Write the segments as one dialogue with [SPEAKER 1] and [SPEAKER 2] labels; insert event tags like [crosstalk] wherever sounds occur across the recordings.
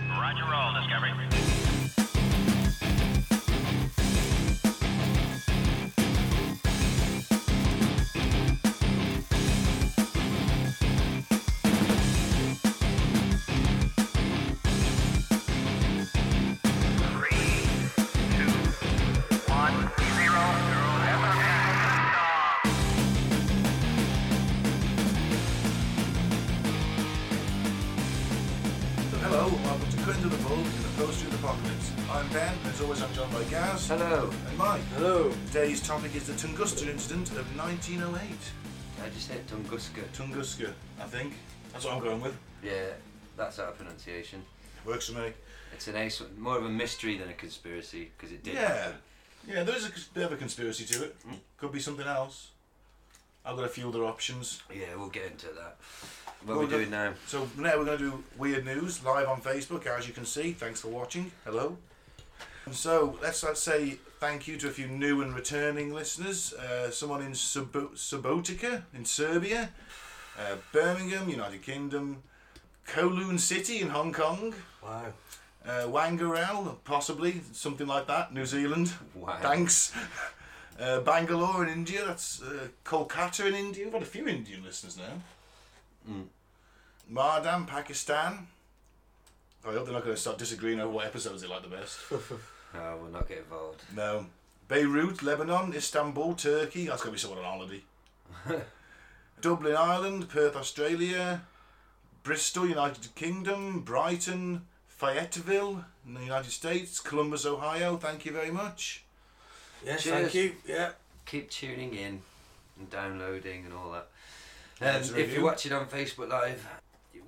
[SPEAKER 1] and roll, Discovery.
[SPEAKER 2] Hello and welcome to Quentin the Bull in the Post-Truth Apocalypse. I'm Ben, and as always I'm joined by Gaz.
[SPEAKER 3] Hello.
[SPEAKER 2] And Mike.
[SPEAKER 4] Hello.
[SPEAKER 2] Today's topic is the Tunguska incident of 1908.
[SPEAKER 3] I just said Tunguska.
[SPEAKER 2] Tunguska, I think. That's what I'm going with.
[SPEAKER 3] Yeah, that's our pronunciation.
[SPEAKER 2] Works for me.
[SPEAKER 3] It's an ace, more of a mystery than a conspiracy because it did.
[SPEAKER 2] Yeah. Hmm. Yeah, there is a cons- bit of a conspiracy to it. Could be something else. I've got a few other options.
[SPEAKER 3] Yeah, we'll get into that. What
[SPEAKER 2] Well,
[SPEAKER 3] are we doing
[SPEAKER 2] the-
[SPEAKER 3] now?
[SPEAKER 2] So now we're going to do weird news live on Facebook, as you can see. Thanks for watching. Hello. And so let's let's say thank you to a few new and returning listeners. Uh, someone in Sub- Subotica in Serbia, uh, Birmingham, United Kingdom, Kowloon City in Hong Kong,
[SPEAKER 4] Wow.
[SPEAKER 2] uh, Whangarel, possibly something like that, New Zealand.
[SPEAKER 3] Wow.
[SPEAKER 2] Thanks. [laughs] Uh, Bangalore in India. That's uh, Kolkata in India. We've had a few Indian listeners now. Mardam, Pakistan. I hope they're not going to start disagreeing over what episodes they like the best.
[SPEAKER 3] Oh, we'll not get involved.
[SPEAKER 2] no. Beirut, Lebanon, Istanbul, Turkey. That's going to be someone on
[SPEAKER 3] [laughs]
[SPEAKER 2] holiday. Dublin, Ireland, Perth, Australia, Bristol, United Kingdom, Brighton, Fayetteville in the United States, Columbus, Ohio. Thank you very much.
[SPEAKER 4] Yes,
[SPEAKER 3] Cheers.
[SPEAKER 4] thank you. Yeah.
[SPEAKER 3] Keep tuning in and downloading and all that.
[SPEAKER 2] There's
[SPEAKER 3] Um,
[SPEAKER 2] a
[SPEAKER 3] if
[SPEAKER 2] review.
[SPEAKER 3] you watch it on Facebook Live,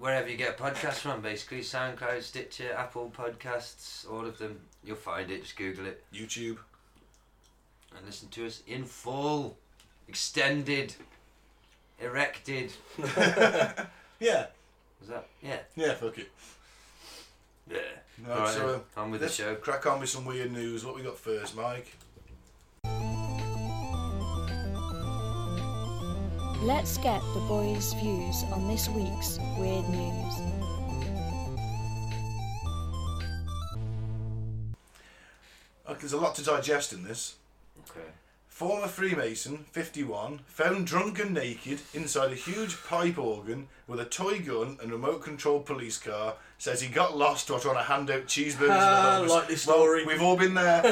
[SPEAKER 3] wherever you get podcasts from, basically SoundCloud, Stitcher, Apple Podcasts, all of them, you'll find it. Just Google it
[SPEAKER 2] YouTube.
[SPEAKER 3] and listen to us in full, extended, erected.
[SPEAKER 2] Yeah.
[SPEAKER 3] Was that? Yeah.
[SPEAKER 2] Yeah, fuck it.
[SPEAKER 3] Yeah.
[SPEAKER 2] No,
[SPEAKER 3] All right,
[SPEAKER 2] so,
[SPEAKER 3] then.
[SPEAKER 2] uh,
[SPEAKER 3] on with the
[SPEAKER 2] Let's
[SPEAKER 3] show.
[SPEAKER 2] crack on with some weird news. What we got first, Mike?
[SPEAKER 5] Let's get the boys' views on this week's weird news.
[SPEAKER 2] Okay, there's a lot to digest in this.
[SPEAKER 3] Okay.
[SPEAKER 2] Former Freemason, 51, found drunk and naked inside a huge pipe organ with a toy gun and remote controlled police car. Says he got lost while trying to hand out cheeseburgers. to the
[SPEAKER 4] Ah,
[SPEAKER 2] homeless.
[SPEAKER 4] likely
[SPEAKER 2] Well,
[SPEAKER 4] story.
[SPEAKER 2] we've all been
[SPEAKER 4] [laughs]
[SPEAKER 2] there.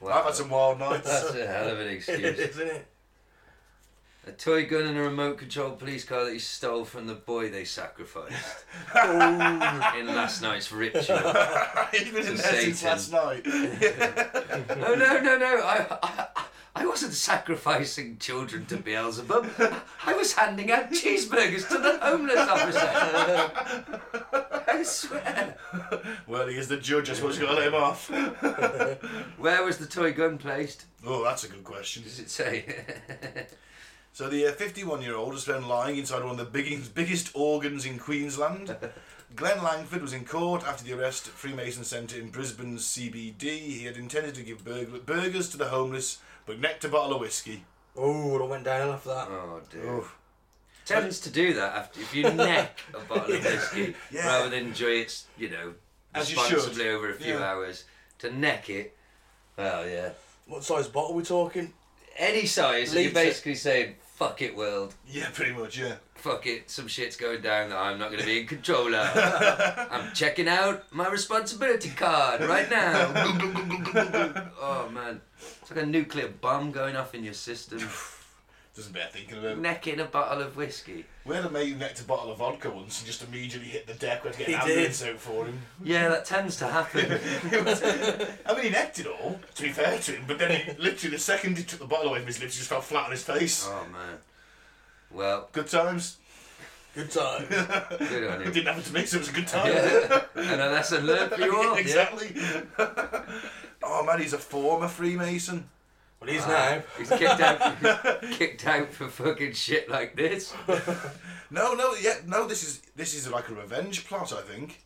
[SPEAKER 3] Wow.
[SPEAKER 2] I've had some wild nights.
[SPEAKER 3] That's a hell of an
[SPEAKER 4] [laughs] It
[SPEAKER 3] [laughs]
[SPEAKER 4] is,
[SPEAKER 3] excuse.
[SPEAKER 4] isn't it?
[SPEAKER 3] a toy gun and a remote controlled police car that he stole from the boy they [laughs] sacrificed in last night's [laughs] ritual. oh,
[SPEAKER 2] [laughs] He's been in
[SPEAKER 3] It's
[SPEAKER 2] there since
[SPEAKER 3] Satan.
[SPEAKER 2] last night.
[SPEAKER 3] Oh, no, no, no. I, I, I wasn't sacrificing children to Beelzebub. I was handing out cheeseburgers to the homeless officer. I [laughs] swear.
[SPEAKER 2] well, he is the judge. I suppose you got to let him off.
[SPEAKER 3] Where was the toy gun placed?
[SPEAKER 2] Oh, that's a good question.
[SPEAKER 3] Does it say? [laughs]
[SPEAKER 2] So the uh, 51 year old was found lying inside one of the biggest, biggest organs in
[SPEAKER 4] [laughs]
[SPEAKER 2] Queensland. Glenn Langford was in court after the arrest at Freemason Centre in Brisbane's CBD. He had intended to give burg- burgers to the homeless, but necked a bottle of whiskey.
[SPEAKER 4] Oh, I went down after that.
[SPEAKER 3] oh, dear.
[SPEAKER 2] Oh,
[SPEAKER 3] tends to do that after if
[SPEAKER 2] [laughs]
[SPEAKER 3] you neck a bottle of whiskey
[SPEAKER 2] Yeah.
[SPEAKER 3] rather than enjoy it, you know,
[SPEAKER 2] As you should.
[SPEAKER 3] responsibly over a few
[SPEAKER 2] Yeah.
[SPEAKER 3] hours. To neck it, well, yeah,
[SPEAKER 4] What size bottle we talking?
[SPEAKER 3] any size.
[SPEAKER 4] Litre.
[SPEAKER 3] You're basically saying, "Fuck it, world.
[SPEAKER 2] yeah, pretty much, yeah.
[SPEAKER 3] Fuck it. Some shit's going down that I'm not going to be in control
[SPEAKER 2] [laughs]
[SPEAKER 3] of. I'm checking out my responsibility card right now."
[SPEAKER 2] [laughs]
[SPEAKER 3] oh man, it's like a nuclear bomb going off in your system.
[SPEAKER 2] [sighs] Doesn't bear thinking about it.
[SPEAKER 3] Necking a bottle of whiskey.
[SPEAKER 2] We had a mate who necked a bottle of vodka once and just immediately hit the deck. We had to get an
[SPEAKER 4] He did.
[SPEAKER 2] ambulance out for him.
[SPEAKER 3] Yeah, that tends to happen.
[SPEAKER 2] I mean, he necked it all, to be fair to him, but then
[SPEAKER 4] [laughs]
[SPEAKER 2] he literally, the second he took the bottle away from his lips, he just fell flat on his face.
[SPEAKER 3] oh man. Well,
[SPEAKER 2] Good times.
[SPEAKER 4] Good time.
[SPEAKER 3] Good on
[SPEAKER 2] It
[SPEAKER 3] you.
[SPEAKER 4] [laughs]
[SPEAKER 2] didn't happen to me, so it was a good time.
[SPEAKER 3] and a lesson learned for you [laughs]
[SPEAKER 4] [laughs]
[SPEAKER 3] all.
[SPEAKER 2] exactly. [laughs] oh man, he's a former Freemason.
[SPEAKER 4] Well, he's now.
[SPEAKER 3] Yeah. He's kicked out, kicked out for fucking shit like this.
[SPEAKER 2] No, no, yeah, no. This is this is like a revenge plot, I think.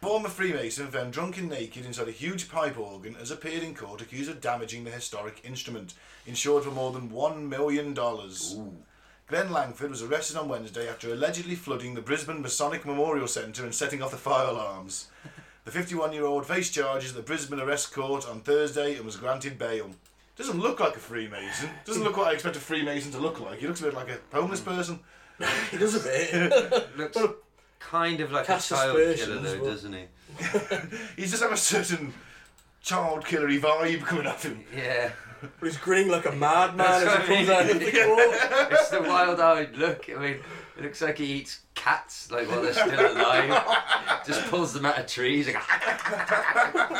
[SPEAKER 2] Former Freemason found drunk and naked inside a huge pipe organ has appeared in court accused of damaging the historic instrument, insured for more than one million dollars. Glenn Langford was arrested on Wednesday after allegedly flooding the Brisbane Masonic Memorial Centre and setting off the fire alarms. The 51 year old faced charges at the Brisbane Arrest Court on Thursday and was granted bail. Doesn't look like a Freemason. Doesn't look what I expect a Freemason to look like. He looks a bit like a homeless person.
[SPEAKER 4] He does a bit.
[SPEAKER 3] Looks kind of like a
[SPEAKER 4] Cast
[SPEAKER 3] child killer,
[SPEAKER 4] aspersions,
[SPEAKER 3] though,
[SPEAKER 4] but-
[SPEAKER 3] doesn't he?
[SPEAKER 2] He's just have a certain child killery vibe coming at him.
[SPEAKER 3] Yeah.
[SPEAKER 4] but he's grinning like a madman as
[SPEAKER 3] That's
[SPEAKER 4] he comes
[SPEAKER 3] what I
[SPEAKER 4] out of the court.
[SPEAKER 3] It's the wild-eyed look. I mean, it looks like he eats cats, like while they're still alive. Just pulls them out of trees. Like, "Ah,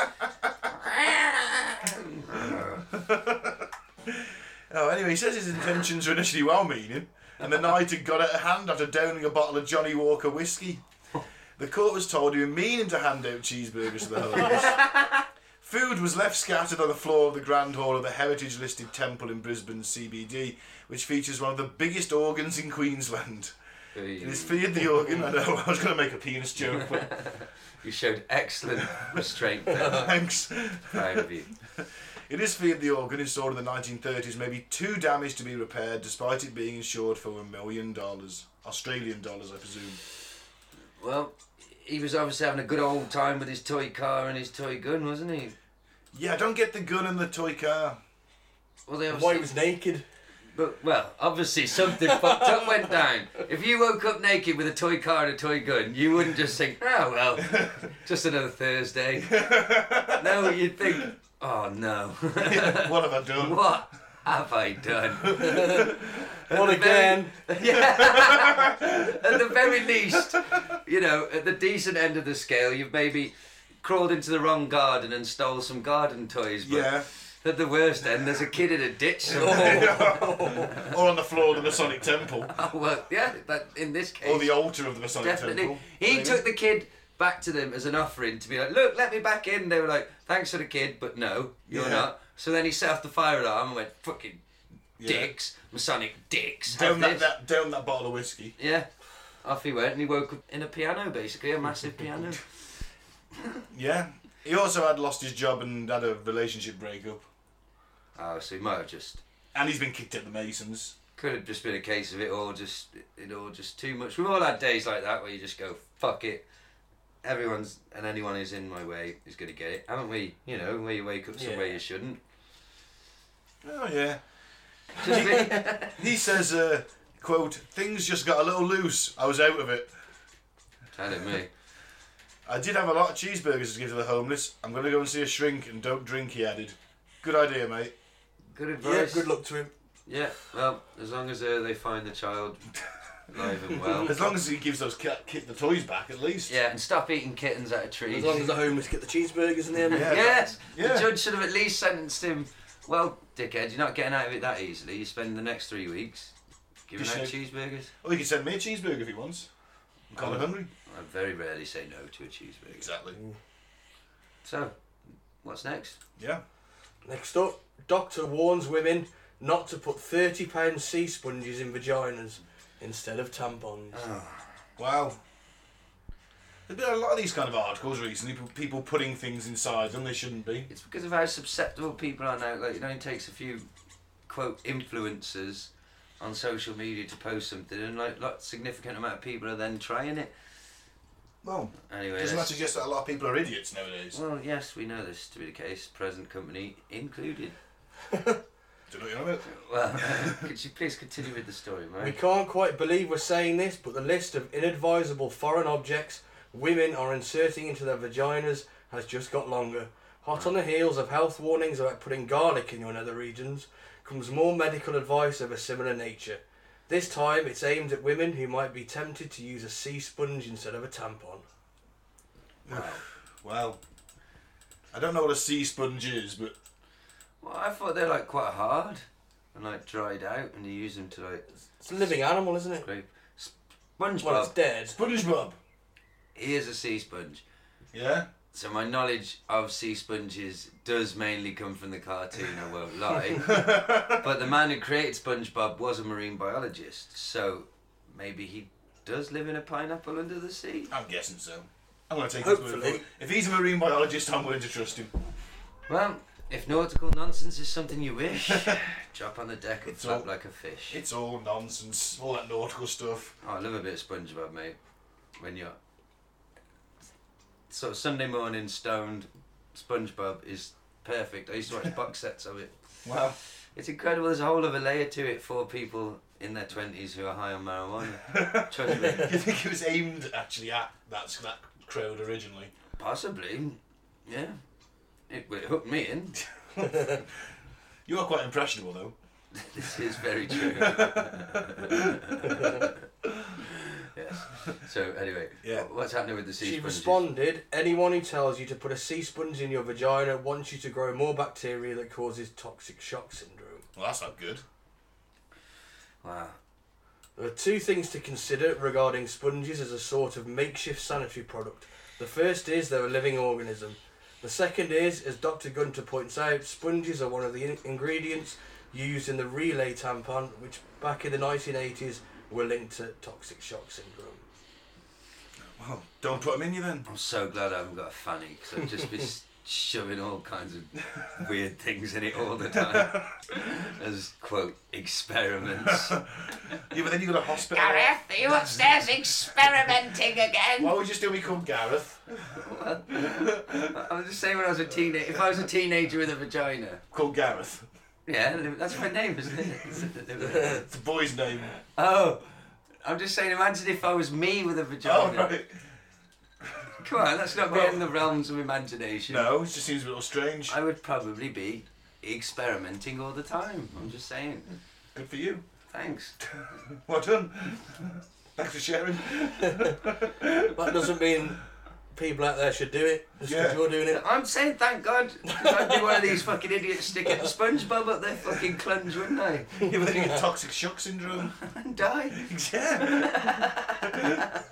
[SPEAKER 2] Oh, anyway, he says his intentions were initially well meaning, and the night had got out of hand after downing a bottle of Johnny Walker whiskey. The court was told he were meaning to hand out cheeseburgers to the homeless. Food was left scattered on the floor of the Grand Hall of the heritage listed temple in Brisbane CBD, which features one of the biggest organs in Queensland.
[SPEAKER 3] ah."
[SPEAKER 2] It is feared the organ, I know, [laughs] I was going to make a penis joke, but
[SPEAKER 3] you showed excellent restraint
[SPEAKER 4] [laughs]
[SPEAKER 3] there.
[SPEAKER 2] thanks.
[SPEAKER 3] Proud of you.
[SPEAKER 2] It is feared the organ installed in the 1930s may be too damaged to be repaired, despite it being insured for a million dollars. Australian dollars, I presume.
[SPEAKER 3] Well, he was obviously having a good old time with his toy car and his toy gun, wasn't he?
[SPEAKER 2] Yeah, I don't get the gun and the toy
[SPEAKER 3] [laughs]
[SPEAKER 2] car.
[SPEAKER 3] Well, they
[SPEAKER 4] Why
[SPEAKER 3] obviously,
[SPEAKER 4] he was naked.
[SPEAKER 3] but, well, obviously something [laughs] fucked up went down. If you woke up naked with a toy car and a toy gun, you wouldn't just think, oh, well, just another Thursday. no, you'd think, oh, no. [laughs]
[SPEAKER 2] what have I done?
[SPEAKER 3] what have I done?
[SPEAKER 4] Not again.
[SPEAKER 3] Yeah. at the very least, you know, at the decent end of the scale, you've maybe crawled into the wrong garden and stole some garden toys. But
[SPEAKER 2] Yeah.
[SPEAKER 3] At the worst end, there's a kid in a ditch somewhere.
[SPEAKER 4] Oh.
[SPEAKER 2] Or on the floor of the Masonic Temple.
[SPEAKER 3] Oh, well, yeah, but in this case,
[SPEAKER 2] Or the altar of the Masonic
[SPEAKER 3] definitely.
[SPEAKER 2] Temple.
[SPEAKER 3] He took the kid back to them as an offering to be like, look, let me back in. They were like, thanks for the kid, but no, you're
[SPEAKER 2] Yeah.
[SPEAKER 3] not. So then he set off the fire alarm and went, fucking
[SPEAKER 2] Yeah.
[SPEAKER 3] dicks, Masonic dicks. have
[SPEAKER 2] Down that,
[SPEAKER 3] this."
[SPEAKER 2] that, down that bottle of whiskey.
[SPEAKER 3] Yeah. Off he went and he woke up in a piano,
[SPEAKER 2] [laughs]
[SPEAKER 3] basically, a massive piano.
[SPEAKER 2] Yeah. He also had lost his job and had a relationship breakup.
[SPEAKER 3] Oh, so he might have just.
[SPEAKER 2] And he's been kicked at the Masons.
[SPEAKER 3] Could have just been a case of it all just. It all just too much. We've all had days like that where you just go, fuck it. Everyone's. And anyone who's in my way is going to get it. Haven't we? You know, where you wake up somewhere
[SPEAKER 4] Yeah.
[SPEAKER 3] you shouldn't.
[SPEAKER 2] Oh, yeah.
[SPEAKER 3] Just a bit-
[SPEAKER 2] He says, uh, quote, things just got a little loose. I was out of it.
[SPEAKER 3] Telling me.
[SPEAKER 2] I did have a lot of cheeseburgers to give to the homeless. I'm going to go and see a shrink and don't drink, he added. Good idea, mate.
[SPEAKER 3] Good
[SPEAKER 4] Yeah,
[SPEAKER 3] advice.
[SPEAKER 4] good luck to him.
[SPEAKER 3] Yeah, well, as long as uh, they find the child alive and
[SPEAKER 4] [laughs]
[SPEAKER 3] well.
[SPEAKER 2] As long as he gives those cat, kit the toys back, at least.
[SPEAKER 3] Yeah, and stop eating kittens out of trees.
[SPEAKER 4] As long as the homeless get the cheeseburgers in there.
[SPEAKER 2] Yeah.
[SPEAKER 4] mate.
[SPEAKER 3] Yes,
[SPEAKER 2] Yeah.
[SPEAKER 3] the judge should have at least sentenced him. Well, dickhead, you're not getting out of it that easily. You spend the next three weeks giving
[SPEAKER 2] Just
[SPEAKER 3] out
[SPEAKER 2] say-
[SPEAKER 3] cheeseburgers.
[SPEAKER 2] Or he can send me a cheeseburger if he wants. I'm kind of hungry.
[SPEAKER 3] I very rarely say no to a cheeseburger.
[SPEAKER 2] Exactly.
[SPEAKER 3] So, what's next?
[SPEAKER 2] Yeah.
[SPEAKER 4] Next up, doctor warns women not to put £30 sea sponges in vaginas instead of tampons.
[SPEAKER 2] Wow. There's been a lot of these kind of articles recently, p- people putting things inside them they shouldn't be.
[SPEAKER 3] It's because of how susceptible people are now. Like, it only takes a few, quote, influencers on social media to post something, and like, lot significant amount of people are then trying it.
[SPEAKER 2] Well,
[SPEAKER 3] Anyway,
[SPEAKER 2] doesn't that
[SPEAKER 3] that's-
[SPEAKER 2] suggest that a lot of people are idiots nowadays?
[SPEAKER 3] well, yes, we know this to be the case, present company included.
[SPEAKER 2] Do you know what I mean?
[SPEAKER 3] Well, [laughs] could you please continue with the story,
[SPEAKER 4] We
[SPEAKER 3] Mike?
[SPEAKER 4] can't quite believe we're saying this, but the list of inadvisable foreign objects women are inserting into their vaginas has just got longer. Hot on the heels of health warnings about putting garlic in your nether regions comes more medical advice of a similar nature. This time it's aimed at women who might be tempted to use a sea sponge instead of a tampon.
[SPEAKER 3] Wow.
[SPEAKER 2] Well, I don't know what a sea sponge is, but
[SPEAKER 3] Well, I thought they're like quite hard and like dried out, and you use them to like
[SPEAKER 4] It's a living animal, isn't it?
[SPEAKER 3] scrape.
[SPEAKER 4] Well, it's
[SPEAKER 3] SpongeBob,
[SPEAKER 4] dead.
[SPEAKER 2] SpongeBob.
[SPEAKER 3] he is a sea sponge.
[SPEAKER 2] Yeah.
[SPEAKER 3] So my knowledge of sea sponges does mainly come from the cartoon. I won't lie.
[SPEAKER 4] [laughs]
[SPEAKER 3] but the man who created SpongeBob was a marine biologist, so maybe he does live in a pineapple under the sea.
[SPEAKER 2] I'm guessing so. I'm going to take his word for
[SPEAKER 4] Hopefully.
[SPEAKER 2] it. If he's a marine biologist, I'm willing to trust him.
[SPEAKER 3] Well, If nautical nonsense is something you
[SPEAKER 2] [laughs]
[SPEAKER 3] wish, drop on the deck and
[SPEAKER 2] It's
[SPEAKER 3] flop
[SPEAKER 2] all-
[SPEAKER 3] like a fish.
[SPEAKER 2] It's all nonsense, all that nautical stuff. [laughs]
[SPEAKER 3] Oh, I love a bit of SpongeBob, mate. When you're so Sunday morning stoned, SpongeBob is perfect. I used
[SPEAKER 2] [laughs]
[SPEAKER 3] to watch box sets of it.
[SPEAKER 2] Wow.
[SPEAKER 3] It's incredible. There's a whole other layer to it for people in their twenties who are high on marijuana.
[SPEAKER 2] [laughs]
[SPEAKER 3] Trust me.
[SPEAKER 2] you think it was aimed actually at that, that crowd originally?
[SPEAKER 3] Possibly, yeah. It, it hooked me in.
[SPEAKER 2] You are quite impressionable though.
[SPEAKER 3] This is
[SPEAKER 2] [laughs]
[SPEAKER 3] very true. yes. So anyway,
[SPEAKER 2] Yeah.
[SPEAKER 3] wh- what's happening with the sea
[SPEAKER 4] She
[SPEAKER 3] sponges?
[SPEAKER 4] responded, "Anyone who tells you to put a sea sponge in your vagina wants you to grow more bacteria that causes toxic shock syndrome."
[SPEAKER 2] Well, that's not good.
[SPEAKER 3] Wow.
[SPEAKER 4] There are two things to consider regarding sponges as a sort of makeshift sanitary product. The first is they're a living organism. The second is, as Dr. Gunter points out, sponges are one of the in- ingredients used in the relay tampon, which back in the 1980s were linked to toxic shock syndrome.
[SPEAKER 2] Well, don't put them in you then.
[SPEAKER 3] I'm so glad I haven't got a fanny because
[SPEAKER 2] [laughs]
[SPEAKER 3] I've just been s- shoving all kinds of weird things in it all the time as quote experiments.
[SPEAKER 2] Yeah, but then you got a hospital.
[SPEAKER 3] are you upstairs experimenting again?
[SPEAKER 2] Why would you still be called Gareth?
[SPEAKER 3] I was just saying when I was a teenager. If I was a teenager with a vagina,
[SPEAKER 2] Called [laughs] Gareth.
[SPEAKER 3] yeah, li- that's my name, isn't it? [laughs]
[SPEAKER 2] It's a boy's name.
[SPEAKER 3] oh, I'm just saying. Imagine if I was me with a
[SPEAKER 2] Oh, [laughs]
[SPEAKER 3] vagina.
[SPEAKER 2] right.
[SPEAKER 3] Come on, let's not
[SPEAKER 2] Well-
[SPEAKER 3] get in the realms of imagination.
[SPEAKER 2] No, it just seems a little strange.
[SPEAKER 3] I would probably be experimenting all the time. I'm just saying.
[SPEAKER 2] Good for you.
[SPEAKER 3] Thanks. [laughs]
[SPEAKER 2] Well done. Thanks for sharing.
[SPEAKER 4] That doesn't mean people out there should do it, just because
[SPEAKER 2] Yeah.
[SPEAKER 4] you're doing it.
[SPEAKER 3] I'm saying thank God. 'cause I'd be one of these fucking idiots sticking SpongeBob up their fucking clunge, wouldn't I?
[SPEAKER 2] Yeah, but then you get toxic shock syndrome. [laughs]
[SPEAKER 3] And die.
[SPEAKER 2] Yeah.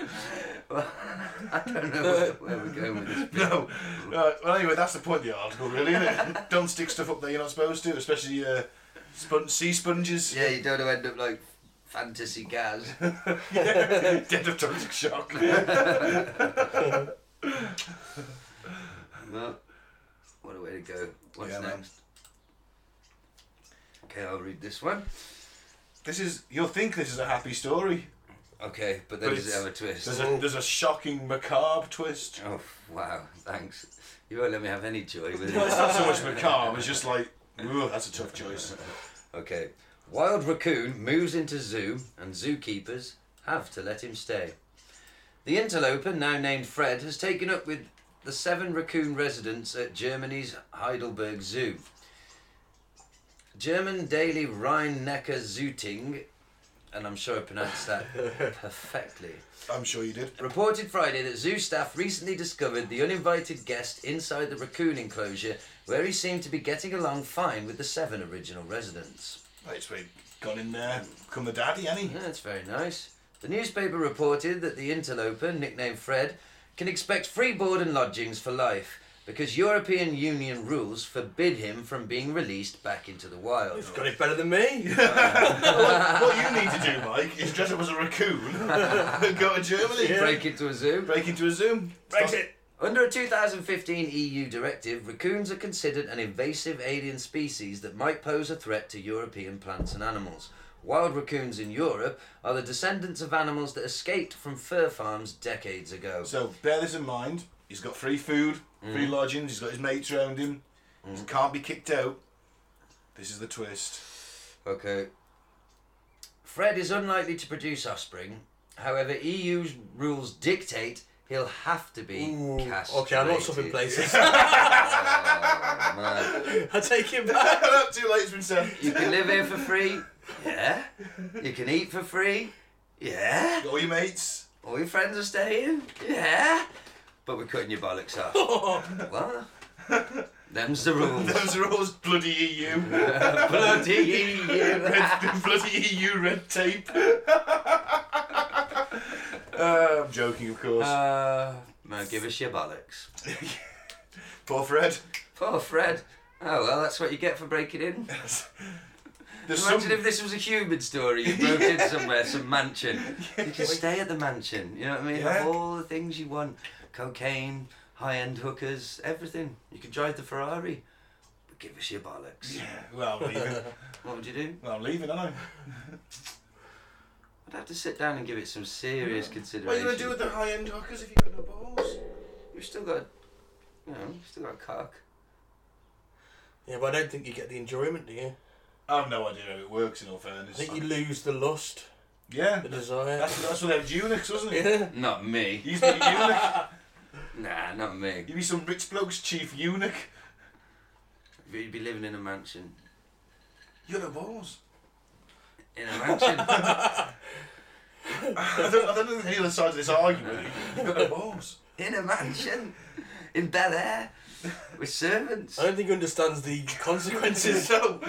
[SPEAKER 3] I don't know where, where we're going with this. bit.
[SPEAKER 2] No. Right, well, anyway, that's the point of the article, really, isn't it? Don't stick stuff up there you're not supposed to, especially uh, spon- sea sponges.
[SPEAKER 3] [laughs] Yeah, you don't end up like fantasy gas.
[SPEAKER 2] [laughs] Dead of toxic shock.
[SPEAKER 3] Well, what a way to go. What's
[SPEAKER 2] Yeah, man.
[SPEAKER 3] next? Okay, I'll read this one.
[SPEAKER 2] This is. You'll think this is a happy story.
[SPEAKER 3] Okay, but then
[SPEAKER 2] But
[SPEAKER 3] does it
[SPEAKER 2] it's-
[SPEAKER 3] have a twist?
[SPEAKER 2] There's a, there's a shocking macabre twist.
[SPEAKER 3] Oh wow, thanks. You won't let me have any
[SPEAKER 2] [laughs]
[SPEAKER 3] joy with
[SPEAKER 2] Well,
[SPEAKER 3] it.
[SPEAKER 2] it's not so much macabre, it's just like, ooh, that's a tough choice.
[SPEAKER 3] Okay. Wild raccoon moves into zoo and zookeepers have to let him stay. The interloper, now named Fred, has taken up with the seven raccoon residents at Germany's Heidelberg Zoo. German daily Rhein-Neckar Zooting, and I'm sure I pronounced that perfectly.
[SPEAKER 2] I'm sure you did.
[SPEAKER 3] Reported Friday that zoo staff recently discovered the uninvited guest inside the raccoon enclosure where he seemed to be getting along fine with the seven original residents.
[SPEAKER 2] Right, so he gone in there, come the daddy, ain't he?
[SPEAKER 3] Yeah, that's very nice. The newspaper reported that the interloper, nicknamed Fred, can expect free board and lodgings for life because European Union rules forbid him from being released back into the wild.
[SPEAKER 4] Got it better than me.
[SPEAKER 3] [laughs]
[SPEAKER 2] what you need to do, Mike, is dress up as a raccoon and go to Germany.
[SPEAKER 3] Break into a zoo.
[SPEAKER 2] Break into a Zoom.
[SPEAKER 4] Brexit.
[SPEAKER 3] Under a 2015 EU E directive, raccoons are considered an invasive alien species that might pose a threat to European plants and animals. Wild raccoons in Europe are the descendants of animals that escaped from fur farms decades ago.
[SPEAKER 2] So bear this in mind. He's got free food, free
[SPEAKER 3] Mm.
[SPEAKER 2] lodgings, he's got his mates around him. He can't be kicked out. This is the twist.
[SPEAKER 3] Okay. Fred is unlikely to produce offspring. However, EU rules dictate he'll have to be
[SPEAKER 4] Ooh,
[SPEAKER 3] castrated.
[SPEAKER 4] okay, I'm not
[SPEAKER 3] [laughs]
[SPEAKER 4] swapping places. [laughs]
[SPEAKER 3] Oh, man.
[SPEAKER 4] I take it back.
[SPEAKER 2] Too late, it's been said.
[SPEAKER 3] You can live here for free. Yeah. You can eat for free. Yeah.
[SPEAKER 2] [laughs] All your mates.
[SPEAKER 3] All your friends are staying. Yeah. But we're cutting your bollocks off.
[SPEAKER 4] [laughs]
[SPEAKER 3] what? Them's the rules.
[SPEAKER 2] Those are all bloody EU.
[SPEAKER 3] Bloody EU.
[SPEAKER 2] red, [laughs] bloody EU red tape. [laughs] uh, I'm joking, of course.
[SPEAKER 3] Uh, no, give us your bollocks.
[SPEAKER 2] Poor Fred. [laughs]
[SPEAKER 3] Poor Fred. Oh well, that's what you get for breaking in.
[SPEAKER 2] There's
[SPEAKER 3] Imagine
[SPEAKER 2] some-
[SPEAKER 3] if this was a human story. You
[SPEAKER 2] [laughs]
[SPEAKER 3] broke in somewhere, some mansion. You can stay at the mansion. You know what I mean?
[SPEAKER 2] Yeah.
[SPEAKER 3] Have all the things you want: cocaine,
[SPEAKER 6] high end hookers, everything. You could drive the Ferrari, but give us your bollocks.
[SPEAKER 2] Yeah. Well, I'm leaving.
[SPEAKER 6] What would you do?
[SPEAKER 2] well, I'm leaving, aren't I?
[SPEAKER 6] I'd have to sit down and give it some serious
[SPEAKER 2] What are
[SPEAKER 6] consideration.
[SPEAKER 2] you going to do with the high end hookers if you've got no balls?
[SPEAKER 6] You've still got, you know, you've still got a cock.
[SPEAKER 4] Yeah, but I don't think you get the enjoyment, do you?
[SPEAKER 2] I have no idea how it works, in all
[SPEAKER 4] I
[SPEAKER 2] fairness.
[SPEAKER 4] think you lose the lust,
[SPEAKER 2] yeah.
[SPEAKER 4] the desire. [laughs]
[SPEAKER 2] That's, that's what happened to eunuchs, wasn't it?
[SPEAKER 4] Yeah.
[SPEAKER 6] Not me.
[SPEAKER 2] You used to be a eunuch.
[SPEAKER 6] Nah, not me.
[SPEAKER 2] You'd be some rich bloke's chief eunuch.
[SPEAKER 6] You'd be living in a mansion.
[SPEAKER 2] You're no balls.
[SPEAKER 6] In a mansion.
[SPEAKER 2] [laughs] I don't, I don't know the other side of this argument. You've got no balls.
[SPEAKER 6] in a mansion. In Bel Air. With servants.
[SPEAKER 2] Oh,
[SPEAKER 4] I don't think he understands [laughs] the consequences.
[SPEAKER 2] So,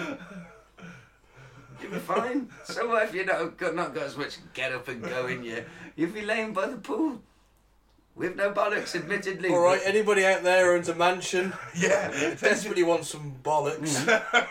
[SPEAKER 6] You'll be fine. [laughs] So what if you not got, not got as much get up and go in you? You'll be laying by the pool. With no bollocks, admittedly.
[SPEAKER 4] [laughs] All right,
[SPEAKER 6] but-
[SPEAKER 4] anybody out there who owns a mansion
[SPEAKER 2] yeah.
[SPEAKER 4] desperately wants some bollocks. [laughs]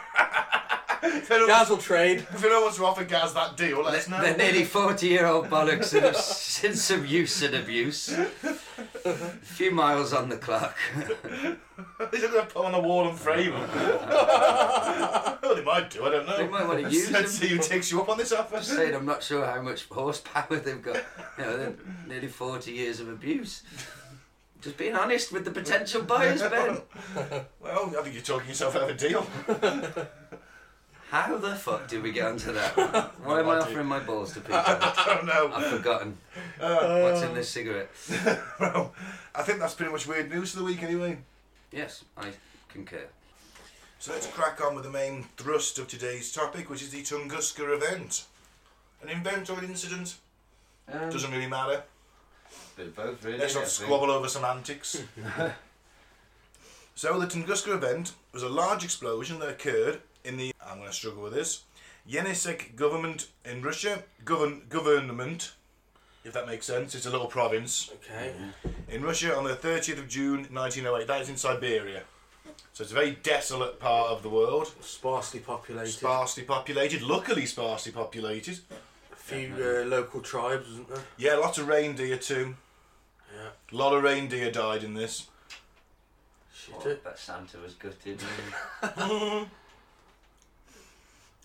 [SPEAKER 2] If anyone-
[SPEAKER 4] Gaz will trade.
[SPEAKER 2] If anyone wants to offer Gaz that deal, let us know.
[SPEAKER 6] They're nearly 40 year old bollocks that have seen some use and abuse. A few miles on the clock. [laughs]
[SPEAKER 2] He's not going to put on a wall and frame him. well, they might do, I don't know.
[SPEAKER 6] They might wanna use
[SPEAKER 2] Let's
[SPEAKER 6] him.
[SPEAKER 2] see who takes you up on this offer.
[SPEAKER 6] Saying I'm not sure how much horsepower they've got. You know, they're nearly 40 years of abuse. Just being honest with the potential buyers,
[SPEAKER 4] [laughs]
[SPEAKER 6] Ben.
[SPEAKER 2] Well, I think you're talking yourself out of a deal. [laughs]
[SPEAKER 6] How the fuck did we get onto
[SPEAKER 4] [laughs]
[SPEAKER 6] that? Why am I offering my balls to people?
[SPEAKER 2] I don't know.
[SPEAKER 6] I've forgotten. What's in this cigarette?
[SPEAKER 2] well, I think that's pretty much weird news for the week anyway.
[SPEAKER 6] Yes, I concur.
[SPEAKER 2] So let's crack on with the main thrust of today's topic, which is the Tunguska event. An event or an incident?
[SPEAKER 3] Um,
[SPEAKER 2] Doesn't really matter.
[SPEAKER 3] bit of both, really.
[SPEAKER 2] Let's
[SPEAKER 3] I eh?
[SPEAKER 2] not
[SPEAKER 3] think.
[SPEAKER 2] squabble over
[SPEAKER 3] [laughs]
[SPEAKER 2] semantics. so the Tunguska event was a large explosion that occurred in the I'm going to struggle with this Yenisek government in Russia govern government, if that makes sense. It's a little province
[SPEAKER 4] Okay.
[SPEAKER 2] in Russia on the 30th of June 1908. That is in Siberia, so it's a very desolate part of the world,
[SPEAKER 4] Sparsely populated.
[SPEAKER 2] sparsely populated. Luckily, sparsely populated.
[SPEAKER 4] A few uh, local tribes, wasn't there?
[SPEAKER 2] Yeah, lots of reindeer too.
[SPEAKER 4] Yeah.
[SPEAKER 2] A lot of reindeer died in this.
[SPEAKER 4] Shit
[SPEAKER 6] Oh,
[SPEAKER 4] it.
[SPEAKER 6] but Santa was gutted.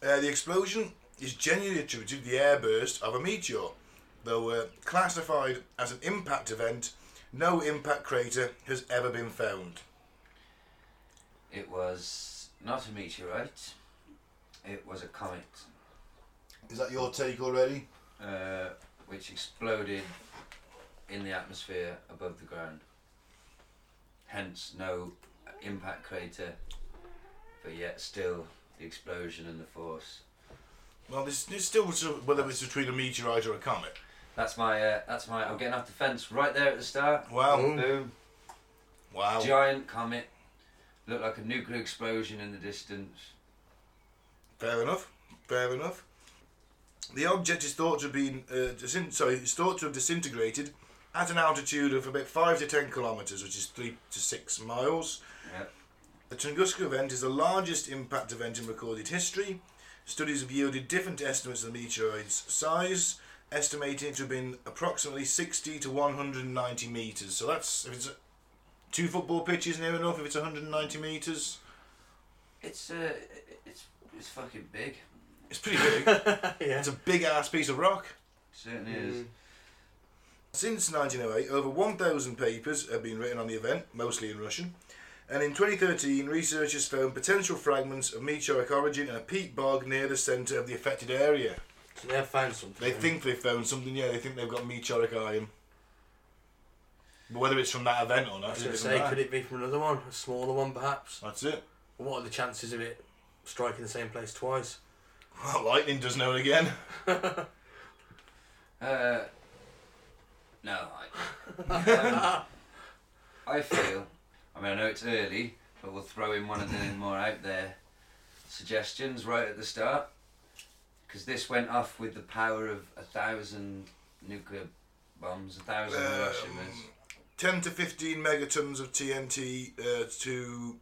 [SPEAKER 2] Uh, the explosion is genuinely attributed to the airburst of a meteor, though uh, classified as an impact event. No impact crater has ever been found.
[SPEAKER 3] [laughs] It was not a meteorite. It was a comet,
[SPEAKER 2] Is that your take already?
[SPEAKER 3] uh, which exploded in the atmosphere above the ground. Hence, no impact crater, but yet still the explosion and the force.
[SPEAKER 2] Well, this is still sort of whether it's between a meteorite or a comet.
[SPEAKER 3] That's my. Uh, that's my. I'm getting off the fence right there at the start.
[SPEAKER 2] Wow.
[SPEAKER 3] Boom.
[SPEAKER 2] Wow.
[SPEAKER 3] Giant comet. Looked like a nuclear explosion in the distance.
[SPEAKER 2] Fair enough. Fair enough. The object is thought to have been uh, disin- sorry, is thought to have disintegrated at an altitude of about five to ten kilometers, which is three to six miles.
[SPEAKER 3] Yep.
[SPEAKER 2] The Tunguska event is the largest impact event in recorded history. Studies have yielded different estimates of the meteoroid's size, estimating it to have been approximately 60 to 190 metres. So that's, if it's a- two football pitches near enough, if it's 190 metres,
[SPEAKER 3] It's uh, it's it's fucking big.
[SPEAKER 2] it's pretty big.
[SPEAKER 4] Yeah.
[SPEAKER 2] it's a big ass piece of rock.
[SPEAKER 3] certainly is.
[SPEAKER 2] Since 1908, over 1,000 papers have been written on the event, mostly in Russian. And in 2013, researchers found potential fragments of meteoric origin in a peat bog near the centre of the affected area.
[SPEAKER 4] So they have found something.
[SPEAKER 2] They think they've found something, yeah, they think they've got meteoric iron. But whether it's from that event or not,
[SPEAKER 4] I was
[SPEAKER 2] is a
[SPEAKER 4] going to
[SPEAKER 2] different
[SPEAKER 4] say,
[SPEAKER 2] matter.
[SPEAKER 4] could it be from another one? A smaller one, perhaps?
[SPEAKER 2] that's it.
[SPEAKER 4] What are the chances of it striking the same place twice?
[SPEAKER 2] Well, lightning does know it again.
[SPEAKER 3] Uh, no, [laughs] I, um, I feel. I mean, I know it's early, but we'll throw in one of the [laughs] more out there suggestions right at the start, because this went off with the power of a thousand nuclear bombs, a thousand Russian missiles.
[SPEAKER 2] 10 to 15 megatons of TNT uh, to.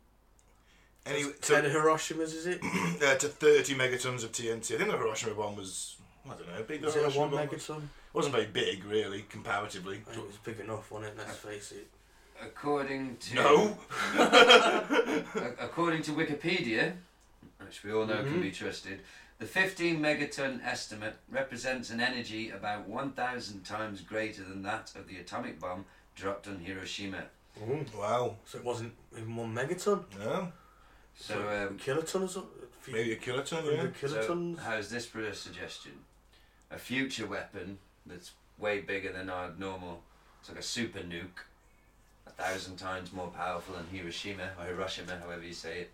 [SPEAKER 2] Any,
[SPEAKER 4] Ten
[SPEAKER 2] to,
[SPEAKER 4] Hiroshimas, is it?
[SPEAKER 2] uh, to 30 megatons of TNT. I think the Hiroshima bomb was. I don't know. Big
[SPEAKER 4] Is it a
[SPEAKER 2] Hiroshima
[SPEAKER 4] one Oh,
[SPEAKER 2] bomb was-
[SPEAKER 4] megaton?
[SPEAKER 2] wasn't very big, really, comparatively.
[SPEAKER 4] I think it was big enough, wasn't it? Let's face it.
[SPEAKER 3] according to
[SPEAKER 2] No.
[SPEAKER 3] a- according to Wikipedia, which we all know can be trusted, the 15 megaton estimate represents an energy about 1,000 times greater than that of the atomic bomb dropped on Hiroshima.
[SPEAKER 2] Mm. Wow.
[SPEAKER 4] So it wasn't even one megaton.
[SPEAKER 2] No.
[SPEAKER 3] So,
[SPEAKER 4] a
[SPEAKER 3] um,
[SPEAKER 4] kiloton or something. A few
[SPEAKER 2] Maybe a kiloton, yeah.
[SPEAKER 4] hundred kilotons.
[SPEAKER 3] So how's this for a suggestion? A future weapon that's way bigger than our normal. It's like a super nuke, a thousand times more powerful than Hiroshima or Hiroshima, however you say it.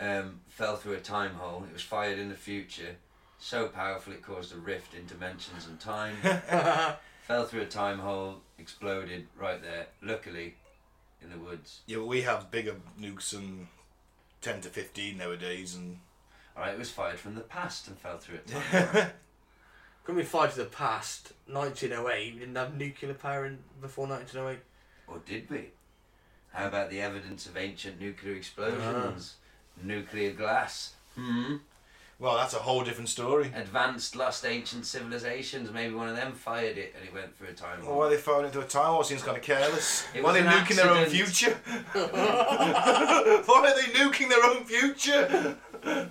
[SPEAKER 3] Um, fell through a time hole. It was fired in the future, so powerful it caused a rift in dimensions and time. fell through a time hole, exploded right there. Luckily, in the woods.
[SPEAKER 2] Yeah, but we have bigger nukes than 10 to 15 nowadays, and
[SPEAKER 3] All right, it was fired from the past and fell through a time.
[SPEAKER 4] Couldn't we fly to the past? 1908. We didn't have nuclear power in, before 1908.
[SPEAKER 3] Or did we? How about the evidence of ancient nuclear explosions?
[SPEAKER 2] Ah.
[SPEAKER 3] Nuclear glass? Hmm.
[SPEAKER 2] well, that's a whole different story.
[SPEAKER 3] Advanced lost ancient civilizations. Maybe one of them fired it and it went through a time.
[SPEAKER 2] Well, why
[SPEAKER 3] warp.
[SPEAKER 2] they firing into a time war seems kind of careless.
[SPEAKER 3] It
[SPEAKER 2] why are
[SPEAKER 3] was
[SPEAKER 2] they
[SPEAKER 3] an
[SPEAKER 2] nuking their own
[SPEAKER 3] accident. [laughs]
[SPEAKER 2] future? why are they nuking their own future?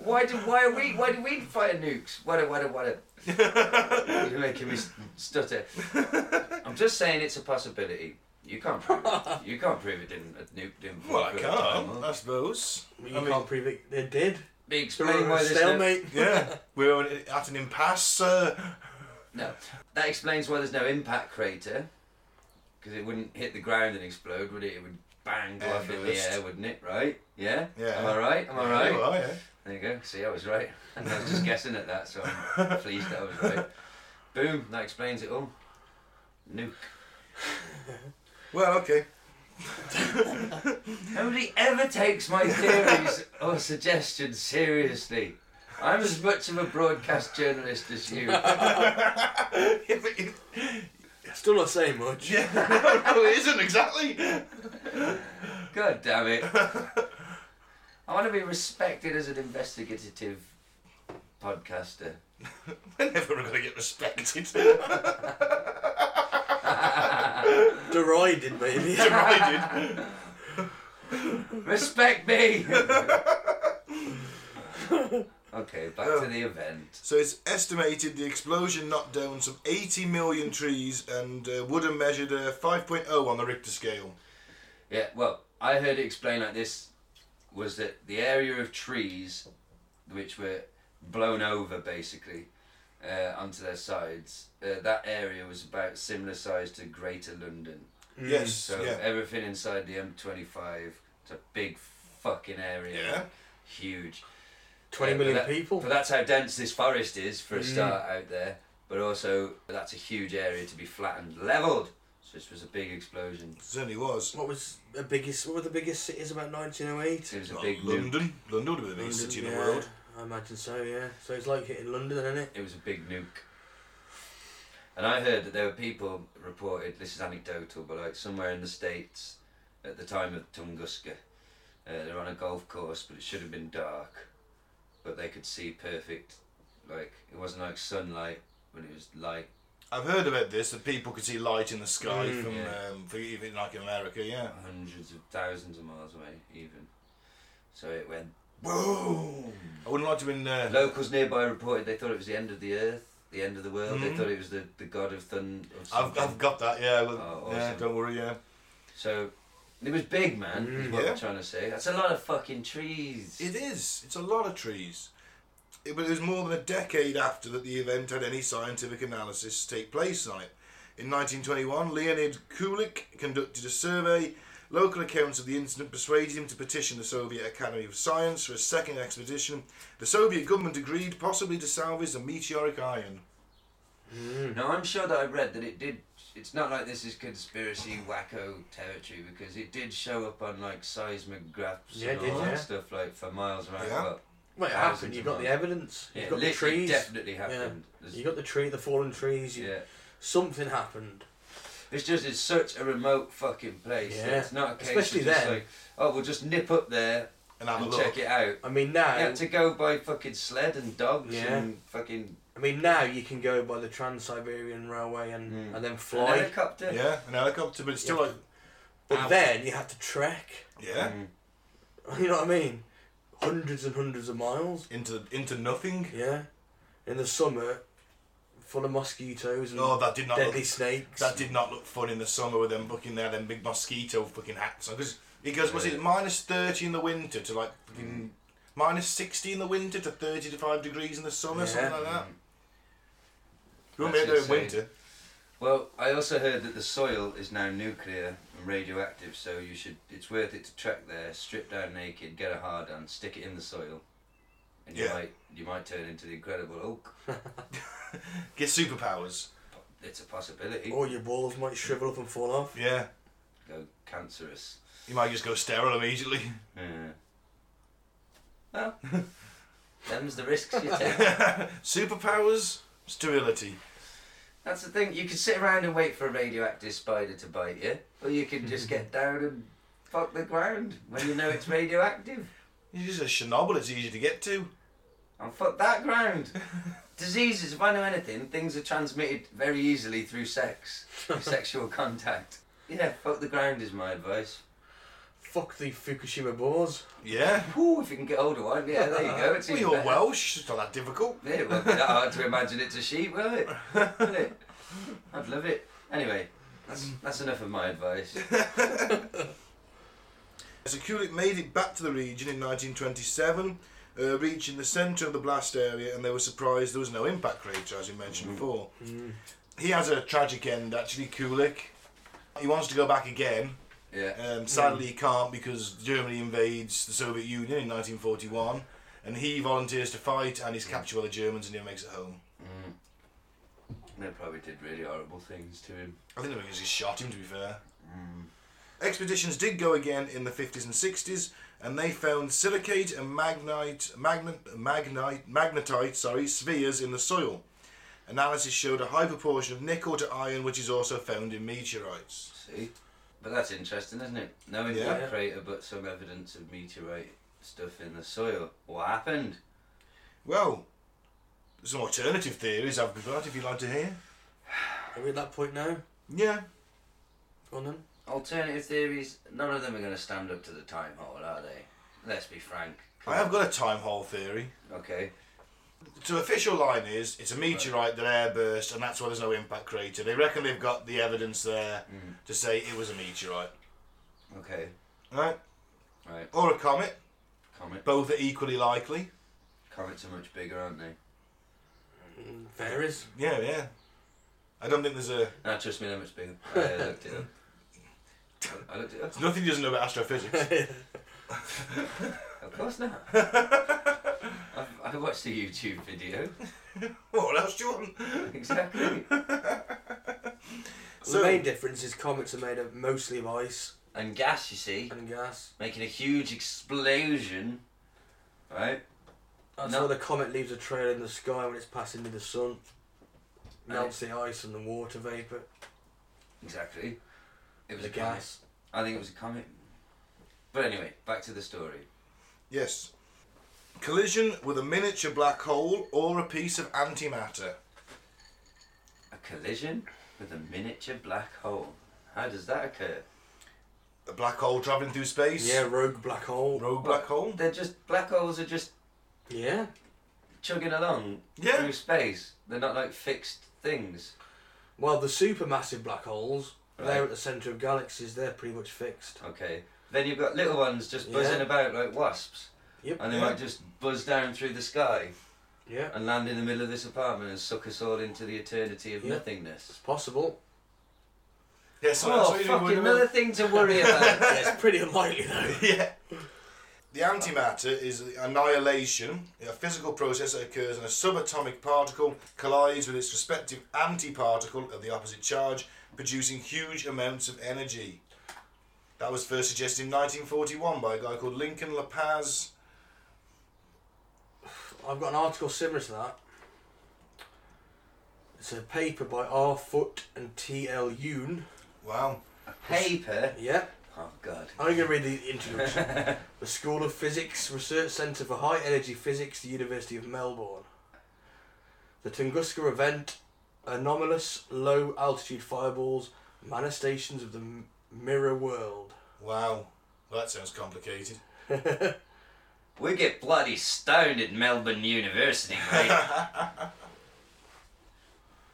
[SPEAKER 3] Why did why are we why do we fire nukes? What a what a what a
[SPEAKER 2] [laughs]
[SPEAKER 3] You're making me st- stutter. I'm just saying it's a possibility. You can't prove
[SPEAKER 2] [laughs]
[SPEAKER 3] it. You can't prove it didn't a nuke didn't fall
[SPEAKER 2] Well, I
[SPEAKER 3] through a time
[SPEAKER 2] can't,
[SPEAKER 3] warp.
[SPEAKER 2] I suppose.
[SPEAKER 4] I mean,
[SPEAKER 2] I
[SPEAKER 4] you
[SPEAKER 2] mean-
[SPEAKER 4] can't prove it. They did.
[SPEAKER 3] Be
[SPEAKER 4] They
[SPEAKER 3] explained
[SPEAKER 4] were
[SPEAKER 3] why
[SPEAKER 4] a
[SPEAKER 3] there's no-
[SPEAKER 4] stalemate.
[SPEAKER 2] Yeah, we're at an impasse. Uh,
[SPEAKER 3] No. That explains why there's no impact crater. Because it wouldn't hit the ground and explode, would it? It would bang go
[SPEAKER 2] Air
[SPEAKER 3] up in the
[SPEAKER 2] burst.
[SPEAKER 3] air, wouldn't it? Right? Yeah?
[SPEAKER 2] Yeah.
[SPEAKER 3] Am I right? Am I right?
[SPEAKER 2] you are, yeah.
[SPEAKER 3] There you go. See, I was right. [laughs] And I was just guessing at that, so [laughs] I'm pleased that I was right. Boom. That explains it all. Nuke.
[SPEAKER 2] Well, okay.
[SPEAKER 3] Nobody ever takes [laughs] my theories or [laughs] suggestions seriously. I'm as much of a broadcast journalist as you. [laughs]
[SPEAKER 2] Yeah, but it,
[SPEAKER 4] Still not saying much.
[SPEAKER 2] yeah. no, it isn't exactly.
[SPEAKER 3] God damn it. I want to be respected as an investigative podcaster.
[SPEAKER 2] We're never going to get [laughs] respected.
[SPEAKER 4] Derided, maybe. [laughs]
[SPEAKER 2] Derided.
[SPEAKER 3] Respect me! okay, back to the event.
[SPEAKER 2] So it's estimated the explosion knocked down some 80 million trees and uh, wood are measured a 5.0 on the Richter scale.
[SPEAKER 3] Yeah, well, I heard it explained like this was that the area of trees which were blown over basically uh, onto their sides, uh, that area was about similar size to Greater London.
[SPEAKER 2] Yes,
[SPEAKER 3] So
[SPEAKER 2] yeah.
[SPEAKER 3] everything inside the M25, it's a big fucking area.
[SPEAKER 2] Yeah.
[SPEAKER 3] Huge.
[SPEAKER 4] 20
[SPEAKER 3] Yeah,
[SPEAKER 4] million
[SPEAKER 3] but that-
[SPEAKER 4] people.
[SPEAKER 3] But that's how dense this forest is for a start out there. But also, that's a huge area to be flattened, levelled. So this was a big explosion.
[SPEAKER 2] Certainly was.
[SPEAKER 4] What was the biggest? What were the biggest cities about 1908?
[SPEAKER 3] It was a
[SPEAKER 2] Well,
[SPEAKER 3] big nuke.
[SPEAKER 2] London. London would have been the biggest city in the
[SPEAKER 4] yeah,
[SPEAKER 2] world.
[SPEAKER 4] I imagine so. Yeah. So it's like hitting London, isn't it?
[SPEAKER 3] It was a big nuke. And I heard that there were people reported, this is anecdotal, but like somewhere in the States at the time of Tunguska, uh, they're on a golf course, but it should have been dark. But they could see perfect, like, it wasn't like sunlight, but it was light.
[SPEAKER 2] I've heard about this that people could see light in the sky
[SPEAKER 4] Mm.
[SPEAKER 2] from
[SPEAKER 3] Yeah.
[SPEAKER 2] um, for even like in America, yeah.
[SPEAKER 3] hundreds of thousands of miles away, even. So it went.
[SPEAKER 2] Boom! I wouldn't like to have been uh,
[SPEAKER 3] Locals nearby reported they thought it was the end of the earth, the end of the world. They
[SPEAKER 2] Mhm.
[SPEAKER 3] thought it was the, the god of thunder.
[SPEAKER 2] I've, I've got that, yeah. Well,
[SPEAKER 3] Oh,
[SPEAKER 2] yeah
[SPEAKER 3] awesome.
[SPEAKER 2] don't worry, yeah.
[SPEAKER 3] So it was big, man. is
[SPEAKER 4] Mm,
[SPEAKER 3] what
[SPEAKER 2] yeah.
[SPEAKER 3] I'm trying to say. That's a lot of fucking trees.
[SPEAKER 2] It is. It's a lot of trees. It, but it was more than a decade after that the event had any scientific analysis take place on it. In 1921, Leonid Kulik conducted a survey. Local accounts of the incident persuaded him to petition the Soviet Academy of Science for a second expedition. The Soviet government agreed, possibly to salvage the meteoric iron.
[SPEAKER 4] Hmm.
[SPEAKER 3] Now I'm sure that I read that it did. It's not like this is conspiracy wacko territory because it did show up on like seismographs
[SPEAKER 4] Yeah,
[SPEAKER 3] and
[SPEAKER 4] it did,
[SPEAKER 3] all that
[SPEAKER 4] yeah.
[SPEAKER 3] stuff like for miles around.
[SPEAKER 2] Yeah.
[SPEAKER 3] Well,
[SPEAKER 4] Well, it
[SPEAKER 3] Thousands
[SPEAKER 4] happened.
[SPEAKER 3] of
[SPEAKER 4] You've got the
[SPEAKER 3] miles.
[SPEAKER 4] evidence.
[SPEAKER 3] yeah,
[SPEAKER 4] You've got the
[SPEAKER 3] literally
[SPEAKER 4] trees.
[SPEAKER 3] definitely happened. There's-
[SPEAKER 4] You got the tree, the fallen trees. You,
[SPEAKER 3] yeah.
[SPEAKER 4] Something happened.
[SPEAKER 3] It's just it's such a remote fucking place. that
[SPEAKER 4] Yeah.
[SPEAKER 3] It's not a case
[SPEAKER 4] Especially
[SPEAKER 3] of just
[SPEAKER 4] then.
[SPEAKER 3] like, oh, we'll just nip up there
[SPEAKER 2] And have
[SPEAKER 3] and
[SPEAKER 2] a look.
[SPEAKER 3] check it out.
[SPEAKER 4] I mean now.
[SPEAKER 3] You had to go by fucking sled and dogs
[SPEAKER 4] Yeah.
[SPEAKER 3] and fucking
[SPEAKER 4] I mean now you can go by the Trans Siberian Railway and,
[SPEAKER 3] Mm.
[SPEAKER 2] Hmm.
[SPEAKER 4] and then
[SPEAKER 3] an
[SPEAKER 4] fly.
[SPEAKER 3] helicopter.
[SPEAKER 2] Yeah, an helicopter, but it's still
[SPEAKER 4] Yeah.
[SPEAKER 2] like
[SPEAKER 4] But then you had to trek. [laughs]
[SPEAKER 2] Yeah.
[SPEAKER 3] Mm.
[SPEAKER 4] You know what I mean? Hundreds and hundreds of miles.
[SPEAKER 2] Into into nothing.
[SPEAKER 4] Yeah. In the summer, full of mosquitoes and
[SPEAKER 2] Oh, that did not
[SPEAKER 4] deadly
[SPEAKER 2] look-
[SPEAKER 4] snakes.
[SPEAKER 2] That did not look fun in the summer with them fucking there, them big mosquito fucking hats. Because it goes, was it minus thirty in the winter to
[SPEAKER 3] Mm.
[SPEAKER 2] like fucking minus sixty in the winter to thirty to five degrees in the summer,
[SPEAKER 4] Yeah.
[SPEAKER 2] something like that. You won't be
[SPEAKER 3] Mm. That's
[SPEAKER 2] out there in
[SPEAKER 3] insane.
[SPEAKER 2] winter.
[SPEAKER 3] Well, I also heard that the soil is now nuclear and radioactive, so you should. It's worth it to trek there, strip down naked, get a hard on, stick it in the soil, and you
[SPEAKER 2] Yeah.
[SPEAKER 3] might you might turn into the Incredible Hulk.
[SPEAKER 2] Get superpowers.
[SPEAKER 3] It's a possibility.
[SPEAKER 4] Or your balls might shrivel up and fall off.
[SPEAKER 2] Yeah.
[SPEAKER 3] Go cancerous.
[SPEAKER 2] You might just go sterile immediately. [laughs]
[SPEAKER 3] Yeah. Well, [laughs] them's the risks you take.
[SPEAKER 2] Superpowers, sterility.
[SPEAKER 3] That's the thing. You can sit around and wait for a radioactive spider to bite you, or you can just get down and fuck the ground when you know it's radioactive.
[SPEAKER 2] You just a Chernobyl, it's easy to get to.
[SPEAKER 3] And fuck
[SPEAKER 2] [laughs]
[SPEAKER 3] that ground. Diseases, if I know anything, things are transmitted very easily through sex,
[SPEAKER 2] [laughs]
[SPEAKER 3] through sexual contact. Yeah, fuck the ground is my advice.
[SPEAKER 4] Fuck the Fukushima boars.
[SPEAKER 2] Yeah.
[SPEAKER 3] Ooh, if you can get hold of one, yeah, there you go.
[SPEAKER 2] [laughs]
[SPEAKER 3] It's
[SPEAKER 2] Well,
[SPEAKER 3] even
[SPEAKER 2] you're
[SPEAKER 3] better.
[SPEAKER 2] Welsh, it's not that difficult.
[SPEAKER 3] Yeah, It won't be that hard to imagine it's a sheep, will it? Will it? I'd love it. Anyway, that's that's enough of
[SPEAKER 2] [laughs]
[SPEAKER 3] my advice.
[SPEAKER 2] So Kulik made it back to the region in 1927, uh, reaching the centre of the blast area, and they were surprised there was no impact crater, as we mentioned before. He has a tragic end, actually, Kulik. He wants to go back again.
[SPEAKER 3] Yeah.
[SPEAKER 2] Um, sadly, he can't because Germany invades the Soviet Union in 1941, and he volunteers to fight, and he's captured by the Germans, and he makes it home.
[SPEAKER 3] They probably did really horrible things to him.
[SPEAKER 2] I think they were because he shot him, to be fair. Expeditions did go again in the 50s and 60s, and they found silicate and magnite, magnet, magnite, magnetite sorry, spheres in the soil. Analysis showed a high proportion of nickel to iron, which is also found in meteorites.
[SPEAKER 3] See? But that's interesting, isn't it? No impact
[SPEAKER 2] Yeah.
[SPEAKER 3] crater, but some evidence of meteorite stuff in the soil. What happened?
[SPEAKER 2] Well, some alternative theories I've got if you'd like to hear.
[SPEAKER 4] Are we at that point now?
[SPEAKER 2] Yeah.
[SPEAKER 4] Go on then.
[SPEAKER 3] Alternative theories, none of them are going to stand up to the time hole, are they? Let's be frank.
[SPEAKER 2] I have got a time hole theory.
[SPEAKER 3] Okay.
[SPEAKER 2] So official line is it's a meteorite that airburst, and that's why there's no impact crater. They reckon they've got the evidence there to say it was a meteorite,
[SPEAKER 3] Okay.
[SPEAKER 2] right?
[SPEAKER 3] Right.
[SPEAKER 2] Or a comet.
[SPEAKER 3] Comet.
[SPEAKER 2] Both are equally likely.
[SPEAKER 3] Comets are much bigger, aren't they?
[SPEAKER 2] Hmm.
[SPEAKER 4] Fairies. [laughs]
[SPEAKER 2] Yeah, yeah. I don't think there's a
[SPEAKER 3] No, trust me, they're much bigger. I uh,
[SPEAKER 2] [laughs]
[SPEAKER 3] looked it up. I looked it up.
[SPEAKER 2] there's nothing you doesn't know about astrophysics. [laughs]
[SPEAKER 3] Of course not. I, I watched the YouTube video. [laughs]
[SPEAKER 2] what else do you want?
[SPEAKER 3] Exactly.
[SPEAKER 4] the
[SPEAKER 2] So-
[SPEAKER 4] main difference is comets are made of mostly of ice
[SPEAKER 3] And gas, you see,
[SPEAKER 4] and gas.
[SPEAKER 3] making a huge explosion. Right?
[SPEAKER 4] That's
[SPEAKER 3] No.
[SPEAKER 4] why the comet leaves a trail in the sky when it's passing near the sun. Melts the ice and the water vapor.
[SPEAKER 3] Exactly. It was
[SPEAKER 4] The
[SPEAKER 3] a comet.
[SPEAKER 4] gas.
[SPEAKER 3] I think it was a comet. But anyway, back to the story.
[SPEAKER 2] Yes. Collision with a miniature black hole or a piece of antimatter.
[SPEAKER 3] A collision with a miniature black hole. How does that occur?
[SPEAKER 2] A black hole traveling through space.
[SPEAKER 4] Yeah, rogue black hole.
[SPEAKER 2] Rogue black hole.
[SPEAKER 3] They're just black holes are just
[SPEAKER 4] Yeah.
[SPEAKER 3] chugging along
[SPEAKER 2] Yeah.
[SPEAKER 3] through space. They're not like fixed things.
[SPEAKER 4] Well, the supermassive black holes,
[SPEAKER 3] Right.
[SPEAKER 4] they're at the centre of galaxies, they're pretty much fixed.
[SPEAKER 3] Okay. Then you've got little ones just buzzing
[SPEAKER 4] Yeah.
[SPEAKER 3] about like wasps,
[SPEAKER 4] Yep.
[SPEAKER 3] and they might just buzz down through the sky
[SPEAKER 4] Yeah.
[SPEAKER 3] and land in the middle of this apartment and suck us all into the eternity of
[SPEAKER 4] Yeah.
[SPEAKER 3] nothingness.
[SPEAKER 4] It's possible.
[SPEAKER 2] Yeah, so that's
[SPEAKER 3] Oh,
[SPEAKER 2] what you're doing.
[SPEAKER 3] fucking another thing to worry
[SPEAKER 4] [laughs]
[SPEAKER 3] about.
[SPEAKER 4] [laughs] Yeah, it's pretty unlikely though.
[SPEAKER 2] [laughs] yeah. The antimatter is the annihilation, a physical process that occurs when a subatomic particle collides with its respective antiparticle of the opposite charge, producing huge amounts of energy. That was first suggested in 1941 by a guy called Lincoln La Paz.
[SPEAKER 4] I've got an article similar to that. It's a paper by R. Foot and T. L. Yoon.
[SPEAKER 2] Wow.
[SPEAKER 3] Paper.
[SPEAKER 4] Yeah.
[SPEAKER 3] Oh God.
[SPEAKER 4] I'm going to read the introduction. [laughs] the School of Physics Research Centre for High Energy Physics, the University of Melbourne. The Tunguska event, anomalous low altitude fireballs, manifestations of the Mirror World.
[SPEAKER 2] Wow. Well, that sounds complicated.
[SPEAKER 3] We get bloody stoned at Melbourne University, mate.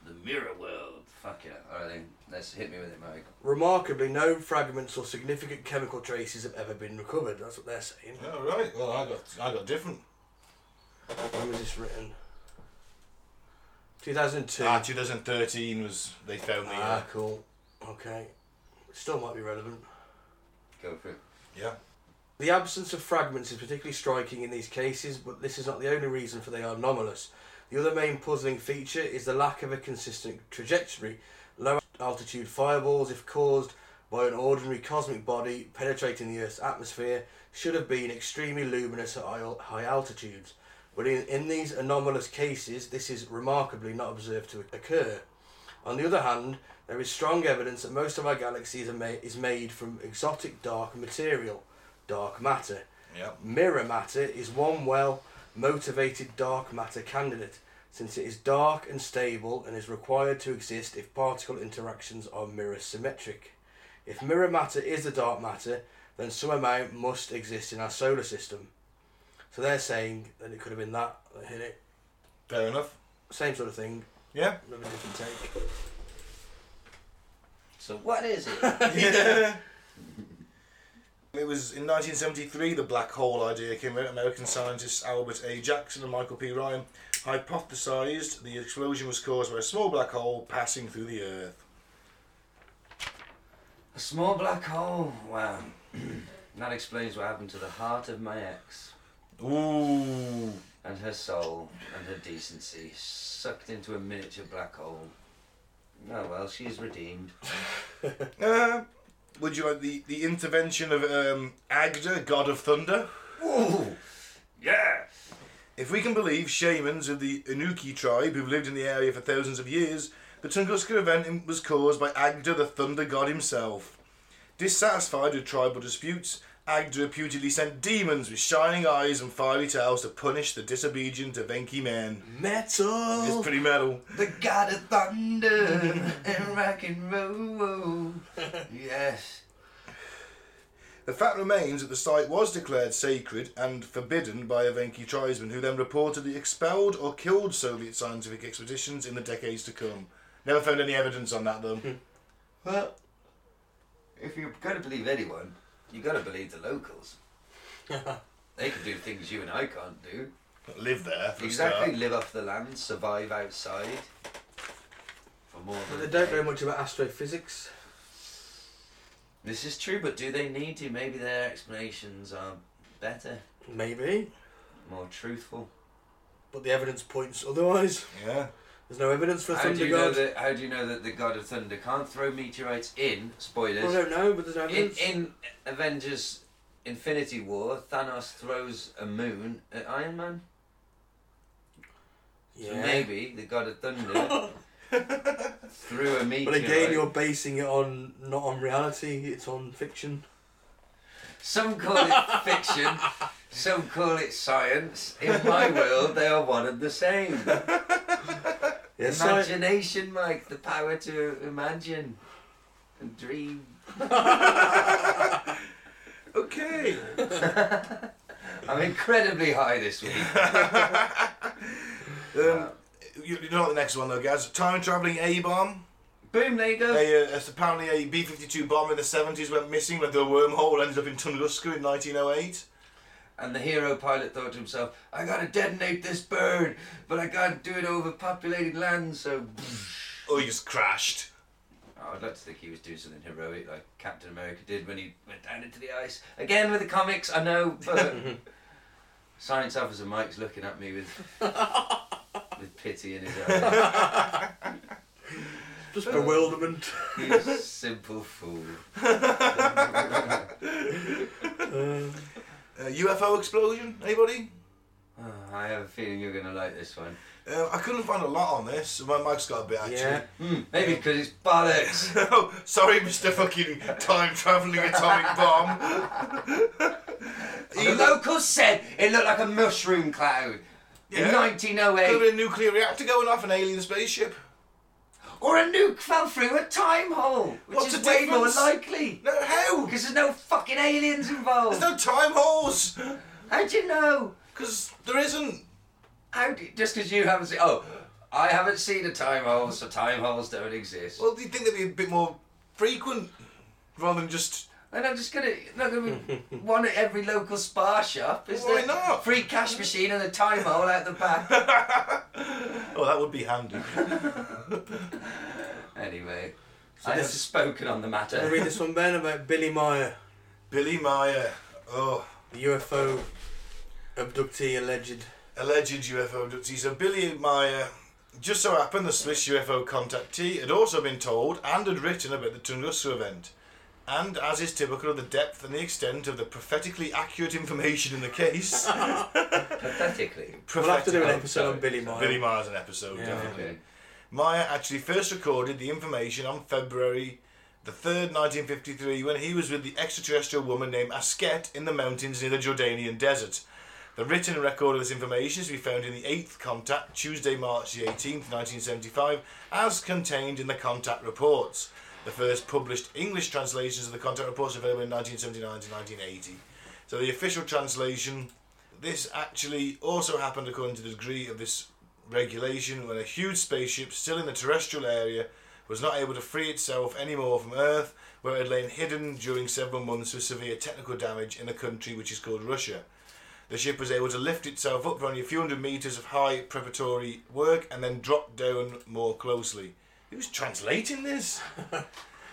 [SPEAKER 3] the mirror world. Fuck it. Alright then, let's hit me with it, Mike.
[SPEAKER 4] Remarkably, no fragments or significant chemical traces have ever been recovered. That's what they're saying.
[SPEAKER 2] All right. Well, I got I got different.
[SPEAKER 4] When was this written? 2002.
[SPEAKER 2] Ah, 2013 was they found the. Uh,
[SPEAKER 4] Ah, cool. Okay. Still might be relevant.
[SPEAKER 3] Go for it.
[SPEAKER 2] yeah.
[SPEAKER 4] The absence of fragments is particularly striking in these cases, but this is not the only reason for they are anomalous. The other main puzzling feature is the lack of a consistent trajectory. Low altitude fireballs, if caused by an ordinary cosmic body penetrating the Earth's atmosphere, should have been extremely luminous at high high altitudes. But in, in these anomalous cases, this is remarkably not observed to occur. On the other hand, there is strong evidence that most of our galaxies are ma- is made from exotic dark material, dark matter.
[SPEAKER 2] Yeah.
[SPEAKER 4] Mirror matter is one well motivated dark matter candidate, since it is dark and stable and is required to exist if particle interactions are mirror symmetric. If mirror matter is the dark matter, then some amount must exist in our solar system. So they're saying that it could have been that that hit it.
[SPEAKER 2] Fair enough.
[SPEAKER 4] Same sort of thing,
[SPEAKER 2] Yeah.
[SPEAKER 4] another different take.
[SPEAKER 3] So what is it?
[SPEAKER 2] Yeah. It was in 1973 the black hole idea came out. American scientists Albert A. Jackson and Michael P. Ryan hypothesized the explosion was caused by a small black hole passing through the Earth.
[SPEAKER 3] a small black hole. Wow. [clears throat] that explains what happened to the heart of my ex.
[SPEAKER 2] Ooh.
[SPEAKER 3] And her soul and her decency sucked into a miniature black hole. Oh well, she's redeemed.
[SPEAKER 2] Uh, would you like the, the intervention of um, Agda, god of thunder?
[SPEAKER 3] Ooh! Yeah!
[SPEAKER 2] If we can believe shamans of the Inuki tribe who've lived in the area for thousands of years, the Tunguska event was caused by Agda, the thunder god himself. Dissatisfied with tribal disputes, Agda reputedly sent demons with shining eyes and fiery tails to punish the disobedient Evenki men. It's
[SPEAKER 4] Metal!
[SPEAKER 2] pretty metal.
[SPEAKER 3] The god of thunder and rock and roll. Yes.
[SPEAKER 2] The fact remains that the site was declared sacred and forbidden by Evenki tribesmen, who then reportedly expelled or killed Soviet scientific expeditions in the decades to come. Never found any evidence on that, though.
[SPEAKER 3] Well, if you're going to believe anyone, you got to believe the
[SPEAKER 4] [laughs]
[SPEAKER 3] locals. they can do things you and I can't do.
[SPEAKER 2] Live there. For a
[SPEAKER 3] exactly.
[SPEAKER 2] start.
[SPEAKER 3] Live off the land, survive outside. For more
[SPEAKER 4] But they
[SPEAKER 3] than
[SPEAKER 4] don't know much about astrophysics.
[SPEAKER 3] This is true, but do they need to? Maybe their explanations are better,
[SPEAKER 4] Maybe.
[SPEAKER 3] more truthful.
[SPEAKER 4] But the evidence points otherwise.
[SPEAKER 2] Yeah.
[SPEAKER 4] There's no evidence for a
[SPEAKER 3] How do
[SPEAKER 4] thunder
[SPEAKER 3] you know
[SPEAKER 4] god.
[SPEAKER 3] that? How do you know that the god of thunder can't throw meteorites in? Spoilers.
[SPEAKER 4] Well, I don't know, but there's no
[SPEAKER 3] In,
[SPEAKER 4] evidence.
[SPEAKER 3] in Avengers Infinity War, Thanos throws a moon at Iron Man. So
[SPEAKER 4] yeah.
[SPEAKER 3] maybe the God of
[SPEAKER 4] [laughs]
[SPEAKER 3] Thunder threw a meteor.
[SPEAKER 4] But again, you're basing it on not on reality; it's on fiction.
[SPEAKER 3] Some call it fiction, some call it science. In my world, they are one and the same.
[SPEAKER 4] Yeah, sci-
[SPEAKER 3] Imagination, Mike, the power to imagine and dream.
[SPEAKER 2] Okay.
[SPEAKER 3] I'm incredibly high this
[SPEAKER 4] [laughs]
[SPEAKER 3] week.
[SPEAKER 2] Um, you, you know what the next one though, guys. Time traveling A bomb.
[SPEAKER 3] Boom, there you go.
[SPEAKER 2] A uh, it's apparently a B fifty two bomber in the seventies went missing, but the wormhole ended up in Tunguska in nineteen oh eight.
[SPEAKER 3] And the hero pilot thought to himself, I gotta detonate this bird, but I can't do it over populated
[SPEAKER 2] [laughs]
[SPEAKER 3] land, so.
[SPEAKER 2] Oh, he just crashed.
[SPEAKER 3] Oh, I'd like to think he was doing something heroic like Captain America did when he went down into the ice. Again with the comics, I know, but.
[SPEAKER 2] [laughs]
[SPEAKER 3] Science officer Mike's looking at me with. with pity in his eyes.
[SPEAKER 4] just bewilderment.
[SPEAKER 3] You simple fool.
[SPEAKER 2] Uh, UFO explosion. Anybody?
[SPEAKER 3] Oh, I have a feeling you're gonna like this one.
[SPEAKER 2] Uh, I couldn't find a lot on this. My mic's got a bit actually.
[SPEAKER 4] yeah,
[SPEAKER 3] Hmm, maybe because it's bollocks.
[SPEAKER 2] [laughs] oh, sorry, Mr. Fucking Time Traveling Atomic Bomb.
[SPEAKER 3] the locals said it looked like a mushroom cloud.
[SPEAKER 2] Yeah.
[SPEAKER 3] In
[SPEAKER 2] Could have
[SPEAKER 3] 1908.
[SPEAKER 2] been a nuclear reactor going off an alien spaceship.
[SPEAKER 6] Or a nuke fell through a time hole, which
[SPEAKER 2] What's
[SPEAKER 6] is
[SPEAKER 2] the
[SPEAKER 6] way
[SPEAKER 2] difference?
[SPEAKER 6] more likely.
[SPEAKER 2] No, how?
[SPEAKER 6] Because there's no fucking aliens involved.
[SPEAKER 2] There's no time holes.
[SPEAKER 6] How do you know?
[SPEAKER 2] Because there isn't.
[SPEAKER 6] How do you, just because you haven't seen? Oh, I haven't seen a time hole, so time holes don't exist.
[SPEAKER 2] Well, do you think they'd be a bit more frequent rather than just.
[SPEAKER 6] And I'm just gonna not gonna be [laughs] one at every local spa shop, is
[SPEAKER 2] Why
[SPEAKER 6] there?
[SPEAKER 2] not?
[SPEAKER 6] Free cash machine and a time hole out the back. [laughs]
[SPEAKER 2] Oh, that would be handy.
[SPEAKER 6] Anyway, I have spoken on the
[SPEAKER 4] Wanna
[SPEAKER 6] matter.
[SPEAKER 4] read this one, Ben, about Billy Meyer,
[SPEAKER 2] Billy Meyer. Oh,
[SPEAKER 4] the UFO abductee alleged.
[SPEAKER 2] alleged UFO abductee. So Billy Meyer. Just so happened the Swiss UFO contactee had also been told and had written about the Tunguska event. And as is typical of the depth and the extent of the prophetically accurate information in the case,
[SPEAKER 6] Pathetically.
[SPEAKER 4] [laughs] We'll have to do an
[SPEAKER 2] prophetic-
[SPEAKER 4] episode on Billy Meyer.
[SPEAKER 2] Billy Meyer's an episode,
[SPEAKER 4] Yeah.
[SPEAKER 2] definitely.
[SPEAKER 6] Okay.
[SPEAKER 2] Meyer actually first recorded the information on February the 3rd, 1953, when he was with the extraterrestrial woman named Asket in the mountains near the Jordanian desert. The written record of this information is to be found in the 8th contact, Tuesday, March the 18th, 1975, as contained in the contact reports. The first published English translations of the contact reports are available in 1979 to 1980. So the official translation this actually also happened according to the degree of this regulation when a huge spaceship still in the terrestrial area was not able to free itself anymore from Earth, where it had lain hidden during several months with severe technical damage in the country which is called Russia. The ship was able to lift itself up for only a few hundred metres of high preparatory work and then drop down more closely. Who's translating this?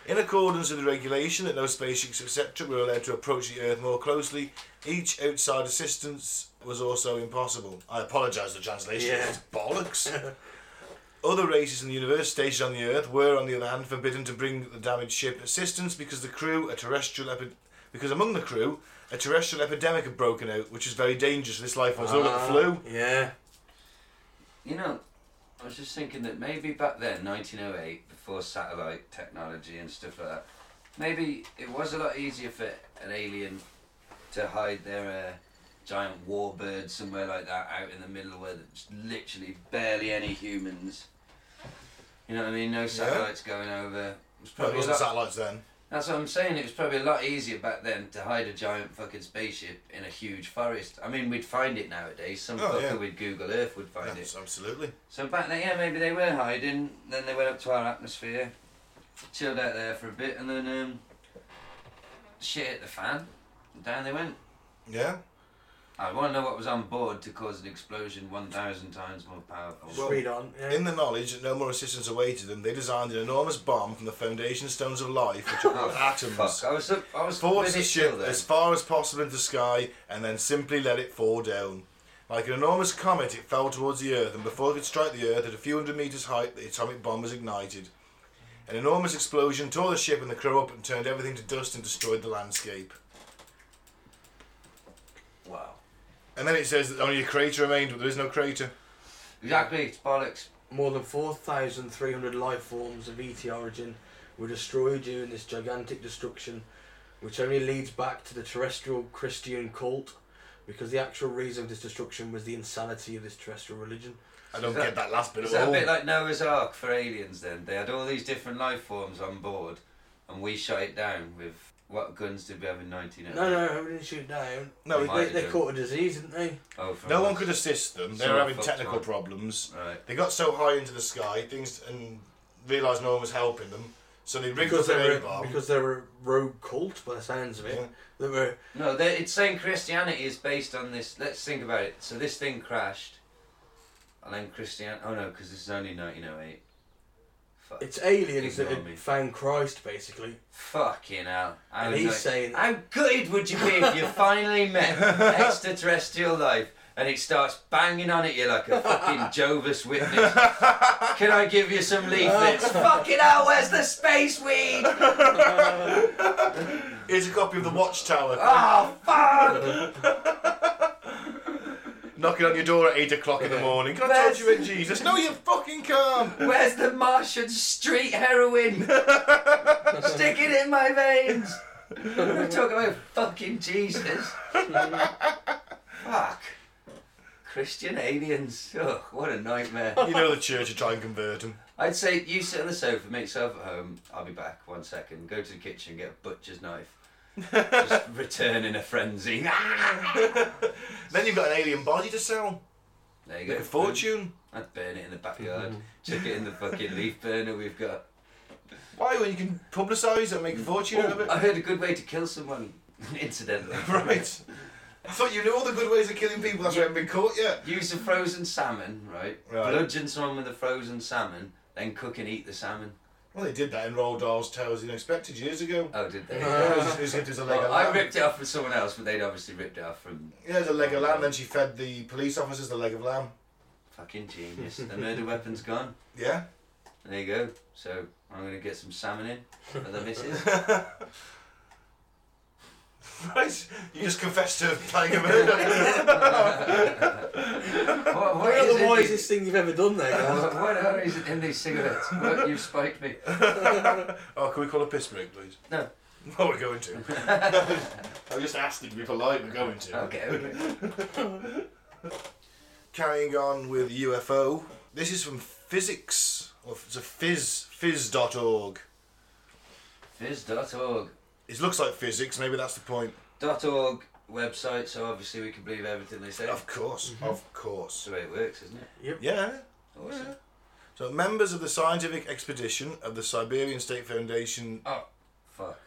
[SPEAKER 2] In accordance with the regulation that no spaceships, etc., were allowed to approach the Earth more closely, each outside assistance was also impossible. I apologise, the translation
[SPEAKER 4] Yeah.
[SPEAKER 2] is bollocks. Other races in the universe stationed on the Earth were, on the other hand, forbidden to bring the damaged ship assistance because the crew, a terrestrial epi- because among the crew, a terrestrial epidemic had broken out, which is very dangerous. This life was all
[SPEAKER 4] Ah.
[SPEAKER 2] got the flu.
[SPEAKER 4] Yeah.
[SPEAKER 3] You know, I was just thinking that maybe back then, 1908, before satellite technology and stuff like that, maybe it was a lot easier for an alien to hide their uh, giant warbird somewhere like that out in the middle where there's literally barely any humans. You know what I mean? No satellites going over. It
[SPEAKER 2] But
[SPEAKER 3] was
[SPEAKER 2] it
[SPEAKER 3] probably a
[SPEAKER 2] wasn't
[SPEAKER 3] lot-
[SPEAKER 2] satellites then.
[SPEAKER 3] that's what I'm saying. It was probably a lot easier back then to hide a giant fucking spaceship in a huge forest. I mean, we'd find it nowadays. Some
[SPEAKER 2] Oh,
[SPEAKER 3] fucker
[SPEAKER 2] yeah.
[SPEAKER 3] with Google Earth would find it.
[SPEAKER 2] Yes, absolutely.
[SPEAKER 3] So back then, yeah, maybe they were hiding. Then they went up to our atmosphere, chilled out there for a bit, and then um, shit hit the fan. And down they went.
[SPEAKER 2] Yeah.
[SPEAKER 3] I want to know what was on board to cause an explosion 1,000 times more powerful.
[SPEAKER 4] Just read on. Yeah.
[SPEAKER 2] In the knowledge that no more assistance awaited them, they designed an enormous bomb from the foundation stones of life, which are
[SPEAKER 3] Oh,
[SPEAKER 2] called atoms.
[SPEAKER 3] Fuck, I was, so- I was
[SPEAKER 2] Forced
[SPEAKER 3] with
[SPEAKER 2] the
[SPEAKER 3] it till
[SPEAKER 2] ship
[SPEAKER 3] then.
[SPEAKER 2] as far as possible into the sky and then simply let it fall down. Like an enormous comet, it fell towards the Earth, and before it could strike the Earth at a few hundred metres height, the atomic bomb was ignited. An enormous explosion tore the ship and the crew up and turned everything to dust and destroyed the landscape.
[SPEAKER 3] Wow.
[SPEAKER 2] And then it says that only a crater remained, but there is no crater.
[SPEAKER 3] Exactly, it's bollocks.
[SPEAKER 4] More than 4,300 life forms of ET origin were destroyed during this gigantic destruction, which only leads back to the terrestrial Christian cult, because the actual reason of this destruction was the insanity of this terrestrial religion.
[SPEAKER 2] I don't
[SPEAKER 3] Is that-
[SPEAKER 2] get that last bit
[SPEAKER 3] Is
[SPEAKER 2] at
[SPEAKER 3] that
[SPEAKER 2] all.
[SPEAKER 3] a bit like Noah's Ark for aliens then? They had all these different life forms on board, and we shot it down with. What guns did we have in 1908?
[SPEAKER 4] No, no, we didn't shoot down.
[SPEAKER 2] No,
[SPEAKER 4] they,
[SPEAKER 3] we might
[SPEAKER 4] they, they
[SPEAKER 3] do.
[SPEAKER 4] caught a disease, didn't they?
[SPEAKER 3] Oh, for
[SPEAKER 2] no one
[SPEAKER 3] us.
[SPEAKER 2] could assist them. They
[SPEAKER 3] So
[SPEAKER 2] were having
[SPEAKER 3] fucked
[SPEAKER 2] technical
[SPEAKER 3] up.
[SPEAKER 2] problems.
[SPEAKER 3] Right.
[SPEAKER 2] They got so high into the sky, things and realised no one was helping them, so they rigged
[SPEAKER 4] Because
[SPEAKER 2] up
[SPEAKER 4] they
[SPEAKER 2] an
[SPEAKER 4] were
[SPEAKER 2] aid bomb.
[SPEAKER 4] because they were a rogue cult by the sounds of it.
[SPEAKER 2] Yeah.
[SPEAKER 4] That were
[SPEAKER 3] No, they- it's saying Christianity is based on this. Let's think about it. So this thing crashed, and then Christian. Oh no, because this is only 1908. Fuck.
[SPEAKER 4] it's aliens that
[SPEAKER 3] Ignore
[SPEAKER 4] had
[SPEAKER 3] me.
[SPEAKER 4] found Christ basically.
[SPEAKER 3] Fucking hell. I
[SPEAKER 4] And
[SPEAKER 3] was
[SPEAKER 4] he's
[SPEAKER 3] like,
[SPEAKER 4] saying-
[SPEAKER 3] How gutted would you be if you finally
[SPEAKER 4] [laughs]
[SPEAKER 3] met extraterrestrial life and it starts banging on at you like a
[SPEAKER 4] [laughs]
[SPEAKER 3] fucking Jovis witness? Can I give you some leaflets?
[SPEAKER 4] [laughs]
[SPEAKER 3] fucking hell, where's the space weed?
[SPEAKER 2] Here's a copy of the Watchtower
[SPEAKER 3] Oh, fuck!
[SPEAKER 2] knocking on your door at eight o'clock in the morning. Can I
[SPEAKER 3] That's-
[SPEAKER 2] told you in Jesus? No, you fucking can't.
[SPEAKER 3] Where's the Martian street heroin? Stick it in my veins. We're talking about fucking Jesus. Fuck. Christian aliens. Ugh, what a nightmare.
[SPEAKER 2] You know the church would try and convert them.
[SPEAKER 3] I'd say you sit on the sofa, make yourself at home. I'll be back one second. Go to the kitchen, get a butcher's knife. Just return in a frenzy. Ah!
[SPEAKER 2] Then you've got an alien body to sell.
[SPEAKER 3] There you go.
[SPEAKER 2] Make a fortune.
[SPEAKER 3] I'd burn it in the backyard. Chuck it in the fucking leaf burner we've got.
[SPEAKER 2] Why? When you can publicise and make a fortune out of
[SPEAKER 3] Oh,
[SPEAKER 2] it.
[SPEAKER 3] I heard a good way to kill someone, [laughs] incidentally.
[SPEAKER 2] [laughs] Right. I thought you knew all the good ways of killing people. That's why I haven't been caught yet.
[SPEAKER 3] Use the frozen salmon, right?
[SPEAKER 2] Right.
[SPEAKER 3] Bludgeon someone with the frozen salmon, then cook and eat the salmon.
[SPEAKER 2] Well, they did that in Roald Dahl's Tales Unexpected years ago.
[SPEAKER 3] Oh, did they?
[SPEAKER 2] Yeah, it was- it was gift as a leg
[SPEAKER 3] [laughs] Well,
[SPEAKER 2] of
[SPEAKER 3] Oh, I
[SPEAKER 2] lamb.
[SPEAKER 3] ripped it off from someone else, but they'd obviously ripped it off from
[SPEAKER 2] Yeah, the leg of lamb. Then she fed the police officers the leg of lamb.
[SPEAKER 3] fucking genius. the murder weapon's gone.
[SPEAKER 2] Yeah. [laughs]
[SPEAKER 3] There you go. So I'm gonna get some salmon in for the
[SPEAKER 2] [laughs]
[SPEAKER 3] missus.
[SPEAKER 2] Right. You just confessed to planning a murder.
[SPEAKER 3] [laughs] what, what
[SPEAKER 4] One
[SPEAKER 3] is
[SPEAKER 4] of the
[SPEAKER 3] it?
[SPEAKER 4] wisest thing you've ever done there, guys.
[SPEAKER 3] [laughs] What, what is it in these cigarettes? What, you've spiked me.
[SPEAKER 2] oh, can we call a piss break, please?
[SPEAKER 3] No.
[SPEAKER 2] [laughs] No, we're going to. I just asked you to be polite. We're going to.
[SPEAKER 3] Okay, okay.
[SPEAKER 2] Carrying on with UFO. This is from physics. Or it's a phys phys.org.
[SPEAKER 3] Fizz.org.
[SPEAKER 2] It looks like physics. Maybe that's the point.
[SPEAKER 3] Dot .org website, so obviously we can believe everything they say.
[SPEAKER 2] Of course. Of course.
[SPEAKER 3] That's the way it works, isn't it?
[SPEAKER 2] Oh, Yeah.
[SPEAKER 3] Awesome.
[SPEAKER 2] So members of the scientific expedition of the Siberian State Foundation.
[SPEAKER 3] Oh, fuck.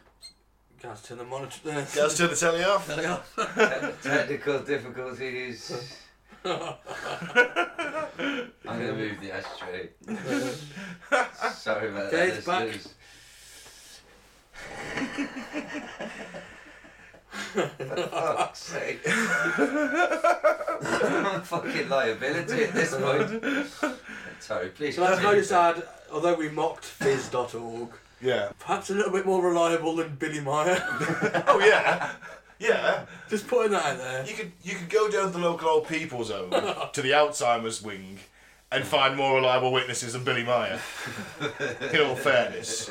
[SPEAKER 4] Guys, turn the monitor uh, there.
[SPEAKER 2] Guys, turn the telly [laughs] off.
[SPEAKER 4] Turn it off.
[SPEAKER 3] [laughs] Technical
[SPEAKER 4] [laughs]
[SPEAKER 3] difficulties. I'm gonna move the
[SPEAKER 4] [laughs]
[SPEAKER 3] ashtray. Sorry about
[SPEAKER 4] Okay,
[SPEAKER 3] that.
[SPEAKER 4] it's back.
[SPEAKER 3] listeners. For fuck's sake. [laughs] I'm fucking liability at this point. Sorry, please.
[SPEAKER 4] Can I, can I
[SPEAKER 3] continue,
[SPEAKER 4] just add, although we mocked fizz.org,
[SPEAKER 2] Yeah.
[SPEAKER 4] perhaps a little bit more reliable than Billy Meyer. [laughs]
[SPEAKER 2] Oh yeah. Yeah.
[SPEAKER 4] Just putting that out there.
[SPEAKER 2] You could you could go down to the local old people's home to the Alzheimer's wing and find more reliable witnesses than Billy Meyer. In all fairness.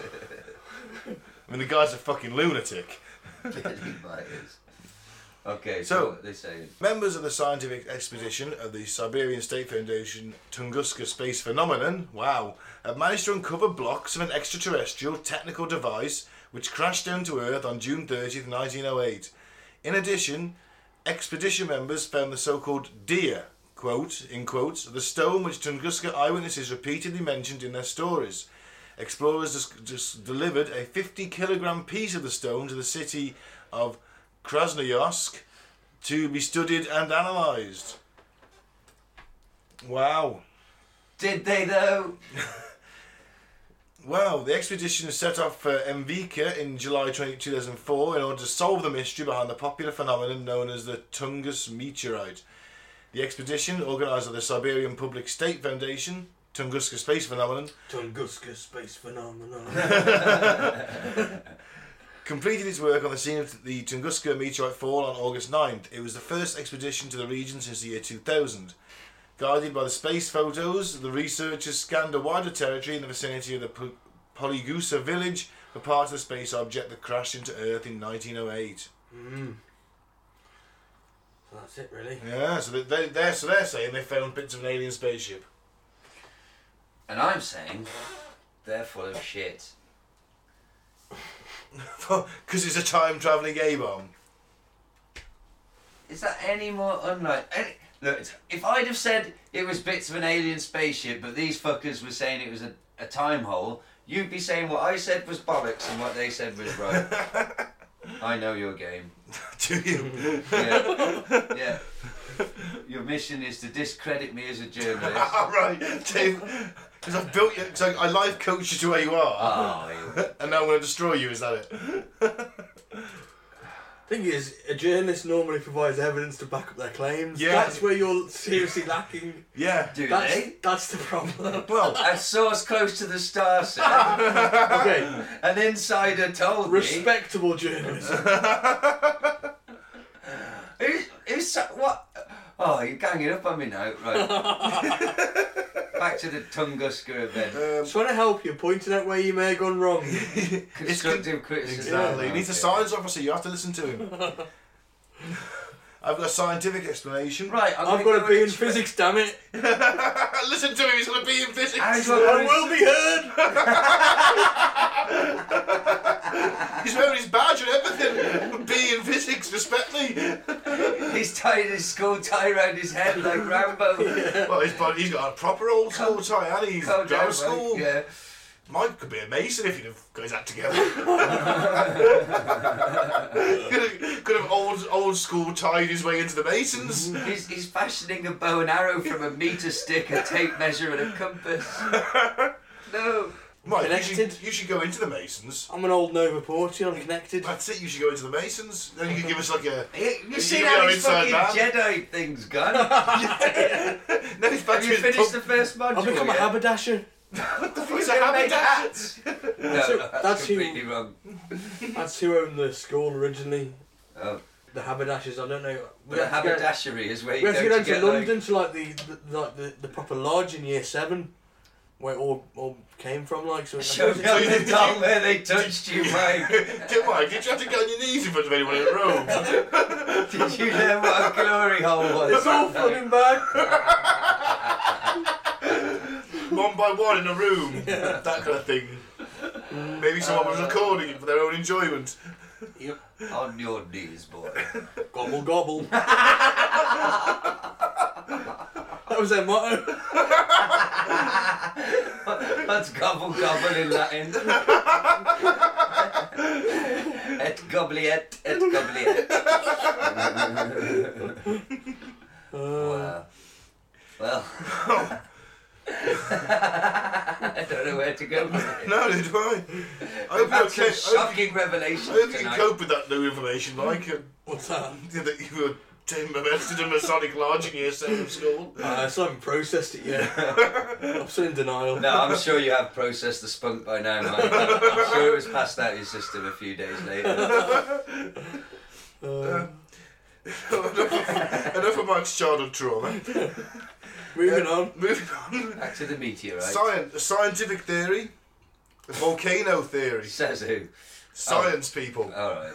[SPEAKER 2] I mean the guy's a fucking lunatic.
[SPEAKER 3] Billy Myers.
[SPEAKER 2] So-
[SPEAKER 3] Okay, so what are they saying?
[SPEAKER 2] Members of the scientific expedition of the Siberian State Foundation Tunguska Space Phenomenon, wow, have managed to uncover blocks of an extraterrestrial technical device which crashed down to Earth on June 30th, 1908. In addition, expedition members found the so-called deer, quote, in quotes, the stone which Tunguska eyewitnesses repeatedly mentioned in their stories. Explorers just, just delivered a 50 kilogram piece of the stone to the city of Krasnoyarsk to be studied and analysed. Wow.
[SPEAKER 3] Did they though?
[SPEAKER 2] Wow, the expedition set off for Mvika in July 20, 2004 in order to solve the mystery behind the popular phenomenon known as the Tungus meteorite. The expedition, organised by the Siberian Public State Foundation, Tunguska Space Phenomenon,
[SPEAKER 4] Tunguska space [laughs] phenomenon.
[SPEAKER 2] completed its work on the scene of the Tunguska meteorite fall on August 9th. It was the first expedition to the region since the year 2000. Guided by the space photos, the researchers scanned a wider territory in the vicinity of the P- Polygusa village for part of the space object that crashed into Earth in 1908.
[SPEAKER 4] so that's it, really.
[SPEAKER 2] Yeah, so they, they, they're, so they're saying they found bits of an alien spaceship. [laughs]
[SPEAKER 3] And I'm saying they're full of shit.
[SPEAKER 2] Because it's a time travelling gay bomb.
[SPEAKER 3] Is that any more unlike? Any, look, it's- if I'd have said it was bits of an alien spaceship, but these fuckers were saying it was a, a time hole, you'd be saying what I said was bollocks and what they said was right. I know your game.
[SPEAKER 2] [laughs] Do you?
[SPEAKER 3] Yeah. yeah. Your mission is to discredit me as a
[SPEAKER 2] [laughs]
[SPEAKER 3] journalist.
[SPEAKER 2] All right, Tim. Because I've built you, because I, I life coached you to where you are.
[SPEAKER 3] Oh, you-
[SPEAKER 2] And now I'm going to destroy you, is that it?
[SPEAKER 4] Thing is, a journalist normally provides evidence to back up their claims.
[SPEAKER 2] Yeah.
[SPEAKER 4] That's where you're seriously [laughs] lacking.
[SPEAKER 2] Yeah.
[SPEAKER 3] do
[SPEAKER 4] That's,
[SPEAKER 3] they?
[SPEAKER 4] that's the [laughs] problem.
[SPEAKER 3] [laughs]
[SPEAKER 2] Well,
[SPEAKER 3] A source close to the star said,
[SPEAKER 4] okay,
[SPEAKER 3] an insider told me.
[SPEAKER 4] respectable [laughs] journalism.
[SPEAKER 3] Who's, who's sa- what? Oh, you're ganging up on me now. Right. Back to the Tunguska event.
[SPEAKER 2] Uh,
[SPEAKER 4] I'm trying to help you, pointing out where you may have gone [laughs] wrong.
[SPEAKER 3] Constructive criticism.
[SPEAKER 2] exactly. He needs a
[SPEAKER 3] Okay. [laughs]
[SPEAKER 2] science officer, you have to listen to him. I've got a scientific explanation. [laughs]
[SPEAKER 3] Right, I'm
[SPEAKER 4] I've
[SPEAKER 3] gonna go
[SPEAKER 4] got to be in
[SPEAKER 3] and check-
[SPEAKER 4] physics, damn [laughs] it.
[SPEAKER 2] Listen to him, he's going to be in physics.
[SPEAKER 3] How
[SPEAKER 4] [laughs]
[SPEAKER 3] do
[SPEAKER 4] I
[SPEAKER 3] I
[SPEAKER 4] will be heard.
[SPEAKER 2] He's wearing his badge and everything. [laughs] Be in physics, respect me.
[SPEAKER 3] [laughs] He's tied his school tie round his head
[SPEAKER 4] [laughs]
[SPEAKER 3] like Rambo.
[SPEAKER 2] Well, his body, he's got a proper old school tie, and he's
[SPEAKER 3] Go down,
[SPEAKER 2] grammar school.
[SPEAKER 3] mate. Yeah.
[SPEAKER 2] Mike could be a mason if he'd have got his act
[SPEAKER 3] [laughs]
[SPEAKER 2] together. [laughs] could, have, could have old old school tied his way into the masons.
[SPEAKER 3] He's, he's fashioning a bow and arrow from a meter stick, a tape measure, and a
[SPEAKER 2] [laughs]
[SPEAKER 3] compass. No.
[SPEAKER 2] Mike, you should,
[SPEAKER 4] Connected.
[SPEAKER 2] you should go into the masons.
[SPEAKER 4] I'm an old Nova Porty. I'm connected.
[SPEAKER 2] That's it. You should go into the masons. Then you could give us like
[SPEAKER 3] [laughs]
[SPEAKER 2] a.
[SPEAKER 3] You, you see
[SPEAKER 2] You
[SPEAKER 3] how
[SPEAKER 2] go
[SPEAKER 3] his
[SPEAKER 2] inside
[SPEAKER 3] fucking
[SPEAKER 2] that.
[SPEAKER 3] Jedi
[SPEAKER 2] [laughs]
[SPEAKER 3] thing's gone? Have
[SPEAKER 2] No, he's back to
[SPEAKER 3] you
[SPEAKER 2] his
[SPEAKER 3] finished the first module?
[SPEAKER 4] I've become a
[SPEAKER 3] yet?
[SPEAKER 4] haberdasher.
[SPEAKER 3] He's
[SPEAKER 2] He's a
[SPEAKER 3] gonna make
[SPEAKER 2] haberdasher.
[SPEAKER 3] hats. [laughs]
[SPEAKER 4] [laughs]
[SPEAKER 3] No,
[SPEAKER 4] who-
[SPEAKER 3] that's,
[SPEAKER 4] that's who-
[SPEAKER 3] completely wrong.
[SPEAKER 4] That's who owned the school originally.
[SPEAKER 3] Oh.
[SPEAKER 4] The haberdashers. I don't know.
[SPEAKER 3] But a
[SPEAKER 4] have to go-
[SPEAKER 3] haberdashery is where you
[SPEAKER 4] We
[SPEAKER 3] go
[SPEAKER 4] have to go
[SPEAKER 3] to
[SPEAKER 4] down
[SPEAKER 3] get
[SPEAKER 4] to
[SPEAKER 3] like,
[SPEAKER 4] London to like the, the like the, the proper lodge in year seven, where it all all came from. Like so.
[SPEAKER 3] [laughs]
[SPEAKER 4] [laughs]
[SPEAKER 3] Show me
[SPEAKER 2] So you-
[SPEAKER 3] the
[SPEAKER 2] did
[SPEAKER 3] doll
[SPEAKER 2] you-
[SPEAKER 3] [laughs] where they touched you, Mike.
[SPEAKER 2] Did Mike? Did you have to [laughs] get on your knees in front of anyone in Rome?
[SPEAKER 3] [laughs] Did you know what a glory hole was?
[SPEAKER 4] It's
[SPEAKER 3] [laughs]
[SPEAKER 4] all fucking bad.
[SPEAKER 2] one by one in a
[SPEAKER 3] [laughs]
[SPEAKER 2] room, that kind of thing. Maybe someone
[SPEAKER 3] Uh,
[SPEAKER 2] was recording it for their own enjoyment.
[SPEAKER 3] On your knees, boy.
[SPEAKER 4] Gobble gobble. that was their motto.
[SPEAKER 3] That's gobble gobble in Latin. et gobliet, et gobliet. wow. Well. [laughs] I don't know where to go. with it.
[SPEAKER 2] No, did I? I hope
[SPEAKER 3] [laughs] That's
[SPEAKER 2] you're okay. I hope
[SPEAKER 3] a
[SPEAKER 2] you,
[SPEAKER 3] shocking
[SPEAKER 2] I
[SPEAKER 3] revelation.
[SPEAKER 2] hope you can
[SPEAKER 3] tonight.
[SPEAKER 2] cope with that new information, Mike. and [laughs]
[SPEAKER 4] What's that?
[SPEAKER 2] That you were taken arrested in a Masonic lodge in year seven of
[SPEAKER 3] [laughs]
[SPEAKER 2] school. [laughs]
[SPEAKER 4] Uh, I still haven't processed it yet. I'm still in denial.
[SPEAKER 3] No, I'm sure you have processed the spunk by now, Mike. I'm sure it was passed out your system a few days later.
[SPEAKER 4] Uh,
[SPEAKER 2] enough, enough of Mike's childhood trauma.
[SPEAKER 4] moving on.
[SPEAKER 2] Moving on.
[SPEAKER 3] Back to the meteorite.
[SPEAKER 2] Science, scientific theory, volcano theory,
[SPEAKER 3] Says who?
[SPEAKER 2] science people.
[SPEAKER 3] All right,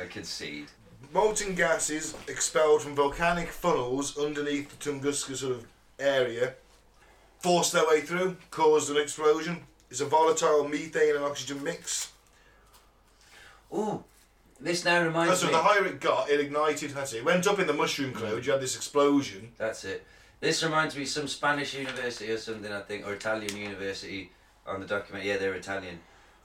[SPEAKER 3] I concede.
[SPEAKER 2] molten gases expelled from volcanic funnels underneath the Tunguska sort of area forced their way through, caused an explosion. It's a volatile methane and oxygen mix.
[SPEAKER 3] Ooh, this now
[SPEAKER 2] And
[SPEAKER 3] reminds
[SPEAKER 2] so
[SPEAKER 3] me.
[SPEAKER 2] the higher it got, it ignited. That's it. It went up in the mushroom cloud. You had this explosion.
[SPEAKER 3] That's it. This reminds me of some Spanish university or something, I think, or Italian university on the document. Yeah, they're Italian.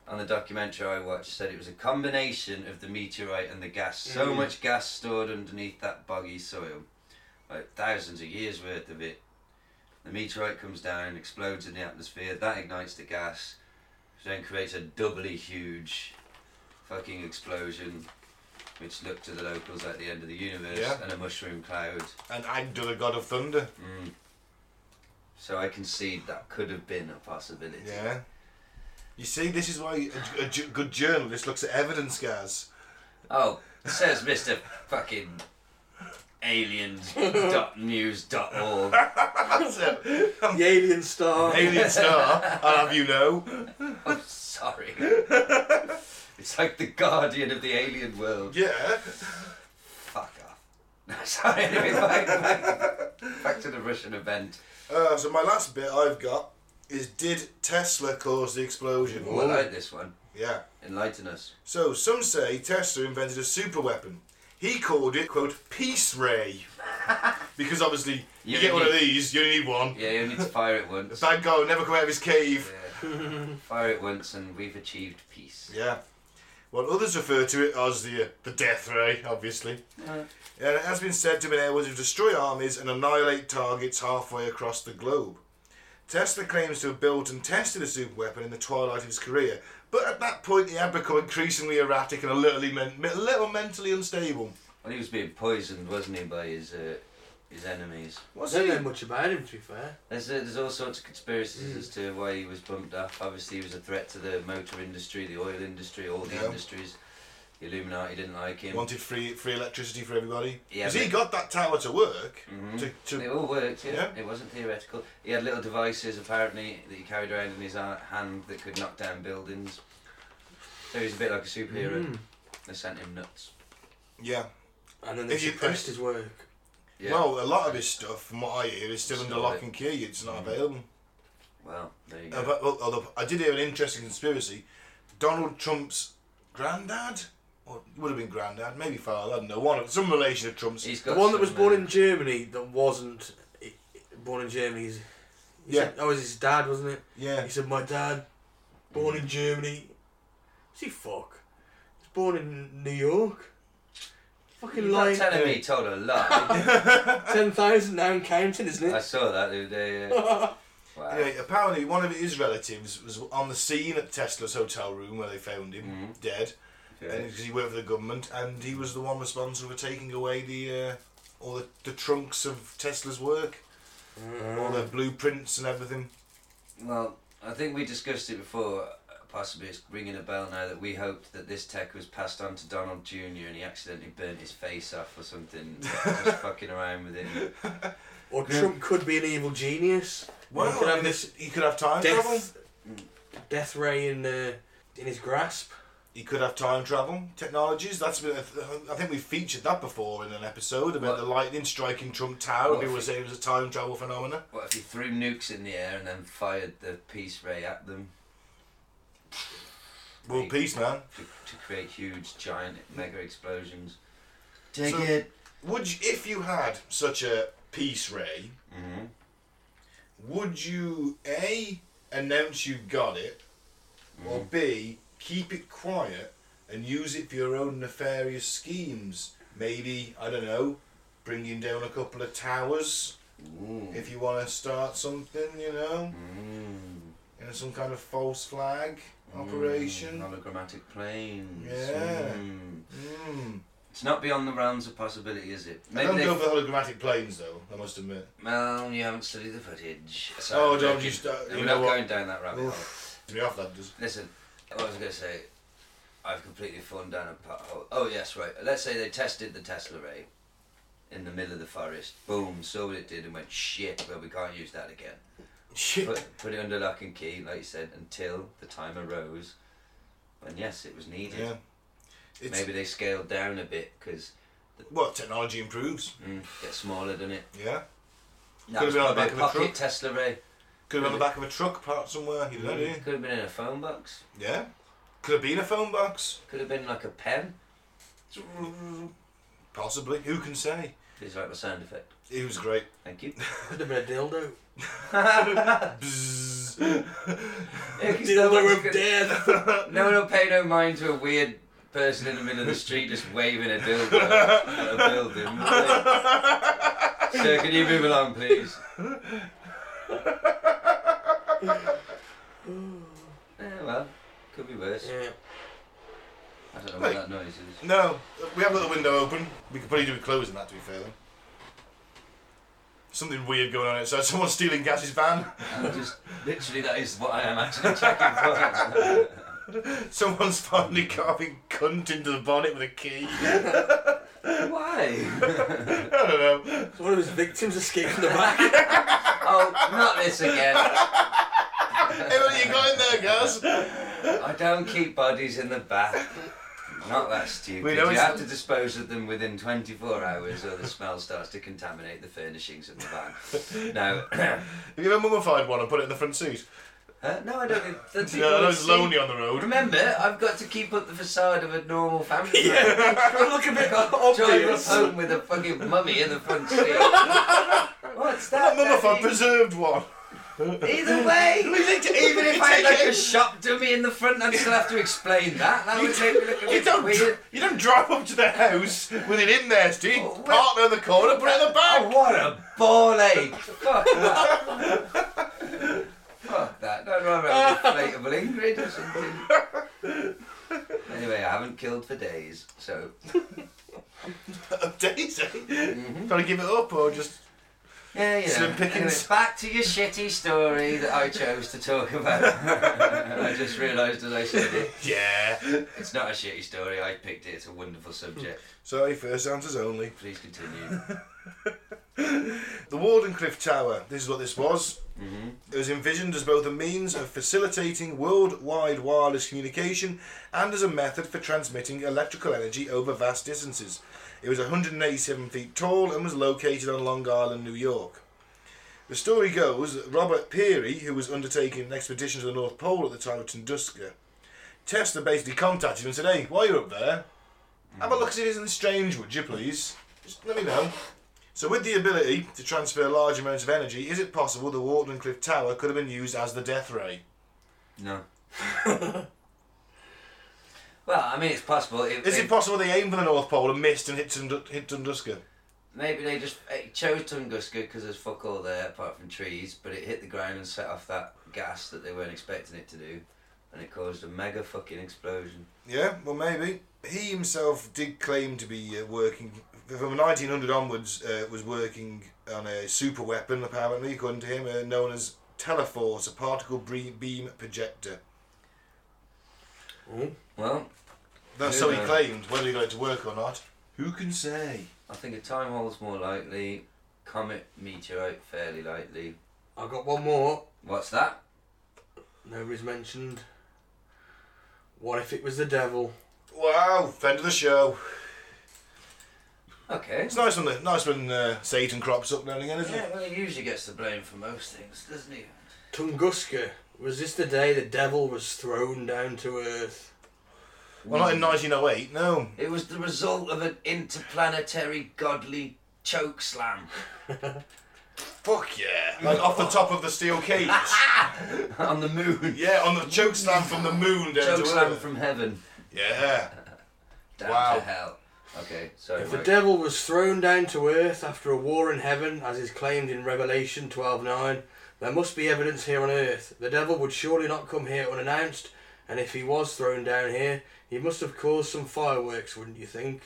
[SPEAKER 3] On the documentary I watched, said it was a combination of the meteorite and the gas. So much gas stored underneath that boggy soil, like thousands of years worth of it. The meteorite comes down, explodes in the atmosphere. That ignites the gas, which then creates a doubly huge, fucking explosion, which looked to the locals like the end of the universe
[SPEAKER 2] Yeah.
[SPEAKER 3] and a mushroom cloud.
[SPEAKER 2] And Agda, the god of thunder.
[SPEAKER 3] So I concede that could have been a possibility.
[SPEAKER 2] Yeah. You see, this is why a, a ju- good journalist looks at evidence, Gaz.
[SPEAKER 3] Oh, says Mr. fucking aliens.news.org.
[SPEAKER 2] So,
[SPEAKER 4] The alien star.
[SPEAKER 2] Alien star, I'll have you know.
[SPEAKER 3] I'm sorry. It's like the guardian of the alien world.
[SPEAKER 2] Yeah.
[SPEAKER 3] Fuck off. [laughs] sorry, anyway, back, back, back to the Russian event.
[SPEAKER 2] Uh, so my last bit I've got is did Tesla cause the explosion?
[SPEAKER 3] Ooh, I like this one.
[SPEAKER 2] Yeah.
[SPEAKER 3] Enlighten us.
[SPEAKER 2] So some say Tesla invented a super weapon. He called it quote peace ray [laughs] because obviously you,
[SPEAKER 3] You
[SPEAKER 2] get one of
[SPEAKER 3] need-
[SPEAKER 2] these, you only need one.
[SPEAKER 3] Yeah, you need to fire it once.
[SPEAKER 2] Thank God it'll never come out of his cave.
[SPEAKER 3] Yeah. Fire it once and we've achieved peace.
[SPEAKER 2] Yeah. Well, others refer to it as the uh, the death ray, obviously. And it has been said to have been able to destroy armies and annihilate targets halfway across the globe. Tesla claims to have built and tested a superweapon in the twilight of his career, but at that point he had become increasingly erratic and a little, men- a little mentally unstable.
[SPEAKER 3] Well, he was being poisoned, wasn't he, by his uh, his enemies?
[SPEAKER 4] I
[SPEAKER 2] What's
[SPEAKER 4] don't
[SPEAKER 2] he?
[SPEAKER 4] know much about him, to be fair.
[SPEAKER 3] There's, there's all sorts of conspiracies
[SPEAKER 4] Hmm.
[SPEAKER 3] as to why he was bumped up. Obviously, he was a threat to the motor industry, the oil industry, all the
[SPEAKER 2] Yeah.
[SPEAKER 3] industries. The Illuminati didn't like him.
[SPEAKER 2] Wanted free free electricity for everybody.
[SPEAKER 3] Yeah,
[SPEAKER 2] Because he
[SPEAKER 3] but-
[SPEAKER 2] got that tower to work.
[SPEAKER 3] Mhm.
[SPEAKER 2] To,
[SPEAKER 3] It
[SPEAKER 2] to,
[SPEAKER 3] all worked, yeah.
[SPEAKER 2] Yeah.
[SPEAKER 3] It wasn't theoretical. He had little devices, apparently, that he carried around in his ar- hand that could knock down buildings.
[SPEAKER 4] Hmm.
[SPEAKER 3] So he was a bit like a superhero. They sent him nuts.
[SPEAKER 2] yeah.
[SPEAKER 4] And then they
[SPEAKER 2] If you-
[SPEAKER 4] suppressed his work.
[SPEAKER 3] Yeah.
[SPEAKER 2] Well, a lot of his stuff, from what I hear, is still under
[SPEAKER 3] Still Mm-hmm.
[SPEAKER 2] lock
[SPEAKER 3] it.
[SPEAKER 2] and key. It's not available.
[SPEAKER 3] Well, there you
[SPEAKER 2] Uh,
[SPEAKER 3] go.
[SPEAKER 2] but, well, although I did hear an interesting conspiracy. Donald Trump's granddad, or it would have been granddad, maybe father. I don't know. One, of- some relation of Trump's.
[SPEAKER 3] He's
[SPEAKER 4] The
[SPEAKER 3] got
[SPEAKER 4] one that was
[SPEAKER 3] some,
[SPEAKER 4] born
[SPEAKER 3] uh,
[SPEAKER 4] in Germany that wasn't i- i- born in Germany. Is, he
[SPEAKER 2] Yeah.
[SPEAKER 4] said- that was his dad, wasn't it?
[SPEAKER 2] yeah.
[SPEAKER 4] He said, "My dad, born in Germany." See, fuck. He's born in New York. Fucking uh,
[SPEAKER 3] You're not
[SPEAKER 4] lying.
[SPEAKER 3] telling me he told a lie.
[SPEAKER 4] Ten thousand now and counting, isn't
[SPEAKER 3] [laughs] I
[SPEAKER 4] it?
[SPEAKER 3] saw that the other
[SPEAKER 4] [laughs]
[SPEAKER 3] day. Yeah. Wow.
[SPEAKER 2] Anyway, apparently one of his relatives was on the scene at Tesla's hotel room where they found him dead,
[SPEAKER 3] Okay.
[SPEAKER 2] because he worked for the government, and he was the one responsible for taking away the uh, all the, the trunks of Tesla's work, all the blueprints and everything.
[SPEAKER 3] Well, I think we discussed it before. uh, Possibly it's ringing a bell now that we hoped that this tech was passed on to Donald Jr. and he accidentally burnt his face off or something, just fucking around with it.
[SPEAKER 4] Or Trump could be an evil genius.
[SPEAKER 2] Well,
[SPEAKER 4] he could
[SPEAKER 2] I
[SPEAKER 4] have
[SPEAKER 2] mean,
[SPEAKER 4] this
[SPEAKER 2] he could have time travel.
[SPEAKER 4] death, death ray in uh, in his grasp.
[SPEAKER 2] He could have time travel technologies. That's been, I think we featured that before in an episode about
[SPEAKER 3] What?
[SPEAKER 2] the lightning striking Trump Tower.
[SPEAKER 3] What
[SPEAKER 2] People
[SPEAKER 3] if-
[SPEAKER 2] were saying it was a time travel phenomena.
[SPEAKER 3] What if he threw nukes in the air and then fired the peace ray at them
[SPEAKER 2] World peace, man.
[SPEAKER 3] to, to create huge, giant, mega explosions? Take
[SPEAKER 2] So-
[SPEAKER 3] it.
[SPEAKER 2] Would you, if you had such a peace ray,
[SPEAKER 3] hmm
[SPEAKER 2] would you a announce you got it, or b keep it quiet and use it for your own nefarious schemes? Maybe I don't know, bringing down a couple of towers
[SPEAKER 3] Ooh.
[SPEAKER 2] if you want to start something, you know,
[SPEAKER 3] Mm.
[SPEAKER 2] you know, some kind of false flag operation.
[SPEAKER 3] Mm, hologrammatic planes.
[SPEAKER 2] Yeah.
[SPEAKER 3] Mm.
[SPEAKER 2] Mm.
[SPEAKER 3] It's not beyond the realms of possibility, is it?
[SPEAKER 2] I don't
[SPEAKER 3] they-
[SPEAKER 2] go for holographic planes though. I must admit.
[SPEAKER 3] Well, you haven't studied the footage.
[SPEAKER 2] Oh,
[SPEAKER 3] I'm
[SPEAKER 2] don't
[SPEAKER 3] joking.
[SPEAKER 2] you start-
[SPEAKER 3] We're
[SPEAKER 2] you
[SPEAKER 3] not
[SPEAKER 2] know what?
[SPEAKER 3] going down that rabbit hole.
[SPEAKER 2] To be off that does.
[SPEAKER 3] Listen, what I was going to say, I've completely fallen down a pothole. Oh, yes, right. Let's say they tested the Tesla ray in the middle of the forest. Boom, saw what it did and went, shit, well, we can't use that again.
[SPEAKER 2] Shit.
[SPEAKER 3] Put, put it under lock and key, like you said, until the time arose. And yes, it was needed.
[SPEAKER 2] Yeah. It's
[SPEAKER 3] Maybe they scaled down a bit because
[SPEAKER 2] what technology improves.
[SPEAKER 3] mm, get smaller, doesn't it?
[SPEAKER 2] Yeah.
[SPEAKER 3] That
[SPEAKER 2] Could've
[SPEAKER 3] was
[SPEAKER 2] been on the back
[SPEAKER 3] probably a
[SPEAKER 2] of a
[SPEAKER 3] pocket
[SPEAKER 2] truck.
[SPEAKER 3] Tesla ray.
[SPEAKER 2] Could have been on the back of a truck parked somewhere. You don't know. do you?
[SPEAKER 3] Could have been in a phone box.
[SPEAKER 2] Yeah. Could have been a phone box.
[SPEAKER 3] Could have been like a pen. Mm.
[SPEAKER 2] Possibly. Who can say?
[SPEAKER 3] It's like the sound effect.
[SPEAKER 2] It was great.
[SPEAKER 3] Thank you.
[SPEAKER 4] Could have been a dildo.
[SPEAKER 2] Bzzz.
[SPEAKER 3] no,
[SPEAKER 4] dildo
[SPEAKER 3] one's
[SPEAKER 4] of
[SPEAKER 3] gonna,
[SPEAKER 4] death.
[SPEAKER 3] no one will pay no mind to a weird person in the middle of the street just waving a dildo at a building. Sir, can you move along, please? yeah, well, could be worse.
[SPEAKER 4] yeah.
[SPEAKER 3] I don't know what that noise is.
[SPEAKER 2] no, we have a little window open. We could probably do with closing that to be fair. Though. Something weird going on outside. [laughs] Someone's stealing Gaz's van.
[SPEAKER 3] I'm just literally that is what I am actually checking for.
[SPEAKER 2] Someone's finally carving cunt into the bonnet with a key. [laughs]
[SPEAKER 3] Why? [laughs]
[SPEAKER 2] I don't know.
[SPEAKER 4] One of his victims escaped from the back.
[SPEAKER 3] oh, not this again.
[SPEAKER 2] Hey, what you got in there, Gaz?
[SPEAKER 3] I don't keep bodies in the bath. Not that stupid.
[SPEAKER 2] We know
[SPEAKER 3] you
[SPEAKER 2] it's-
[SPEAKER 3] have to dispose of them within 24 hours or the smell starts to contaminate the furnishings of the van. No, [clears throat]
[SPEAKER 2] Have you ever mummified one and put it in the front seat?
[SPEAKER 3] uh, no, I don't think that people
[SPEAKER 2] Yeah, that
[SPEAKER 3] would
[SPEAKER 2] was
[SPEAKER 3] see-
[SPEAKER 2] lonely on the road.
[SPEAKER 3] Remember, I've got to keep up the facade of a normal family. [laughs]
[SPEAKER 4] Look a
[SPEAKER 2] [laughs]
[SPEAKER 4] bit
[SPEAKER 3] Drive
[SPEAKER 4] obvious.
[SPEAKER 3] us home with a fucking mummy in the front seat. What's
[SPEAKER 2] Not
[SPEAKER 3] that?
[SPEAKER 2] mummified,
[SPEAKER 3] Daddy?
[SPEAKER 2] preserved one.
[SPEAKER 3] Either
[SPEAKER 2] [laughs]
[SPEAKER 3] way, even if I had like a shop dummy in the front, I'd still have to explain that. That would make me look a
[SPEAKER 2] You
[SPEAKER 3] bit
[SPEAKER 2] don't,
[SPEAKER 3] weird.
[SPEAKER 2] dr- you don't drive up to their house with it in there, Steve.
[SPEAKER 3] Oh, well-
[SPEAKER 2] Partner in the corner, put it in the
[SPEAKER 3] Oh,
[SPEAKER 2] back.
[SPEAKER 3] what a ball ache! [laughs] Fuck that. Fuck that. No, no, no. Inflatable Ingrid or something. Anyway, I haven't killed for days, so. Oh.
[SPEAKER 2] [laughs] Daisy.
[SPEAKER 3] Mm-hmm.
[SPEAKER 2] Gotta give it up or just.
[SPEAKER 3] Yeah, you know.
[SPEAKER 2] Slim pickings.
[SPEAKER 3] Anyway, back to your shitty story that I chose to talk about. [laughs] I just realised as I said it,
[SPEAKER 2] Yeah.
[SPEAKER 3] it's not a shitty story. I picked it. It's a wonderful subject.
[SPEAKER 2] Sorry, first answers only.
[SPEAKER 3] Please continue.
[SPEAKER 2] The Wardenclyffe Tower, this is what this was.
[SPEAKER 3] hmm
[SPEAKER 2] It was envisioned as both a means of facilitating worldwide wireless communication and as a method for transmitting electrical energy over vast distances. It It was 187 feet tall and was located on Long Island, New York. The story goes that Robert Peary, who was undertaking an expedition to the North Pole at the time of Tunduska, Tesla basically contacted him and said, Hey, while you're up there, have a look at it isn't strange, would you please? Just let me know. So, with the ability to transfer large amounts of energy, is it possible the Wharton Cliff Tower could have been used as the death ray?
[SPEAKER 3] No. well, I mean, it's possible. If,
[SPEAKER 2] Is it
[SPEAKER 3] if-
[SPEAKER 2] possible they aimed for the North Pole and missed and hit, Tund- hit Tunduska?
[SPEAKER 3] Maybe they just it chose Tunguska because there's fuck all there apart from trees, but it hit the ground and set off that gas that they weren't expecting it to do, and it caused a mega fucking explosion.
[SPEAKER 2] Yeah, well, maybe. He himself did claim to be uh, working, from 1900 onwards, uh, was working on a super weapon, apparently, according to him, uh, known as Teleforce, a particle bre- beam projector.
[SPEAKER 3] Well,
[SPEAKER 2] That's so he
[SPEAKER 3] Yeah.
[SPEAKER 2] claimed, whether he got it to work or not. Who can say?
[SPEAKER 3] I think a time hole's more likely, comet meteorite fairly likely.
[SPEAKER 4] I've got one more.
[SPEAKER 3] What's that?
[SPEAKER 4] Nobody's mentioned. What if it was the devil?
[SPEAKER 2] Wow, friend of the show.
[SPEAKER 3] Okay.
[SPEAKER 2] It's nice when the, nice when uh, Satan crops up now and again, isn't
[SPEAKER 3] Yeah,
[SPEAKER 2] it?
[SPEAKER 3] well, he usually gets the blame for most things, doesn't he?
[SPEAKER 4] Tunguska. Was this the day the devil was thrown down to earth?
[SPEAKER 2] Well, not in 1908, no.
[SPEAKER 3] It was the result of an interplanetary godly choke slam [laughs]
[SPEAKER 2] Fuck yeah! Like off the top of the steel [laughs] cage.
[SPEAKER 3] on the moon.
[SPEAKER 2] yeah, on the choke slam from the moon down
[SPEAKER 3] Choke
[SPEAKER 2] to
[SPEAKER 3] slam
[SPEAKER 2] earth.
[SPEAKER 3] from heaven
[SPEAKER 2] Yeah.
[SPEAKER 3] down
[SPEAKER 2] Wow.
[SPEAKER 3] to hell. Okay, sorry.
[SPEAKER 4] If the
[SPEAKER 3] Mike.
[SPEAKER 4] devil was thrown down to earth after a war in heaven, as is claimed in Revelation 12:9, there must be evidence here on earth. The devil would surely not come here unannounced, and if he was thrown down here, he must have caused some fireworks, wouldn't you think?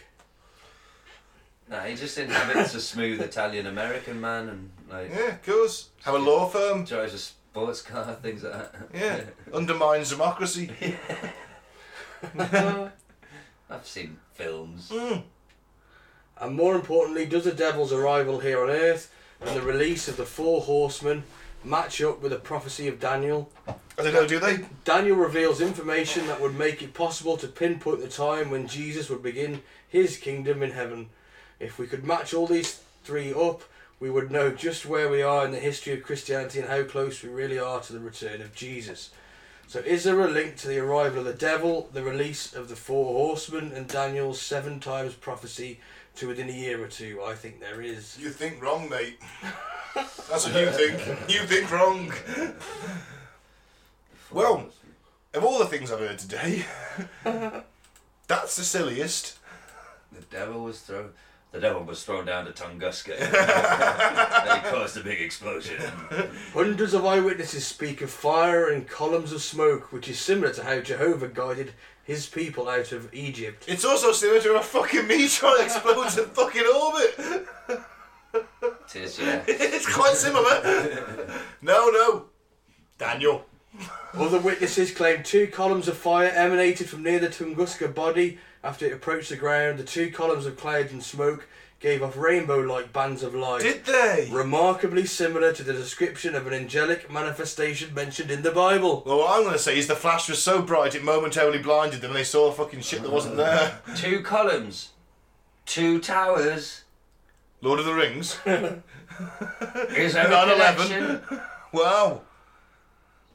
[SPEAKER 3] No, he just inhabits a smooth Italian American man and like
[SPEAKER 2] Yeah, of course. Have a law firm.
[SPEAKER 3] drives a sports car, [laughs] things like that.
[SPEAKER 2] Yeah. Undermines democracy.
[SPEAKER 3] I've seen films.
[SPEAKER 4] And more importantly, does the devil's arrival here on earth and the release of the four horsemen match up with the prophecy of Daniel?
[SPEAKER 2] I don't know, do they?
[SPEAKER 4] Daniel reveals information that would make it possible to pinpoint the time when Jesus would begin his kingdom in heaven. If we could match all these three up, we would know just where we are in the history of Christianity and how close we really are to the return of Jesus. So, is there a link to the arrival of the devil, the release of the four horsemen, and Daniel's seven times prophecy to within a year or two? I think there is.
[SPEAKER 2] You think wrong, [laughs] mate. That's what you think. You think wrong. Well, of all the things I've heard [laughs] today, that's the silliest.
[SPEAKER 3] The devil was thrown. The devil was thrown down to Tunguska. and he caused a big explosion.
[SPEAKER 4] Hundreds of eyewitnesses speak of fire and columns of smoke, which is similar to how Jehovah guided his people out of Egypt.
[SPEAKER 2] It's also similar to a fucking meteor that explodes in fucking orbit. [laughs]
[SPEAKER 3] Tis, yeah.
[SPEAKER 2] It's quite similar. No, no. Daniel.
[SPEAKER 4] Other witnesses claim two columns of fire emanated from near the Tunguska body after it approached the ground. The two columns of cloud and smoke gave off rainbow like bands of light.
[SPEAKER 2] Did they?
[SPEAKER 4] Remarkably similar to the description of an angelic manifestation mentioned in the Bible.
[SPEAKER 2] Well, what I'm going to say is the flash was so bright it momentarily blinded them and they saw fucking shit that wasn't there.
[SPEAKER 3] Two columns, two towers.
[SPEAKER 2] Lord of the Rings.
[SPEAKER 3] Is there a
[SPEAKER 2] 9/11.
[SPEAKER 3] connection?
[SPEAKER 2] Wow.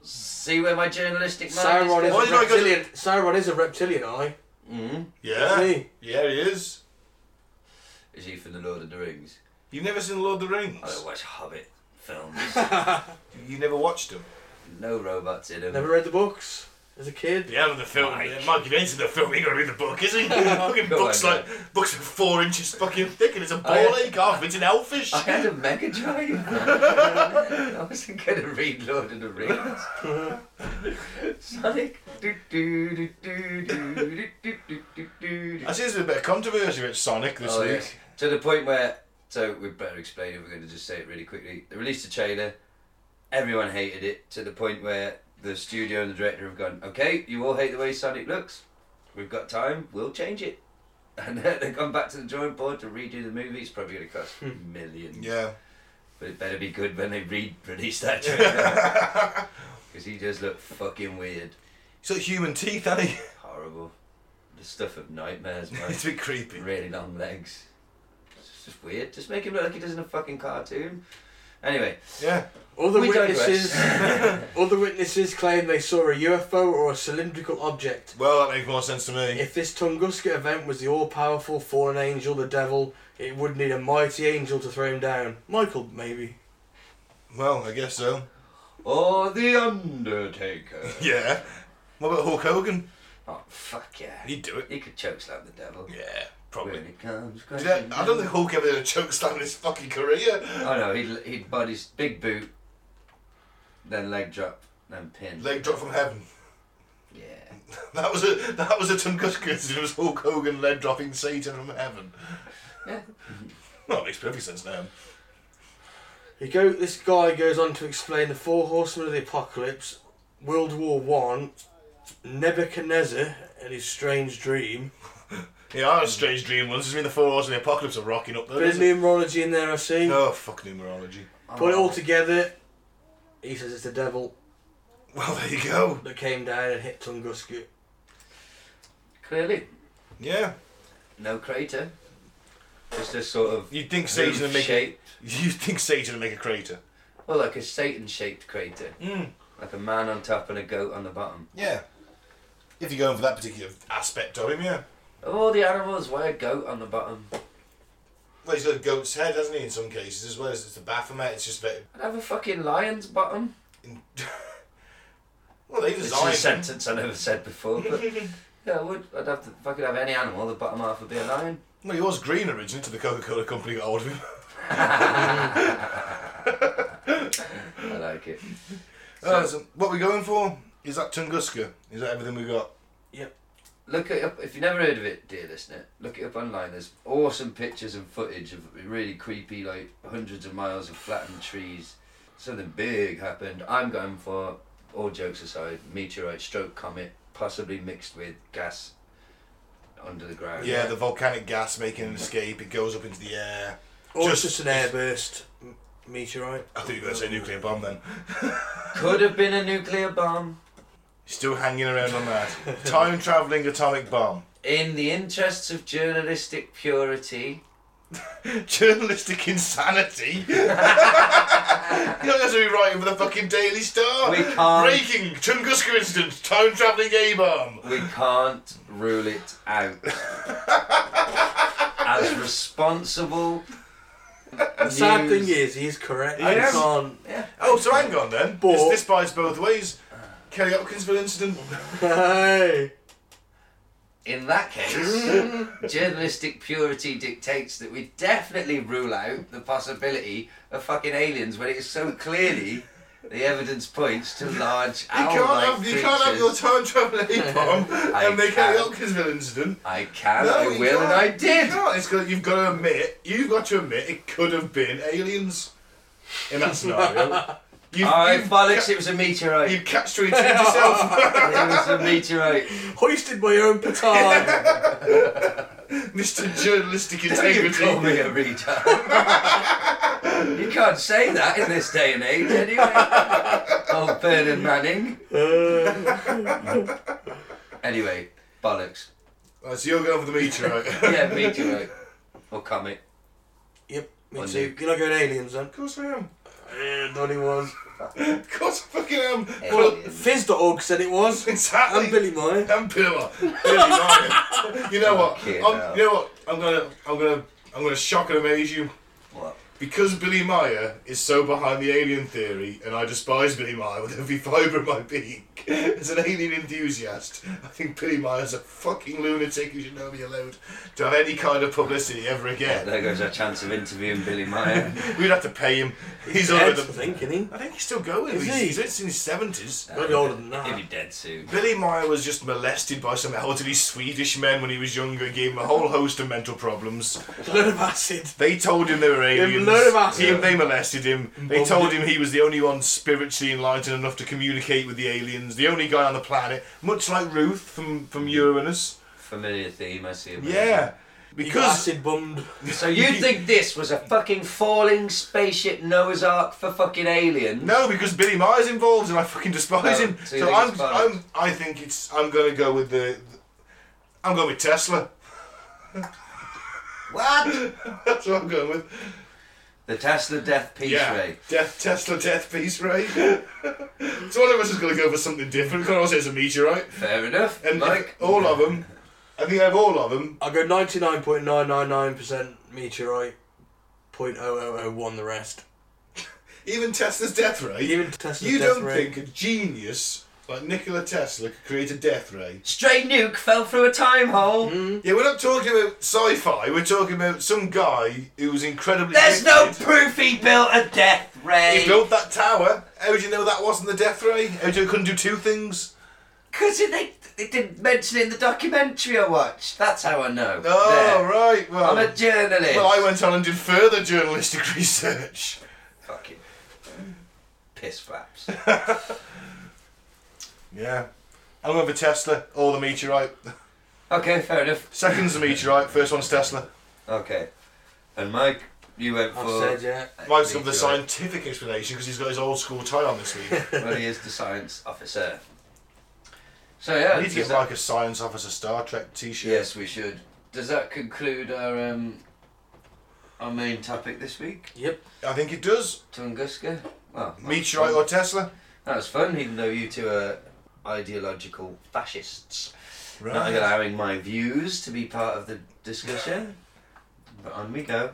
[SPEAKER 3] See where my journalistic mind
[SPEAKER 4] Sauron
[SPEAKER 3] is.
[SPEAKER 4] is,
[SPEAKER 2] Why
[SPEAKER 3] going?
[SPEAKER 2] did
[SPEAKER 4] a
[SPEAKER 2] Oh, I go to-
[SPEAKER 4] reptilian. Sauron is a reptilian eye.
[SPEAKER 2] Yeah.
[SPEAKER 4] Me.
[SPEAKER 2] Yeah, he is.
[SPEAKER 3] Is he from the Lord of the Rings?
[SPEAKER 2] You've never seen Lord of the
[SPEAKER 3] I don't
[SPEAKER 2] Rings?
[SPEAKER 3] watch Hobbit films.
[SPEAKER 2] You never watched them?
[SPEAKER 3] no robots in them.
[SPEAKER 4] Never read the books as a kid.
[SPEAKER 2] Yeah, the film.
[SPEAKER 3] Mike.
[SPEAKER 2] yeah, Mike, if you're into the film, you gotta read the book, isn't [laughs] he? fucking
[SPEAKER 3] Go
[SPEAKER 2] books
[SPEAKER 3] on,
[SPEAKER 2] like books are four inches fucking thick, and it's a ball
[SPEAKER 3] I-
[SPEAKER 2] ache half. It's an elfish.
[SPEAKER 3] I had a Mega Drive. I wasn't going to read Lord of the Rings. Sonic. Do, do, do, do, do, do, do, do, do, do.
[SPEAKER 2] I see there's been a bit of controversy with Sonic this
[SPEAKER 3] Oh,
[SPEAKER 2] week.
[SPEAKER 3] yeah. To the point where, so we'd better explain it, we're going to just say it really quickly. They released a trailer, everyone hated it, to the point where the studio and the director have gone, okay, you all hate the way Sonic looks, we've got time, we'll change it. [laughs] And they've gone back to the drawing board to redo the movie, it's probably going to cost millions.
[SPEAKER 2] Yeah.
[SPEAKER 3] But it better be good when they re release that trailer. [laughs] Because he does look fucking weird.
[SPEAKER 2] He's got human teeth, hasn't he? [laughs]
[SPEAKER 3] Horrible. The stuff of nightmares, man.
[SPEAKER 2] it's a bit creepy.
[SPEAKER 3] [laughs] really long legs. just weird. Just make him look like he does in a fucking cartoon. Anyway,
[SPEAKER 2] Yeah.
[SPEAKER 4] Other
[SPEAKER 3] We
[SPEAKER 4] witnesses, other witnesses claim they saw a UFO or a cylindrical object.
[SPEAKER 2] Well, that makes more sense to me.
[SPEAKER 4] If this Tunguska event was the all-powerful fallen angel, the devil, it would need a mighty angel to throw him down. Michael, maybe.
[SPEAKER 2] Well, I guess so.
[SPEAKER 3] [laughs] or the Undertaker.
[SPEAKER 2] Yeah. What about Hulk Hogan?
[SPEAKER 3] Oh fuck yeah.
[SPEAKER 2] He'd do it.
[SPEAKER 3] He could chokeslap the devil.
[SPEAKER 2] Yeah,
[SPEAKER 3] When
[SPEAKER 2] probably.
[SPEAKER 3] it comes
[SPEAKER 2] Did that- I don't think Hulk ever did a choke slam in his fucking career.
[SPEAKER 3] Oh no, he'd he'd bud his big boot, then leg drop, then pin.
[SPEAKER 2] Leg drop from heaven. [laughs]
[SPEAKER 3] Yeah.
[SPEAKER 2] That was a that was a Tunguska incident. It was Hulk Hogan leg dropping Satan from heaven.
[SPEAKER 3] Yeah.
[SPEAKER 2] Well, it makes perfect sense now.
[SPEAKER 4] He go. This guy goes on to explain the four horsemen of the apocalypse, World War One, Nebuchadnezzar and his strange dream,
[SPEAKER 2] Yeah, I had a strange dream once. It's mean the four horsemen of the apocalypse are rocking up there.
[SPEAKER 4] bit of
[SPEAKER 2] isn't it?
[SPEAKER 4] numerology in there. I see.
[SPEAKER 2] Oh fuck numerology.
[SPEAKER 4] Put it all together. He says it's the devil
[SPEAKER 2] Well, there you go.
[SPEAKER 4] that came down and hit Tunguska.
[SPEAKER 3] Clearly,
[SPEAKER 2] Yeah,
[SPEAKER 3] no crater. Just a sort of
[SPEAKER 2] you'd think Satan would make a,
[SPEAKER 3] shape.
[SPEAKER 2] you'd think Satan would make a crater.
[SPEAKER 3] Well, like a Satan-shaped crater,
[SPEAKER 2] Mm.
[SPEAKER 3] like a man on top and a goat on the bottom.
[SPEAKER 2] Yeah. If you're going for that particular aspect of him, yeah.
[SPEAKER 3] Of all the animals, why a goat on the bottom?
[SPEAKER 2] Well, he's got a goat's head, hasn't he? In some cases, as well as it's the Baphomet. It's just about.
[SPEAKER 3] I'd have a fucking lion's bottom.
[SPEAKER 2] [laughs] Well, they
[SPEAKER 3] This is a
[SPEAKER 2] designed. him.
[SPEAKER 3] sentence I never said
[SPEAKER 2] [laughs]
[SPEAKER 3] before, but yeah, I would. I'd have to. If I could have any animal, the bottom half would be a lion.
[SPEAKER 2] Well, he was green originally. To the Coca-Cola company got hold of [laughs] him.
[SPEAKER 3] I like it.
[SPEAKER 2] Uh, so what we're going for is that Tunguska. Is that everything we got?
[SPEAKER 3] Look it up if you've never heard of it, dear listener. Look it up online. There's awesome pictures and footage of really creepy, like hundreds of miles of flattened trees. Something big happened. I'm going for all jokes aside, meteorite, stroke, comet, possibly mixed with gas under the ground.
[SPEAKER 2] Yeah, the volcanic gas making an escape. It goes up into the air.
[SPEAKER 4] Or
[SPEAKER 2] Just-
[SPEAKER 4] just, just an airburst m- meteorite.
[SPEAKER 2] I thought you were going to say nuclear bomb then.
[SPEAKER 3] could have been a nuclear bomb.
[SPEAKER 2] Still hanging around on that. [laughs] Time travelling atomic bomb.
[SPEAKER 3] In the interests of journalistic purity,
[SPEAKER 2] Journalistic insanity. [laughs] you don't have to be writing for the fucking Daily Star.
[SPEAKER 3] We can't.
[SPEAKER 2] Breaking Tunguska incident. Time travelling A bomb.
[SPEAKER 3] we can't rule it out. As responsible.
[SPEAKER 4] The sad
[SPEAKER 3] news-
[SPEAKER 4] thing is, he is correct.
[SPEAKER 2] I
[SPEAKER 4] I
[SPEAKER 2] am.
[SPEAKER 4] can't.
[SPEAKER 2] Oh, so hang on then.
[SPEAKER 4] But-
[SPEAKER 2] This, this buys both ways. Kelly Hopkinsville incident.
[SPEAKER 4] Hey.
[SPEAKER 3] In
[SPEAKER 2] [laughs]
[SPEAKER 3] that case, journalistic purity dictates that we definitely rule out the possibility of fucking aliens when it is so clearly the evidence points to large
[SPEAKER 2] You
[SPEAKER 3] owl-like
[SPEAKER 2] can't have you can't have your
[SPEAKER 3] creatures.
[SPEAKER 2] time travel
[SPEAKER 3] [laughs]
[SPEAKER 2] A bomb
[SPEAKER 3] I
[SPEAKER 2] and the Kelly
[SPEAKER 3] can.
[SPEAKER 2] Hopkinsville incident.
[SPEAKER 3] I can,
[SPEAKER 2] No,
[SPEAKER 3] I
[SPEAKER 2] you
[SPEAKER 3] will, and
[SPEAKER 2] can't.
[SPEAKER 3] I
[SPEAKER 2] You
[SPEAKER 3] did.
[SPEAKER 2] can't. It's got, you've got to admit. You've got to admit it could have been aliens in that
[SPEAKER 3] [laughs]
[SPEAKER 2] scenario. You've,
[SPEAKER 3] Oh,
[SPEAKER 2] you've,
[SPEAKER 3] bollocks! It was a meteorite.
[SPEAKER 2] you've catch to
[SPEAKER 3] [laughs]
[SPEAKER 2] yourself,
[SPEAKER 3] It was a meteorite.
[SPEAKER 4] Hoisted my own petard. [laughs]
[SPEAKER 2] Mr. Journalistic [laughs]
[SPEAKER 3] You call me
[SPEAKER 2] Integrity.
[SPEAKER 3] a retard. [laughs] you can't say that in this day and age, anyway. Old Bernard Manning.
[SPEAKER 4] Uh.
[SPEAKER 3] anyway, bollocks.
[SPEAKER 2] Right, so you're going for the [laughs] meteorite. of
[SPEAKER 3] Yeah, meteorite. Or comet.
[SPEAKER 4] yep, me
[SPEAKER 3] On
[SPEAKER 4] too.
[SPEAKER 3] you.
[SPEAKER 4] You're not going aliens then?
[SPEAKER 2] course I am.
[SPEAKER 4] Yeah, Donnie was.
[SPEAKER 2] Of course I fucking am. Well,
[SPEAKER 3] Alien.
[SPEAKER 4] Fizz.org said it [laughs] was.
[SPEAKER 2] exactly.
[SPEAKER 4] And Billy Meyer.
[SPEAKER 2] I'm Pillar. [laughs] Billy Ryan. You know what?
[SPEAKER 3] Okay, now.
[SPEAKER 2] I'm, you know what? I'm gonna, I'm gonna, I'm gonna shock and amaze you.
[SPEAKER 3] What?
[SPEAKER 2] Because Billy Meyer is so behind the alien theory, and I despise Billy Meyer with every fibre of my being, [laughs] as an alien enthusiast, I think Billy Meyer's a fucking lunatic who should never be allowed to have any kind of publicity ever again.
[SPEAKER 3] There goes our chance of interviewing
[SPEAKER 2] [laughs]
[SPEAKER 3] Billy Meyer.
[SPEAKER 2] We'd have to pay him. [laughs] He's
[SPEAKER 4] Dead, I
[SPEAKER 2] already.
[SPEAKER 4] think, isn't he?
[SPEAKER 2] I think he's still going.
[SPEAKER 4] Is
[SPEAKER 2] he's,
[SPEAKER 4] he?
[SPEAKER 2] he's in his seventies.
[SPEAKER 4] Maybe older than
[SPEAKER 3] He'll
[SPEAKER 4] that.
[SPEAKER 3] be dead soon.
[SPEAKER 2] Billy Meyer was just molested by some elderly Swedish men when he was younger. and Gave him a whole host of mental problems.
[SPEAKER 4] Load of acid.
[SPEAKER 2] They told him they were aliens.
[SPEAKER 4] load of acid.
[SPEAKER 2] He- they molested him. They
[SPEAKER 4] Bombed
[SPEAKER 2] told
[SPEAKER 4] him.
[SPEAKER 2] him he was the only one spiritually enlightened enough to communicate with the aliens. The only guy on the planet, much like Ruth from from Uranus.
[SPEAKER 3] Familiar theme, I see. emerging.
[SPEAKER 2] Yeah,
[SPEAKER 4] He got
[SPEAKER 2] because
[SPEAKER 4] acid bummed.
[SPEAKER 3] So you think this was a fucking falling spaceship Noah's Ark for fucking aliens?
[SPEAKER 2] no, because Billy Meyer's involved, and I fucking despise
[SPEAKER 3] Oh,
[SPEAKER 2] him.
[SPEAKER 3] so you
[SPEAKER 2] So
[SPEAKER 3] think
[SPEAKER 2] I'm,
[SPEAKER 3] it's bollocks?
[SPEAKER 2] I'm, I think it's. I'm gonna go with the. I'm going with Tesla.
[SPEAKER 3] What?
[SPEAKER 2] [laughs] That's what I'm going with.
[SPEAKER 3] The Tesla death peace
[SPEAKER 2] yeah.
[SPEAKER 3] ray.
[SPEAKER 2] Death, Tesla death piece ray. [laughs] so one of us is going to go for something different. Because I say it's a meteorite.
[SPEAKER 3] Fair enough.
[SPEAKER 2] And
[SPEAKER 3] like
[SPEAKER 2] all of them, I think I have all of them.
[SPEAKER 4] I'll go 99.999% meteorite, 0.0001 the rest.
[SPEAKER 2] Even Tesla's death ray.
[SPEAKER 4] Even Tesla's
[SPEAKER 2] you
[SPEAKER 4] death
[SPEAKER 2] don't
[SPEAKER 4] ray.
[SPEAKER 2] think a genius like Nikola Tesla could create a death ray?
[SPEAKER 3] stray nuke fell through a time hole.
[SPEAKER 2] Yeah, we're not talking about sci-fi. We're talking about some guy who was incredibly.
[SPEAKER 3] There's no
[SPEAKER 2] gifted.
[SPEAKER 3] proof he built a death ray.
[SPEAKER 2] He built that tower. How do you know that wasn't the death ray? How do you know it couldn't do two things?
[SPEAKER 3] Because they, they didn't mention it in the documentary I watched. That's how I know.
[SPEAKER 2] Oh,
[SPEAKER 3] There.
[SPEAKER 2] right. Well,
[SPEAKER 3] I'm a journalist.
[SPEAKER 2] well, I went on and did further journalistic [laughs] research.
[SPEAKER 3] Fucking piss flaps.
[SPEAKER 2] Yeah. I'm going for Tesla or the meteorite.
[SPEAKER 3] okay, fair enough.
[SPEAKER 2] Second's the meteorite. First one's Tesla.
[SPEAKER 3] Okay. And Mike, you went
[SPEAKER 4] I've
[SPEAKER 3] for.
[SPEAKER 4] said, yeah.
[SPEAKER 2] Mike's got the
[SPEAKER 3] meteorite.
[SPEAKER 2] scientific explanation because he's got his old school tie on this [laughs] week.
[SPEAKER 3] well, he is
[SPEAKER 2] [laughs]
[SPEAKER 3] the science officer. So yeah,
[SPEAKER 2] I need to
[SPEAKER 3] does
[SPEAKER 2] get
[SPEAKER 3] that-
[SPEAKER 2] like a science officer Star Trek T-shirt.
[SPEAKER 3] yes, we should. Does that conclude our um, our main topic this week,
[SPEAKER 4] Yep.
[SPEAKER 2] I think it does.
[SPEAKER 3] Tunguska? Well, that was
[SPEAKER 2] Meteorite
[SPEAKER 3] fun.
[SPEAKER 2] or Tesla?
[SPEAKER 3] That was fun, even though you two are ideological fascists. Not allowing my views to be part of the discussion, but on we go.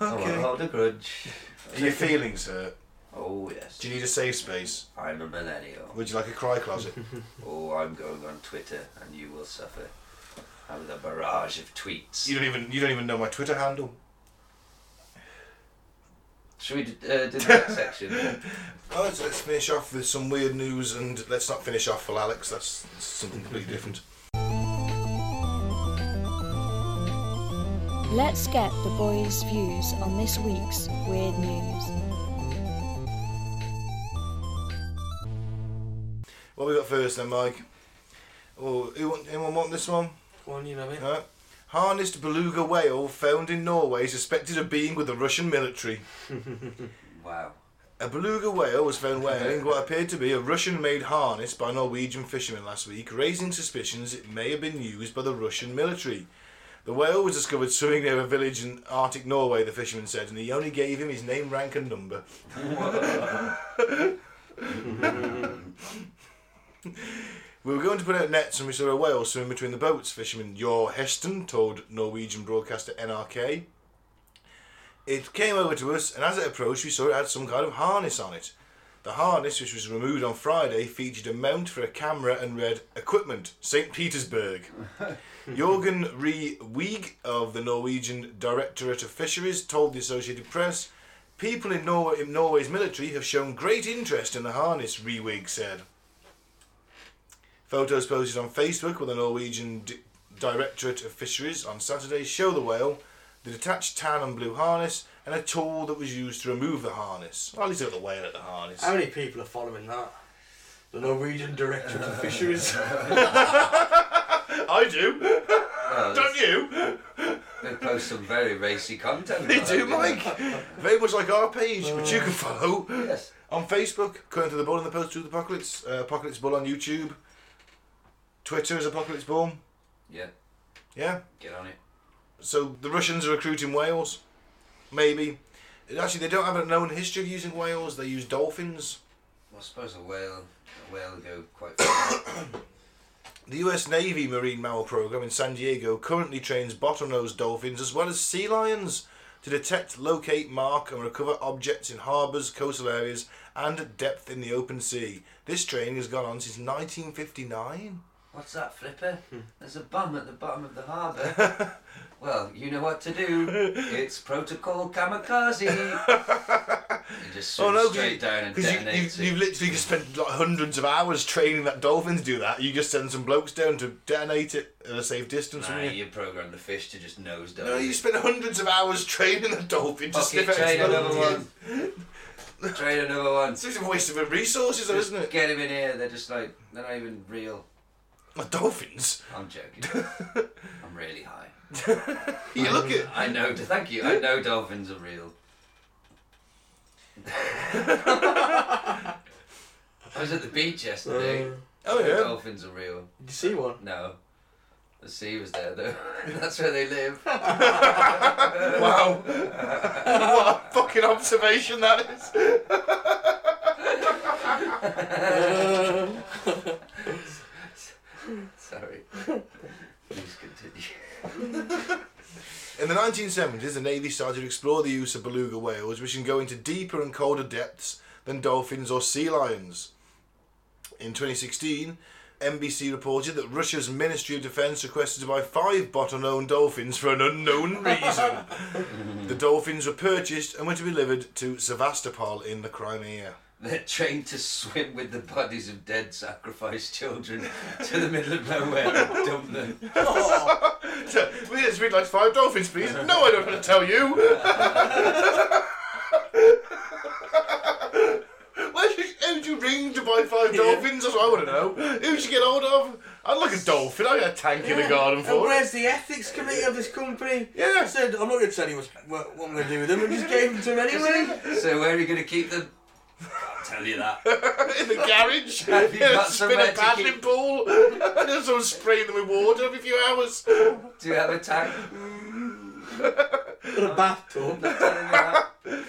[SPEAKER 3] I won't
[SPEAKER 2] Okay.
[SPEAKER 3] hold a grudge.
[SPEAKER 2] Are your feelings hurt?
[SPEAKER 3] Oh yes,
[SPEAKER 2] Do you need a safe space?
[SPEAKER 3] I'm a millennial.
[SPEAKER 2] Would you like a cry closet?
[SPEAKER 3] Oh, I'm going on Twitter, and you will suffer. Have the barrage of tweets.
[SPEAKER 2] you don't even you don't even know my Twitter handle.
[SPEAKER 3] Should we d- uh, do the next section?
[SPEAKER 2] [laughs] Oh, let's, let's finish off with some weird news, and let's not finish off for Alex. That's, that's something completely different.
[SPEAKER 5] Let's get the boys' views on this week's weird news.
[SPEAKER 2] What we got first then, Mike? Oh, who want, anyone want this one?
[SPEAKER 4] One, you know me.
[SPEAKER 2] No. Harnessed beluga whale found in Norway suspected of being with the Russian military.
[SPEAKER 3] Wow.
[SPEAKER 2] A beluga whale was found wearing what appeared to be a Russian made harness by Norwegian fishermen last week, raising suspicions it may have been used by the Russian military. The whale was discovered swimming near a village in Arctic Norway, the fisherman said, and he only gave him his name, rank, and number. [laughs] we were going to put out nets and we saw a whale swimming between the boats, fisherman Jor Heston told Norwegian broadcaster NRK. It came over to us, and as it approached, we saw it had some kind of harness on it. The harness, which was removed on Friday, featured a mount for a camera and read Equipment, St. Petersburg. Jorgen Re Wieg of the Norwegian Directorate of Fisheries told the Associated Press People in, Nor- in Norway's military have shown great interest in the harness, Rewig said. Photos posted on Facebook with the Norwegian D- Directorate of Fisheries on Saturday show the whale, the detached tan and blue harness, and a tool that was used to remove the harness. Well, at least it got the whale at the harness.
[SPEAKER 4] How many people are following that? The Norwegian Director of Fisheries.
[SPEAKER 2] I do.
[SPEAKER 3] [laughs] Well,
[SPEAKER 2] Don't you?
[SPEAKER 3] They post some very racy content.
[SPEAKER 2] They
[SPEAKER 3] on
[SPEAKER 2] do,
[SPEAKER 3] that,
[SPEAKER 2] Mike. Very much like our page, which you can follow
[SPEAKER 3] Yes.
[SPEAKER 2] on Facebook. Current to the Bull and the Post Truth Apocalypse. Uh, Apocalypse Bull on YouTube. Twitter is Apocalypse Bull.
[SPEAKER 3] Yeah.
[SPEAKER 2] Yeah.
[SPEAKER 3] Get on it.
[SPEAKER 2] So the Russians are recruiting whales. Maybe. Actually, they don't have a known history of using whales. They use dolphins.
[SPEAKER 3] Well, I suppose a whale, a whale go quite. far. [coughs]
[SPEAKER 2] The U.S. Navy Marine Mammal Program in San Diego currently trains bottlenose dolphins as well as sea lions to detect, locate, mark, and recover objects in harbours, coastal areas, and at depth in the open sea. This training has gone on since 1959.
[SPEAKER 3] What's that, Flipper? There's a bomb at the bottom of the harbour.
[SPEAKER 2] [laughs]
[SPEAKER 3] well, you know what to do. It's protocol
[SPEAKER 2] [laughs]
[SPEAKER 3] kamikaze. you just swim straight down and
[SPEAKER 2] Oh, you,
[SPEAKER 3] detonate
[SPEAKER 2] you've,
[SPEAKER 3] it.
[SPEAKER 2] you've literally just spent like hundreds of hours training that dolphin to do that. You just send some blokes down to detonate it at a safe distance.
[SPEAKER 3] Nah,
[SPEAKER 2] wouldn't you?
[SPEAKER 3] you program the fish to just nose dive.
[SPEAKER 2] No, you spent hundreds of hours training the dolphin to
[SPEAKER 3] Fucking
[SPEAKER 2] sniff out
[SPEAKER 3] train
[SPEAKER 2] its
[SPEAKER 3] another
[SPEAKER 2] mouth.
[SPEAKER 3] one. train another one.
[SPEAKER 2] It's a waste of resources, though, isn't it?
[SPEAKER 3] Get him in here. They're just like they're not even real.
[SPEAKER 2] The dolphins. [laughs]
[SPEAKER 3] I'm joking. I'm really high.
[SPEAKER 2] You look at.
[SPEAKER 3] I know. Thank you. I know dolphins are real. I was at the beach yesterday.
[SPEAKER 4] Uh,
[SPEAKER 2] Oh yeah. Uh, oh,
[SPEAKER 3] Dolphins are real.
[SPEAKER 4] Did you see one?
[SPEAKER 3] No. The sea was there though. [laughs] That's where they live. [laughs]
[SPEAKER 2] Wow. [laughs] what a fucking observation that is.
[SPEAKER 3] Sorry. Please continue.
[SPEAKER 2] In the 1970s, the Navy started to explore the use of beluga whales, which can go into deeper and colder depths than dolphins or sea lions. In 2016, NBC reported that Russia's Ministry of Defense requested to buy five bottlenose dolphins for an unknown reason. the dolphins were purchased and were to be delivered to Sevastopol in the Crimea.
[SPEAKER 3] They're trained to swim with the bodies of dead sacrificed children to the middle of nowhere and dump them.
[SPEAKER 2] [laughs] So, yes, we'd like five dolphins, please. No, I don't want to tell you. [laughs] Where should, who'd you ring to buy five dolphins? That's what I want to know. Who'd you get hold of? I'd like a dolphin. I got a tank in the garden
[SPEAKER 4] And
[SPEAKER 2] for it.
[SPEAKER 4] where's the ethics committee of this company?
[SPEAKER 2] Yeah.
[SPEAKER 4] I said, I'm not going to tell you what's, what, what I'm going to do with them. I just gave them to him anyway.
[SPEAKER 3] So where are you going to keep them? I'll tell you that.
[SPEAKER 2] [laughs] in the garage.
[SPEAKER 3] [laughs] Have you
[SPEAKER 2] in a
[SPEAKER 3] got somewhere
[SPEAKER 2] spinner
[SPEAKER 3] to
[SPEAKER 2] paddling
[SPEAKER 3] keep-
[SPEAKER 2] pool. [laughs] and then someone spraying them with water every few hours.
[SPEAKER 3] Do you have a tank?
[SPEAKER 4] Got a
[SPEAKER 2] [laughs]
[SPEAKER 4] bathtub.
[SPEAKER 3] Not telling you that.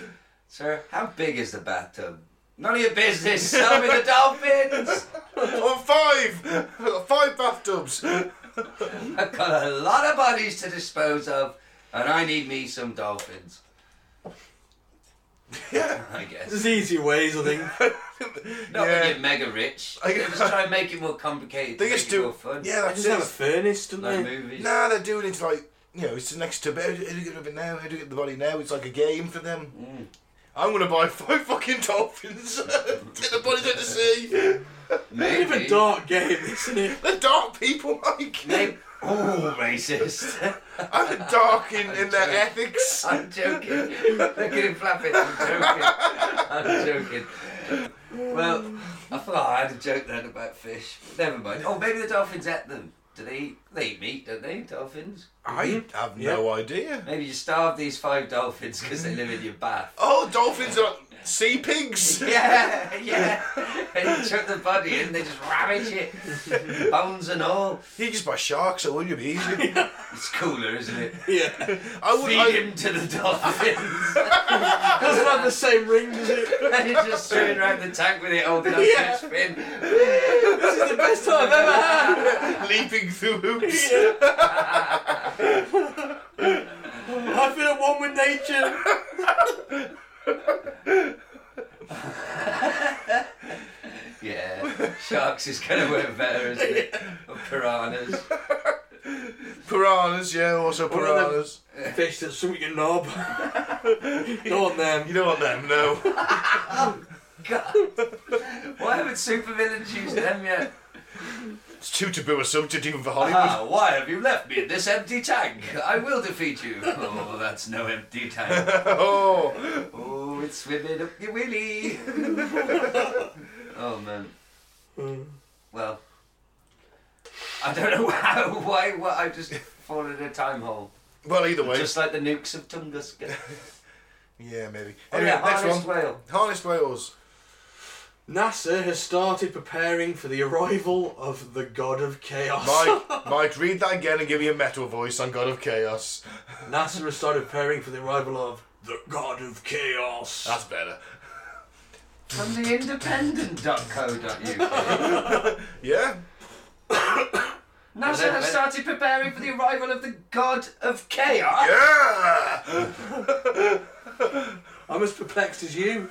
[SPEAKER 3] Sir, how big is the bathtub? None of your business. Sell me the dolphins.
[SPEAKER 2] Or Oh, five. I've got five bathtubs.
[SPEAKER 3] I've got a lot of bodies to dispose of, and I need me some dolphins. Yeah, [laughs] I guess.
[SPEAKER 4] There's easy ways, I think.
[SPEAKER 3] Not
[SPEAKER 2] Yeah.
[SPEAKER 3] when you're mega rich.
[SPEAKER 2] I
[SPEAKER 3] I
[SPEAKER 2] guess-
[SPEAKER 3] just try and make it more complicated.
[SPEAKER 2] They
[SPEAKER 3] to
[SPEAKER 2] just
[SPEAKER 3] make it
[SPEAKER 2] do.
[SPEAKER 3] more fun.
[SPEAKER 2] Yeah,
[SPEAKER 4] I
[SPEAKER 2] that's
[SPEAKER 4] just have a
[SPEAKER 2] it.
[SPEAKER 4] furnace, don't
[SPEAKER 3] Like
[SPEAKER 4] they?
[SPEAKER 3] movies.
[SPEAKER 2] Nah, they're doing it like you know, it's next to bed. How do you get rid of it now? How do you get the body now? It's like a game for them. I'm gonna buy five fucking dolphins. [laughs] get the bodies out to sea.
[SPEAKER 3] Maybe.
[SPEAKER 4] Bit of a dark game, isn't it?
[SPEAKER 2] They're dark people, Mike.
[SPEAKER 3] Maybe. Oh, racist. [laughs]
[SPEAKER 2] I'm dark in, in their ethics.
[SPEAKER 3] I'm joking. Look at him flapping. I'm joking. I'm joking. Well, I thought I had a joke then about fish. Never mind. Oh, maybe the dolphins ate them. Do they eat? They eat meat, don't they? Dolphins.
[SPEAKER 2] I have no idea.
[SPEAKER 3] Maybe you starve these five dolphins because they live in your bath.
[SPEAKER 2] Oh, dolphins are like sea pigs.
[SPEAKER 3] Yeah, yeah. And you chuck the body in, they just ravage it, bones and all.
[SPEAKER 2] You just buy sharks. That wouldn't be easy.
[SPEAKER 3] It's cooler, isn't it?
[SPEAKER 4] Yeah.
[SPEAKER 2] I would.
[SPEAKER 3] Feed
[SPEAKER 2] I,
[SPEAKER 3] him to the dolphins.
[SPEAKER 4] Doesn't have the same ring, does it?
[SPEAKER 3] and you just swim around the tank with it holding up to
[SPEAKER 4] Yeah.
[SPEAKER 3] its fin.
[SPEAKER 4] This is the best time I've ever had.
[SPEAKER 2] leaping through hoops.
[SPEAKER 4] I feel at one with nature.
[SPEAKER 3] Yeah, sharks is going to work better, isn't it? Or piranhas.
[SPEAKER 2] Piranhas, yeah, also
[SPEAKER 4] One of them-
[SPEAKER 2] piranhas.
[SPEAKER 4] Fish that swim at your knob. [laughs] Go on
[SPEAKER 2] You
[SPEAKER 4] them.
[SPEAKER 2] don't want them, no.
[SPEAKER 3] God. Why haven't supervillains used them yet?
[SPEAKER 2] It's too taboo a subject even for Hollywood.
[SPEAKER 3] [laughs] Ah, why have you left me in this empty tank? I will defeat you. Oh, that's no empty tank.
[SPEAKER 2] Oh.
[SPEAKER 3] Oh, it's swimming up your willy. oh, man. Well, I don't know [laughs] how, why, what, I've just fallen in a time hole.
[SPEAKER 2] Well, either way.
[SPEAKER 3] Just like the nukes of Tunguska.
[SPEAKER 2] Yeah, maybe.
[SPEAKER 3] Oh,
[SPEAKER 2] Anyway,
[SPEAKER 3] yeah,
[SPEAKER 2] next
[SPEAKER 3] harnessed
[SPEAKER 2] one.
[SPEAKER 3] whale.
[SPEAKER 2] Harness whales.
[SPEAKER 4] NASA has started preparing for the arrival of the god of chaos.
[SPEAKER 3] [laughs]
[SPEAKER 2] Mike, Mike, read that again and give me a metal voice on God of Chaos.
[SPEAKER 4] [laughs] NASA has started preparing for the arrival of the god of chaos.
[SPEAKER 2] That's better.
[SPEAKER 3] From the [laughs] independent.co.uk.
[SPEAKER 2] Yeah?
[SPEAKER 3] NASA has started preparing for the arrival of the god of chaos.
[SPEAKER 2] Yeah!
[SPEAKER 4] I'm as perplexed as you.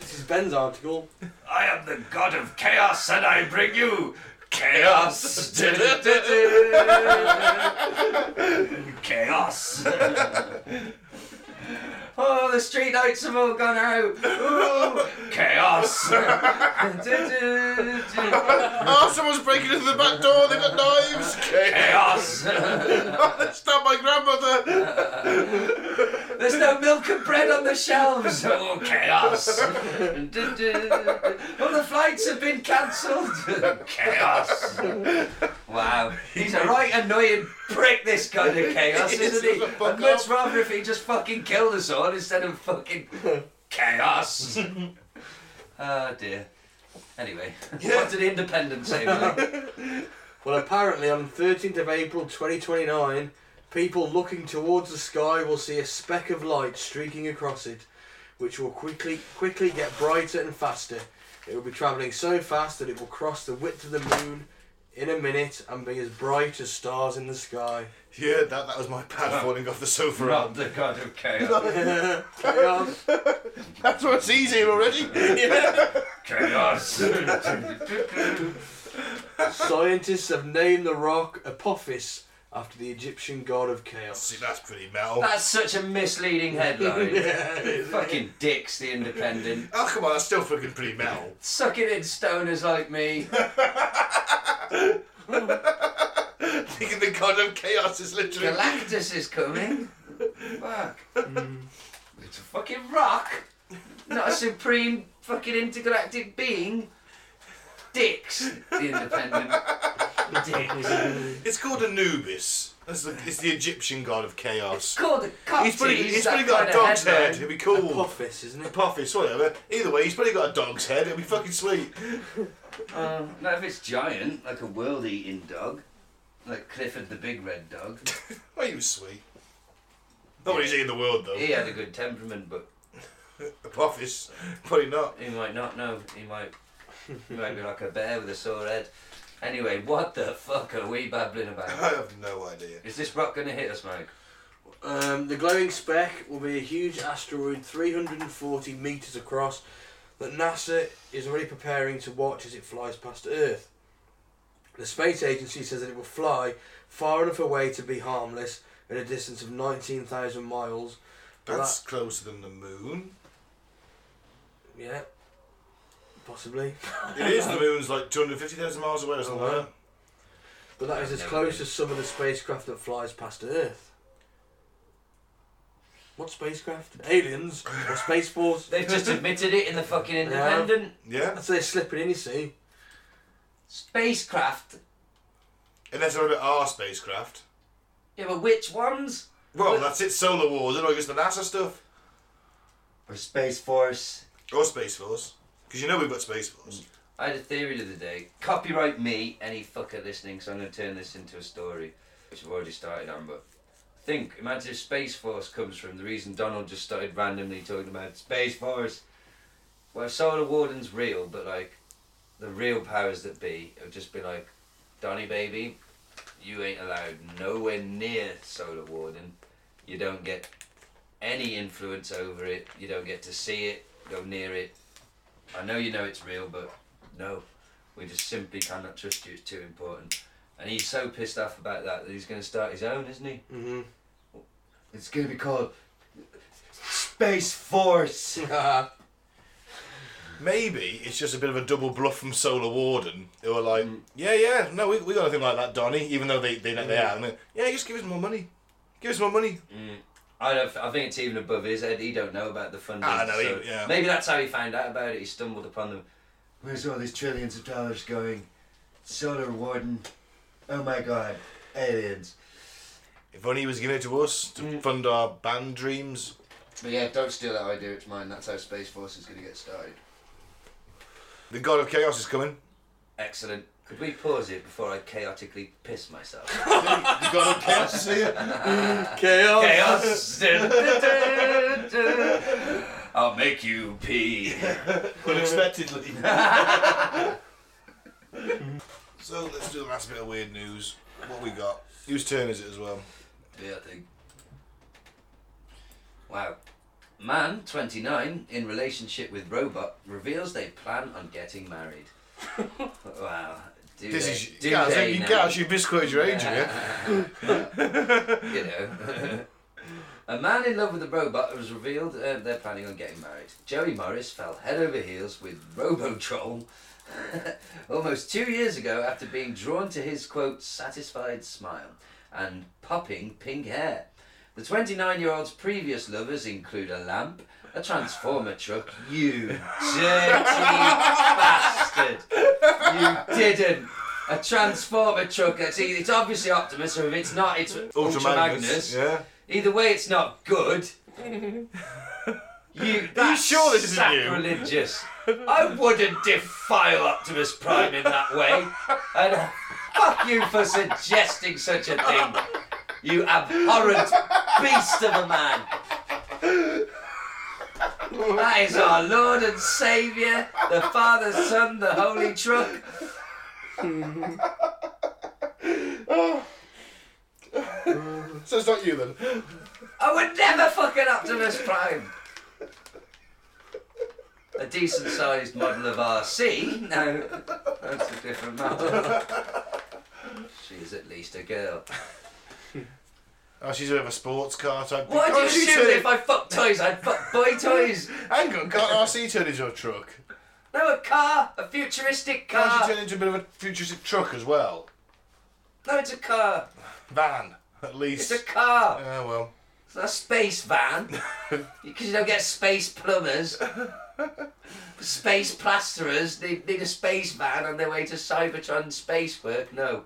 [SPEAKER 4] This is Ben's article.
[SPEAKER 3] I am the god of chaos and I bring you [laughs] chaos. chaos. [laughs] oh, the street lights have all gone out. Ooh, [laughs] chaos.
[SPEAKER 2] oh, someone's breaking into the back door, they've got knives! Chaos!
[SPEAKER 3] chaos.
[SPEAKER 2] Stab my grandmother!
[SPEAKER 3] There's no milk and bread on
[SPEAKER 2] [laughs]
[SPEAKER 3] the shelves. Oh, [laughs] chaos. All the flights have been
[SPEAKER 2] [laughs]
[SPEAKER 3] cancelled. chaos. Wow. He's a right annoying prick, this kind of
[SPEAKER 2] [laughs]
[SPEAKER 3] chaos,
[SPEAKER 2] He is,
[SPEAKER 3] isn't he?
[SPEAKER 2] he's a fuck
[SPEAKER 3] I'd much
[SPEAKER 2] off.
[SPEAKER 3] rather if he just fucking killed us all instead of fucking chaos.
[SPEAKER 2] [laughs]
[SPEAKER 3] Ah,
[SPEAKER 2] [laughs]
[SPEAKER 3] oh, dear. Anyway, what did Independent say? Mike?
[SPEAKER 4] Well, apparently on 13th of April 2029, people looking towards the sky will see a speck of light streaking across it, which will quickly quickly get brighter and faster. It will be travelling so fast that it will cross the width of the moon in a minute and be as bright as stars in the sky.
[SPEAKER 2] Yeah, that, that was my pad falling off the sofa.
[SPEAKER 3] Not the god of chaos.
[SPEAKER 2] [laughs]
[SPEAKER 4] Carry on.
[SPEAKER 2] That's what's easier already.
[SPEAKER 3] chaos. [laughs]
[SPEAKER 4] Scientists have named the rock Apophis after the Egyptian god of chaos.
[SPEAKER 2] See, that's pretty metal.
[SPEAKER 3] That's such a
[SPEAKER 2] [laughs]
[SPEAKER 3] misleading headline. Fucking dicks, the independent.
[SPEAKER 2] Oh, come on, that's still fucking pretty metal.
[SPEAKER 3] Sucking in stoners
[SPEAKER 2] [laughs]
[SPEAKER 3] like me.
[SPEAKER 2] Thinking the god of chaos is literally.
[SPEAKER 3] Galactus is coming. Fuck. It's a fucking rock. Not a supreme fucking intergalactic being. Dicks, the independent. Dicks.
[SPEAKER 2] It's called Anubis. That's the, it's the Egyptian god of chaos.
[SPEAKER 3] Called the Copties.
[SPEAKER 2] He's probably, he's
[SPEAKER 3] that
[SPEAKER 2] probably got a
[SPEAKER 3] kind of
[SPEAKER 2] dog's
[SPEAKER 3] headline.
[SPEAKER 2] head. It'd be cool.
[SPEAKER 4] Apophis, isn't it?
[SPEAKER 2] Apophis, whatever. Either way, he's probably got a dog's head. It'd be fucking sweet.
[SPEAKER 3] Uh, no, if it's giant, like a world-eating dog, like Clifford the Big Red Dog,
[SPEAKER 2] Oh, he was sweet. Not what he's eating the world, though.
[SPEAKER 3] he had a good temperament, but
[SPEAKER 2] Apophis, probably not.
[SPEAKER 3] he might not know. He might, he might [laughs] be like a bear with a sore head. Anyway, what the fuck are we babbling
[SPEAKER 2] I
[SPEAKER 3] about?
[SPEAKER 2] have no idea.
[SPEAKER 3] Is this rock gonna hit us, Mike?
[SPEAKER 4] Um, the glowing speck will be a huge asteroid 340 metres across that NASA is already preparing to watch as it flies past Earth. The space agency says that it will fly far enough away to be harmless at a distance of 19,000 miles. But
[SPEAKER 2] That's closer than the moon.
[SPEAKER 4] that- yeah, possibly. [laughs]
[SPEAKER 2] It is. The moon's like 250,000 miles away or something. like that.
[SPEAKER 4] But that is as
[SPEAKER 3] Never
[SPEAKER 4] close
[SPEAKER 3] been.
[SPEAKER 4] as some of the spacecraft that flies past Earth. What spacecraft? Aliens or
[SPEAKER 3] [laughs]
[SPEAKER 4] Space Force?
[SPEAKER 3] They've just admitted it in the fucking Independent.
[SPEAKER 2] Yeah.
[SPEAKER 4] That's they're slipping in, you see.
[SPEAKER 3] Spacecraft.
[SPEAKER 2] Unless they're on our spacecraft.
[SPEAKER 3] Yeah, but which ones?
[SPEAKER 2] Well, that's it. Solar Wars. They're not against the NASA stuff.
[SPEAKER 3] Or Space Force.
[SPEAKER 2] Or Space Force. Because you know we've got Space Force.
[SPEAKER 3] I had a theory the other day. Copyright me, any fucker listening, so I'm going to turn this into a story, which I've already started on. But think, imagine if Space Force comes from the reason Donald just started randomly talking about Space Force. Well, if Solar Warden's real, but like the real powers that be have just been like, Donny baby, you ain't allowed nowhere near Solar Warden. You don't get any influence over it. You don't get to see it, go near it. I know you know it's real, but no, we just simply cannot trust you. It's too important. And he's so pissed off about that that he's going to start his own, isn't he?
[SPEAKER 4] Mm-hmm.
[SPEAKER 3] It's going to be called Space Force. [laughs]
[SPEAKER 2] Maybe it's just a bit of a double bluff from Solar Warden, who are like, yeah, yeah, no, we, we got nothing like that, Donny, even though they, they, they are. And they're, yeah, just give us more money. Give us more money.
[SPEAKER 3] I don't. I think it's even above his head. He don't know about the funding.
[SPEAKER 2] Ah, no, he-
[SPEAKER 3] so
[SPEAKER 2] yeah.
[SPEAKER 3] Maybe that's how he found out about it. He stumbled upon them. Where's all these trillions of dollars going? Solar Warden. Oh my God, aliens.
[SPEAKER 2] If only he was giving it to us to fund our band dreams.
[SPEAKER 3] But yeah, don't steal that idea. It's mine. That's how Space Force is going to get started.
[SPEAKER 2] The God of Chaos is coming.
[SPEAKER 3] Excellent. Could we pause it before I chaotically piss myself?
[SPEAKER 2] [laughs] the God of Chaos [laughs] is here.
[SPEAKER 4] Chaos.
[SPEAKER 3] Uh, Chaos. [laughs] I'll make you pee.
[SPEAKER 2] [laughs]
[SPEAKER 3] [laughs]
[SPEAKER 2] Unexpectedly. so let's do the last bit of weird news. What we got? Whose turn is it as well?
[SPEAKER 3] Yeah, I think. Wow. Man, 29, in relationship with robot, reveals they plan on
[SPEAKER 2] [laughs]
[SPEAKER 3] getting married. wow. Do
[SPEAKER 2] This
[SPEAKER 3] they,
[SPEAKER 2] is
[SPEAKER 3] do
[SPEAKER 2] Gaz,
[SPEAKER 3] they
[SPEAKER 2] you
[SPEAKER 3] now?
[SPEAKER 2] Gaz, you misquoted your age again.
[SPEAKER 3] you know. [laughs] a man in love with a robot has revealed uh, they're planning on getting married. Joey Morris fell head over heels with Robotroll [laughs] almost two years ago after being drawn to his quote satisfied smile and popping pink hair. The 29 year old's previous lovers include a lamp, a transformer truck. You dirty bastard! You didn't! A transformer truck. That's e- it's obviously Optimus, or if it's not, it's Ultra Magnus.
[SPEAKER 2] Yeah.
[SPEAKER 3] Either way, it's not [laughs] good. you, that's
[SPEAKER 2] sure this isn't you?
[SPEAKER 3] sacrilegious. I wouldn't defile Optimus Prime in that way. And Fuck you for suggesting such a thing. You abhorrent beast of a man. That is our Lord and Saviour, the Father, Son, the Holy Truck.
[SPEAKER 2] So it's not you then.
[SPEAKER 3] I would never fucking Optimus Prime. A decent sized model of RC? No, that's a different matter. She's at least a girl.
[SPEAKER 2] Oh, she's a bit of a sports car type.
[SPEAKER 3] Why do
[SPEAKER 2] Oh,
[SPEAKER 3] you
[SPEAKER 2] she
[SPEAKER 3] assume
[SPEAKER 2] turned-
[SPEAKER 3] that if I fuck toys, I'd fuck boy toys?
[SPEAKER 2] Hang on, can't RC turn into a truck?
[SPEAKER 3] No, a car, a futuristic
[SPEAKER 2] Can't
[SPEAKER 3] car.
[SPEAKER 2] she turn into a bit of a futuristic truck as well?
[SPEAKER 3] No, it's a car.
[SPEAKER 2] Van, at
[SPEAKER 3] It's
[SPEAKER 2] least.
[SPEAKER 3] a car.
[SPEAKER 2] Oh, well.
[SPEAKER 3] It's not a space van. Because you don't get space plumbers. Space plasterers, they need a space van on their way to Cybertron space work. No.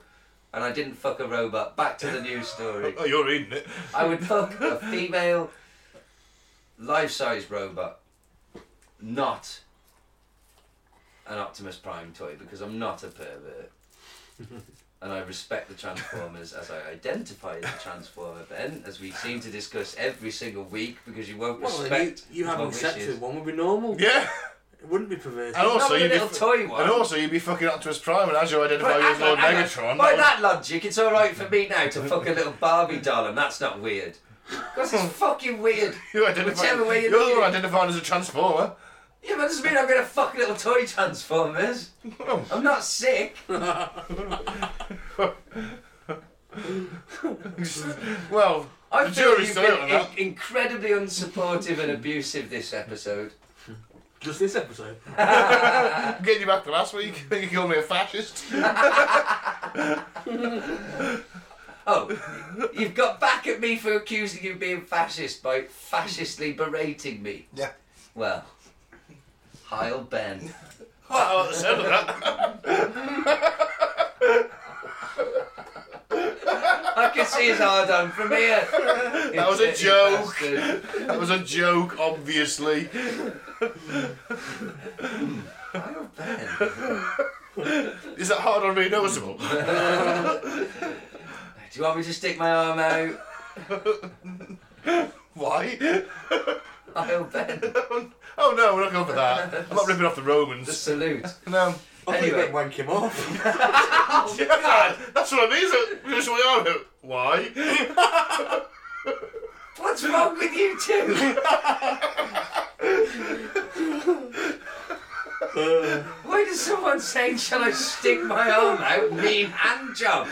[SPEAKER 3] And I didn't fuck a robot. Back to the news story.
[SPEAKER 2] Oh, you're reading it.
[SPEAKER 3] I would fuck a female life size robot, not an Optimus Prime toy, because I'm not
[SPEAKER 2] [laughs]
[SPEAKER 3] a pervert. and I respect the Transformers as I identify as a Transformer, Ben, as we seem to discuss every single week, because you won't
[SPEAKER 4] Well, you,
[SPEAKER 3] respect
[SPEAKER 4] you
[SPEAKER 3] my
[SPEAKER 4] haven't
[SPEAKER 3] wishes.
[SPEAKER 4] accepted one would be normal.
[SPEAKER 2] Yeah.
[SPEAKER 4] It wouldn't be perverted.
[SPEAKER 2] [laughs] And
[SPEAKER 3] Not
[SPEAKER 2] also,
[SPEAKER 3] with a
[SPEAKER 2] you'd be
[SPEAKER 3] little
[SPEAKER 2] f-
[SPEAKER 3] toy one.
[SPEAKER 2] and also you'd be fucking Optimus Prime, and as you identify
[SPEAKER 3] Right,
[SPEAKER 2] you as
[SPEAKER 3] hang
[SPEAKER 2] Lord
[SPEAKER 3] on, hang on.
[SPEAKER 2] Megatron.
[SPEAKER 3] By
[SPEAKER 2] would-
[SPEAKER 3] that logic, it's all right for me now to fuck a little Barbie doll, and that's not weird.
[SPEAKER 2] [laughs]
[SPEAKER 3] Because it's fucking weird.
[SPEAKER 2] you identify,
[SPEAKER 3] Whichever way you
[SPEAKER 2] you're
[SPEAKER 3] look
[SPEAKER 2] the one
[SPEAKER 3] at it.
[SPEAKER 2] identified as a Transformer. [laughs]
[SPEAKER 3] Yeah, but it doesn't mean I'm gonna fuck little toy transformers. I'm not sick.
[SPEAKER 2] Well,
[SPEAKER 3] I
[SPEAKER 2] the
[SPEAKER 3] feel
[SPEAKER 2] jury's
[SPEAKER 3] you've
[SPEAKER 2] still
[SPEAKER 3] been
[SPEAKER 2] out on
[SPEAKER 3] in-
[SPEAKER 2] that.
[SPEAKER 3] incredibly unsupportive and abusive this episode.
[SPEAKER 4] Just this episode.
[SPEAKER 2] I'm getting you back to last week. [laughs] You called me a fascist.
[SPEAKER 3] [laughs]
[SPEAKER 2] [laughs]
[SPEAKER 3] Oh, you've got back at me for accusing you of being fascist by fascistly berating me.
[SPEAKER 2] Yeah.
[SPEAKER 3] Well, Heil Ben.
[SPEAKER 2] Oh, the sound of that.
[SPEAKER 3] I can see his hard on
[SPEAKER 2] [laughs]
[SPEAKER 3] from here. That
[SPEAKER 2] was a joke. That was a joke,
[SPEAKER 3] [laughs]
[SPEAKER 2] obviously.
[SPEAKER 3] Heil Ben.
[SPEAKER 2] Is that hard on me noticeable?
[SPEAKER 3] Do you want me to stick my arm out?
[SPEAKER 2] Why? [laughs]
[SPEAKER 3] Heil Ben.
[SPEAKER 2] Oh no, we're not going for that. I'm not ripping off the
[SPEAKER 3] The
[SPEAKER 2] Romans.
[SPEAKER 3] salute.
[SPEAKER 2] No.
[SPEAKER 4] I think
[SPEAKER 3] Anyway.
[SPEAKER 4] that wank him [laughs] off.
[SPEAKER 2] [laughs] Yeah, that's what I mean. So we just went on. Why?
[SPEAKER 3] What's wrong with you two? Why does someone saying, shall I stick my arm out, mean hand job?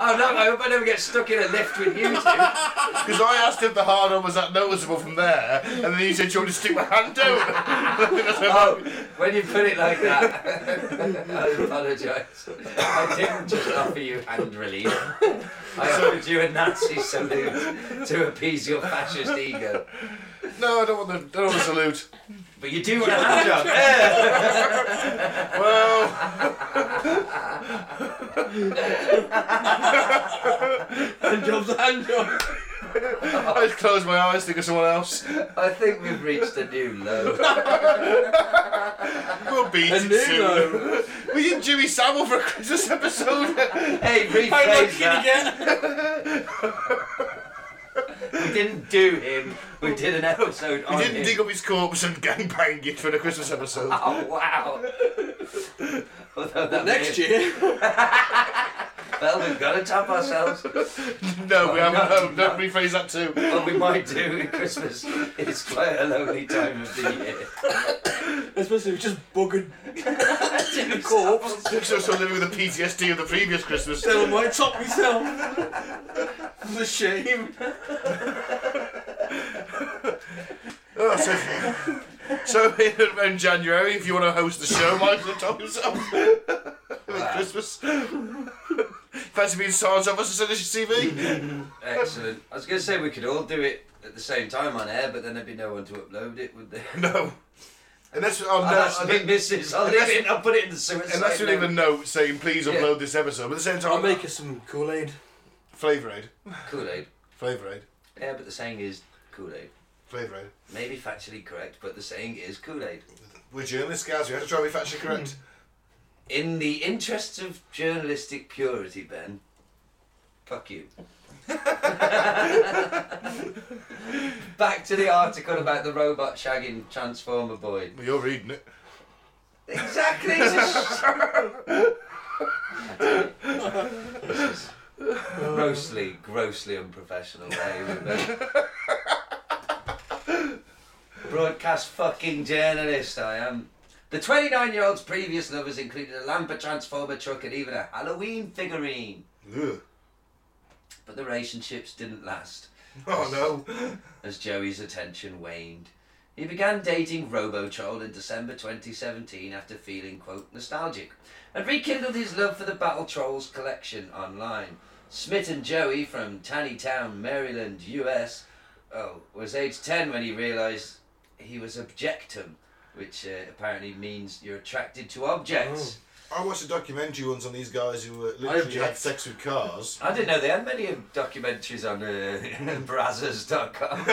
[SPEAKER 3] Oh no, I hope I never get stuck in a lift with you two.
[SPEAKER 2] Because I asked if the hard on was that noticeable from there, and then you said you want to stick my hand out. I think that's [laughs]
[SPEAKER 3] Oh,
[SPEAKER 2] how-
[SPEAKER 3] when you put it like that, I apologise. I didn't just offer you hand relief. I offered you a Nazi salute to appease your fascist ego.
[SPEAKER 2] No, I don't want the, don't want the salute.
[SPEAKER 3] But you do want a hand job.
[SPEAKER 2] Well,
[SPEAKER 4] hand job's a [laughs] hand job.
[SPEAKER 2] I just close my eyes, think of someone else.
[SPEAKER 3] I think we've reached a new low.
[SPEAKER 2] We'll beat
[SPEAKER 4] A
[SPEAKER 2] it
[SPEAKER 4] new
[SPEAKER 2] soon.
[SPEAKER 4] low.
[SPEAKER 2] We did Jimmy Savile for a Christmas [laughs] episode.
[SPEAKER 3] Hey,
[SPEAKER 4] How
[SPEAKER 3] rephrase
[SPEAKER 4] lucky
[SPEAKER 3] that.
[SPEAKER 4] again.
[SPEAKER 3] We didn't do him. We did an episode
[SPEAKER 2] We
[SPEAKER 3] on
[SPEAKER 2] didn't
[SPEAKER 3] him.
[SPEAKER 2] dig up his corpse and [laughs] gangbang it for the Christmas episode.
[SPEAKER 3] Oh wow! [laughs] Although that
[SPEAKER 4] Next
[SPEAKER 3] may-
[SPEAKER 4] year.
[SPEAKER 3] well, we've got to top ourselves.
[SPEAKER 2] No, we
[SPEAKER 3] Oh,
[SPEAKER 2] haven't. No,
[SPEAKER 3] no,
[SPEAKER 2] don't rephrase that too.
[SPEAKER 3] What we might do at Christmas is quite a lonely time of the year.
[SPEAKER 4] [laughs] Especially if just buggered
[SPEAKER 3] Jimmy
[SPEAKER 4] [laughs] corpse.
[SPEAKER 2] So, so living with the PTSD of the previous Christmas.
[SPEAKER 4] Still on my top myself. It's a shame.
[SPEAKER 2] Oh, so, so in, in January, if you want to host the show, might as well tell [laughs] yourself. With Christmas. Fancy being Sarge of us as your CV?
[SPEAKER 3] Excellent. I was going to say we could all do it at the same time on air, but then there'd be no one to upload it, would there? [laughs]
[SPEAKER 2] No. [laughs] Unless, oh,
[SPEAKER 3] Oh, that's
[SPEAKER 2] no,
[SPEAKER 3] me, missus. I'll leave
[SPEAKER 2] unless-
[SPEAKER 3] it. I'll put it in the suicide.
[SPEAKER 2] unless you leave a
[SPEAKER 3] note.
[SPEAKER 2] note saying, please
[SPEAKER 3] Yeah.
[SPEAKER 2] upload this episode. But at the same time,
[SPEAKER 4] I'll make us some Kool Aid.
[SPEAKER 2] Flavour Aid.
[SPEAKER 3] Kool Aid.
[SPEAKER 2] Flavour Aid.
[SPEAKER 3] Yeah, but the saying is Kool Aid.
[SPEAKER 2] Flavour Aid.
[SPEAKER 3] Maybe factually correct, but the saying is Kool Aid.
[SPEAKER 2] We're journalists, guys. We have to try and be factually correct.
[SPEAKER 3] in the interests of journalistic purity, Ben, fuck you. Back to the article about the robot shagging Transformer boy.
[SPEAKER 2] Hmm. Well, You're reading it.
[SPEAKER 3] Exactly. it's a- This is grossly, grossly unprofessional eh, behaviour. Broadcast fucking journalist, I am. The 29 year old's previous lovers included a Lampa Transformer truck and even a Halloween figurine.
[SPEAKER 2] Ugh.
[SPEAKER 3] But the relationships didn't last
[SPEAKER 2] Oh no.
[SPEAKER 3] as Joey's attention waned. He began dating Robochild in December 2017 after feeling, quote, nostalgic, and rekindled his love for the Battle Trolls collection online. Smith and Joey from Tannytown, Maryland, US, oh, was age 10 when he realised he was objectum, which uh, apparently means you're attracted to objects.
[SPEAKER 2] I watched a documentary once on these guys who uh, literally
[SPEAKER 4] object.
[SPEAKER 2] had sex with cars.
[SPEAKER 3] I didn't know they had many documentaries on uh, [laughs] Brazzers.com.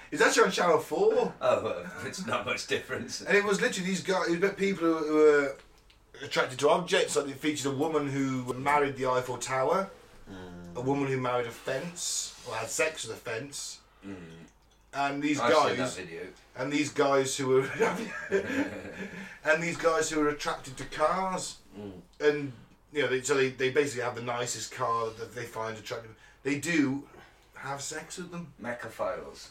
[SPEAKER 3] [laughs]
[SPEAKER 2] It's actually on Channel 4.
[SPEAKER 3] oh, well, it's not much difference.
[SPEAKER 2] And it was literally these guys, it was about people who, who were attracted to objects. Like they featured a woman who married the Eiffel Tower, a woman who married a fence, or had sex with a fence. And these
[SPEAKER 3] Hmm. I've seen that
[SPEAKER 2] guys,
[SPEAKER 3] video.
[SPEAKER 2] and these guys who were, [laughs] and these guys who were attracted to cars, and you know, they, so they, they basically have the nicest car that they find attractive. They do have sex with them.
[SPEAKER 3] Mechaphiles.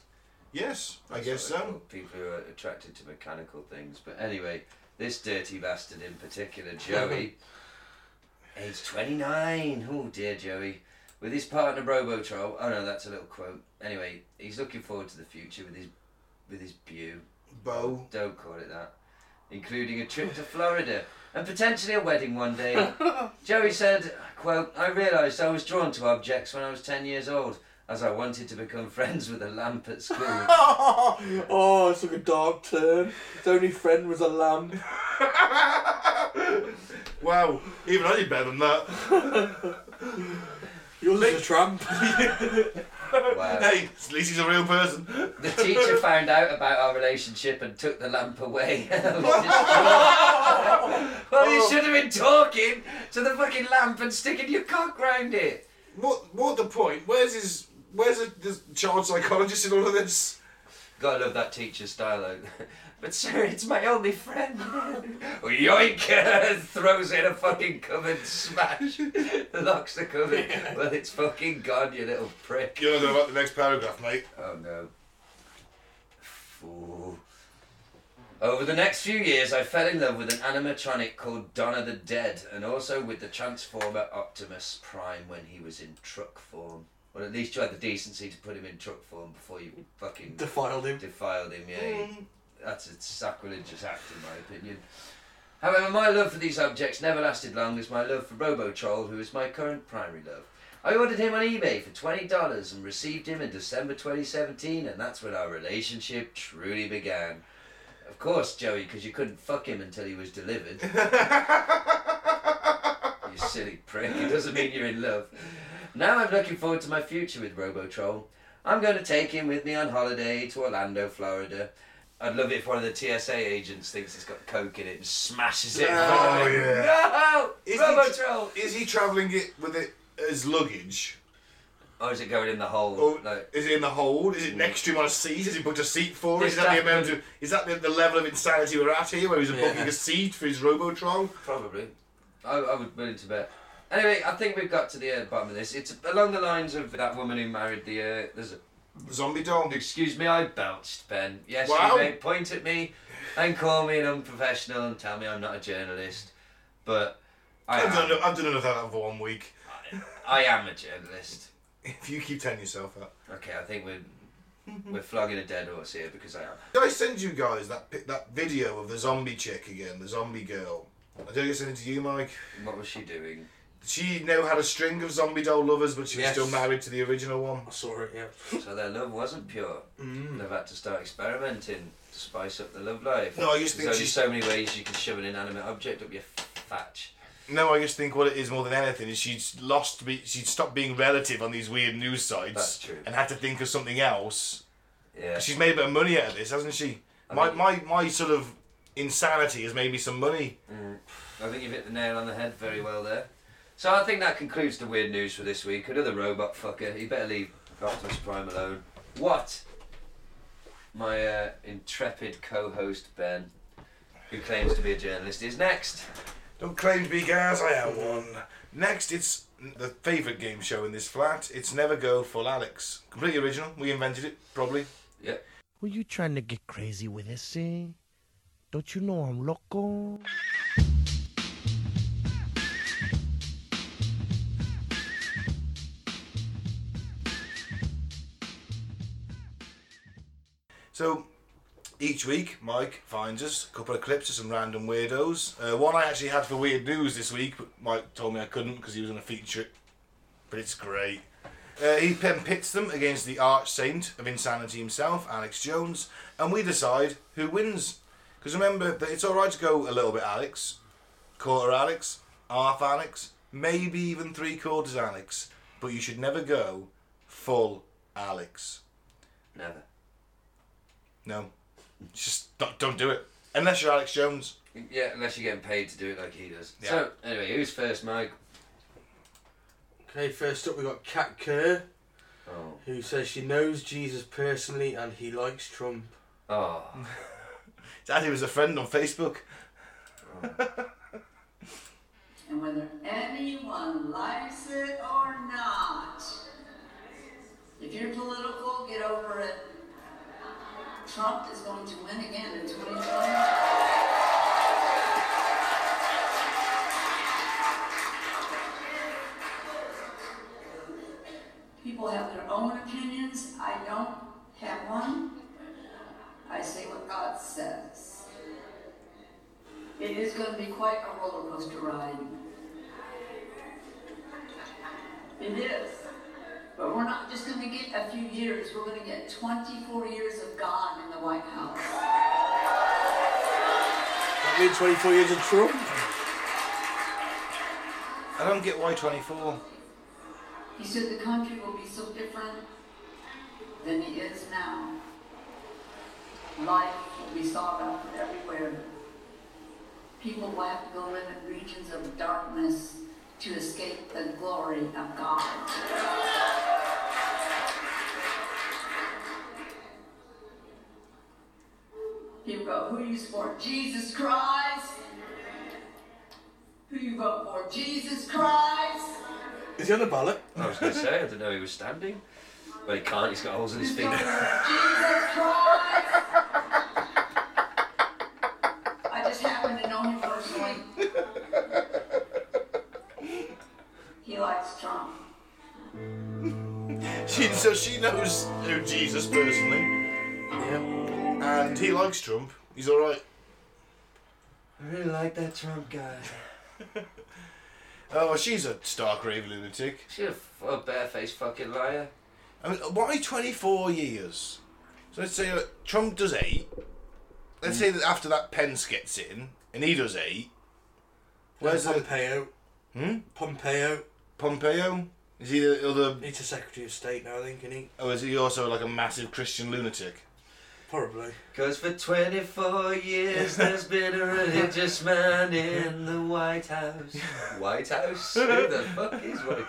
[SPEAKER 2] Yes, I
[SPEAKER 3] That's
[SPEAKER 2] guess
[SPEAKER 3] what they're
[SPEAKER 2] so.
[SPEAKER 3] called, People who are attracted to mechanical things. But anyway, this dirty bastard in particular,
[SPEAKER 2] [laughs]
[SPEAKER 3] Joey, age 29. Oh dear, Joey. With his partner Robotrol. Oh no, that's a little quote. Anyway, he's looking forward to the future with his with his beau.
[SPEAKER 2] Bo.
[SPEAKER 3] Don't call it that. Including a trip to Florida and potentially a wedding
[SPEAKER 2] [laughs]
[SPEAKER 3] one day. Joey said, quote, I realised I was drawn to objects when I was 10 years old, as I wanted to become friends with a lamp at school.
[SPEAKER 4] [laughs] oh, it's like a dark turn. His only friend was a lamp.
[SPEAKER 2] Wow, even I did better than [laughs] that.
[SPEAKER 4] Yours is a tramp. [laughs]
[SPEAKER 3] Wow.
[SPEAKER 2] Hey, at least he's a real person.
[SPEAKER 3] The teacher found out about our relationship and took the lamp away. [laughs] well, you should have been talking to the fucking lamp and sticking your cock round it.
[SPEAKER 2] What? What the point? Where's his? Where's the, the child psychologist in all of this?
[SPEAKER 3] Gotta love that teacher's style though. [laughs] But sir, it's my only friend. [laughs] Yoink! [laughs] Throws in a fucking cupboard, smash. [laughs] Locks the cupboard. Well, it's fucking gone, you little prick.
[SPEAKER 2] You're not going to like the next paragraph, mate.
[SPEAKER 3] Oh no. Fool. Over the next few years, I fell in love with an animatronic called Donna the Dead, and also with the Transformer Optimus Prime when he was in truck form. Well, at least you had the decency to put him in truck form before you fucking
[SPEAKER 4] Defiled him.
[SPEAKER 3] defiled him, Mm. yeah. you- That's a sacrilegious act, in my opinion. However, my love for these objects never lasted long as my love for Robotrol, who is my current primary love. I ordered him on eBay for $20 and received him in December 2017, and that's when our relationship truly began. Of course, Joey, because you couldn't fuck him until he
[SPEAKER 2] [laughs]
[SPEAKER 3] was delivered. you silly prick, it doesn't mean you're in love. Now I'm looking forward to my future with Robotrol. I'm going to take him with me on holiday to Orlando, Florida. I'd love it if one of the TSA agents thinks it's got coke in it and smashes it. in
[SPEAKER 2] Oh,
[SPEAKER 3] front of him.
[SPEAKER 2] Is
[SPEAKER 3] No!
[SPEAKER 2] he-
[SPEAKER 3] Robotrol!
[SPEAKER 2] Is he travelling it with it as luggage?
[SPEAKER 3] Or is it going in the hole?
[SPEAKER 2] Or
[SPEAKER 3] like,
[SPEAKER 2] is it in the hold? Is it next to him on a seat? Has he booked a seat for it?
[SPEAKER 3] This
[SPEAKER 2] Is that the
[SPEAKER 3] happened-
[SPEAKER 2] amount of, Is that the, the level of insanity we're at here, where he's
[SPEAKER 4] Yeah.
[SPEAKER 2] booking a seat for his Robotron?
[SPEAKER 3] probably. I, I would willing to bet. Anyway, I think we've got to the uh, bottom of this. It's along the lines of that woman who married the. Uh, there's a,
[SPEAKER 2] Zombie dog.
[SPEAKER 3] excuse me, I belched, Ben. Yes,
[SPEAKER 2] Wow.
[SPEAKER 3] you may point at me and call me an unprofessional and tell me I'm not a journalist, but I
[SPEAKER 2] I've done,
[SPEAKER 3] am,
[SPEAKER 2] enough- I've done enough of that for one week.
[SPEAKER 3] I am a journalist.
[SPEAKER 2] If you keep telling yourself that.
[SPEAKER 3] Okay, I think we're we're flogging a dead horse here because I am.
[SPEAKER 2] Did I send you guys that pi- that video of the zombie chick again, the zombie girl? I did I send it to you, Mike.
[SPEAKER 3] What was she doing?
[SPEAKER 2] She now had a string of zombie doll lovers, but she was
[SPEAKER 4] Yes.
[SPEAKER 2] still married to the original one.
[SPEAKER 4] I saw it, yeah.
[SPEAKER 3] So their love wasn't pure.
[SPEAKER 2] Mm.
[SPEAKER 3] They've had to start experimenting to spice up the love life.
[SPEAKER 2] No, I just think
[SPEAKER 3] There's only
[SPEAKER 2] she's-
[SPEAKER 3] so many ways you can shove an inanimate object up your fatch.
[SPEAKER 2] No, I just think what it is more than anything is she's lost. Be- she'd stopped being relative on these weird news sites
[SPEAKER 3] That's true.
[SPEAKER 2] and had to think of something else.
[SPEAKER 3] Yeah.
[SPEAKER 2] She's made a bit of money out of this, hasn't she? My,
[SPEAKER 3] mean-
[SPEAKER 2] my my sort of insanity has made me some money.
[SPEAKER 3] I think you've hit the nail on the head very well there. So I think that concludes the weird news for this week. Another robot fucker. You better leave Optimus Prime alone. What? My uh, intrepid co-host Ben, who claims to be a journalist, is next.
[SPEAKER 2] Don't claim to be guys, I am one. Next, it's the favourite game show in this flat. It's Never Go Full Alex. Completely original. We invented it, probably.
[SPEAKER 3] Yep.
[SPEAKER 7] Were you trying to get crazy with this, eh? Don't you know I'm loco?
[SPEAKER 2] So each week, Mike finds us a couple of clips of some random weirdos. Uh, one I actually had for weird news this week, but Mike told me I couldn't because he was going to feature it. But it's great. Uh, he then pits them against the arch saint of insanity himself, Alex Jones, and we decide who wins. Because remember that it's alright to go a little bit Alex, quarter Alex, half Alex, maybe even three quarters Alex, but you should never go full Alex.
[SPEAKER 3] Never.
[SPEAKER 2] No. Just don't, don't do it. Unless you're Alex Jones.
[SPEAKER 3] Yeah, unless you're getting paid to do it like he does.
[SPEAKER 2] Yeah.
[SPEAKER 3] So anyway, who's first, Mike?
[SPEAKER 4] Okay, first up we got Kat Kerr,
[SPEAKER 3] Oh.
[SPEAKER 4] who says she knows Jesus personally and he likes Trump.
[SPEAKER 3] Oh.
[SPEAKER 2] Daddy was a friend on Facebook.
[SPEAKER 8] and whether anyone likes it or not. If you're political, get over it. Trump is going to win again in 2020. People have their own opinions. I don't have one. I say what God says. It is going to be quite a roller coaster ride. It is. But we're not just going to get a few years, we're going to get 24 years of God in the White House.
[SPEAKER 4] That means 24 years of Trump.
[SPEAKER 2] I don't get why 24.
[SPEAKER 8] He said the country will be so different than it is now. Life will be sought after everywhere. People will have to go live in regions of darkness to escape the glory of God. You vote who you support, Jesus Christ. Who you vote for, Jesus Christ.
[SPEAKER 4] Is he on the ballot?
[SPEAKER 3] I was going to say, I didn't know he was standing. Well, he can't, he's got holes in his
[SPEAKER 8] Jesus
[SPEAKER 3] feet.
[SPEAKER 8] Christ! I just happen to know him personally. He likes Trump.
[SPEAKER 2] [laughs] She, so she knows who Jesus personally.
[SPEAKER 4] Yeah.
[SPEAKER 2] And he likes Trump. He's alright.
[SPEAKER 3] I really like that Trump guy.
[SPEAKER 2] Oh, she's a stark raving lunatic.
[SPEAKER 3] She's a, f- a barefaced fucking liar.
[SPEAKER 2] I mean, why 24 years? So let's say uh, Trump does eight. Let's say that after that Pence gets in, and he does eight. Where's the
[SPEAKER 4] Pompeo?
[SPEAKER 2] Hmm?
[SPEAKER 4] Pompeo.
[SPEAKER 2] Pompeo? Is he the other?
[SPEAKER 4] He's a Secretary of State now, I think, isn't he?
[SPEAKER 2] Oh, is he also like a massive Christian lunatic? [laughs]
[SPEAKER 4] Probably.
[SPEAKER 3] Because for 24 years there's been a religious man in the White House. [laughs] White [laughs] House? Who the fuck is White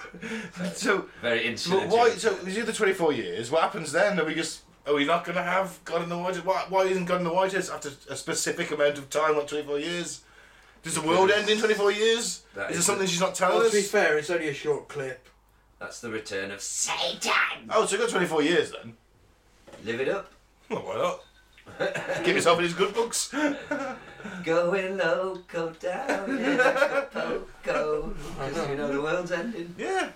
[SPEAKER 3] House?
[SPEAKER 2] So
[SPEAKER 3] Very
[SPEAKER 2] But
[SPEAKER 3] insolent.
[SPEAKER 2] why? So these are the twenty-four years. What happens then? Are we just? Are we not going to have God in the White House? Why, why isn't God in the White House after a specific amount of time, like twenty-four years? Does the world end in twenty-four years? Is there
[SPEAKER 3] That is
[SPEAKER 2] something
[SPEAKER 3] it.
[SPEAKER 2] she's not
[SPEAKER 4] Well,
[SPEAKER 2] telling
[SPEAKER 4] to be
[SPEAKER 2] us?
[SPEAKER 4] fair, it's only a short clip.
[SPEAKER 3] That's the return of Satan.
[SPEAKER 2] Oh, so we got twenty-four years then.
[SPEAKER 3] Live it up.
[SPEAKER 2] Well, why not? [laughs] Give yourself in his good books.
[SPEAKER 3] Going loco down [laughs] in Acapulco. Because you know the world's ending.
[SPEAKER 2] Yeah.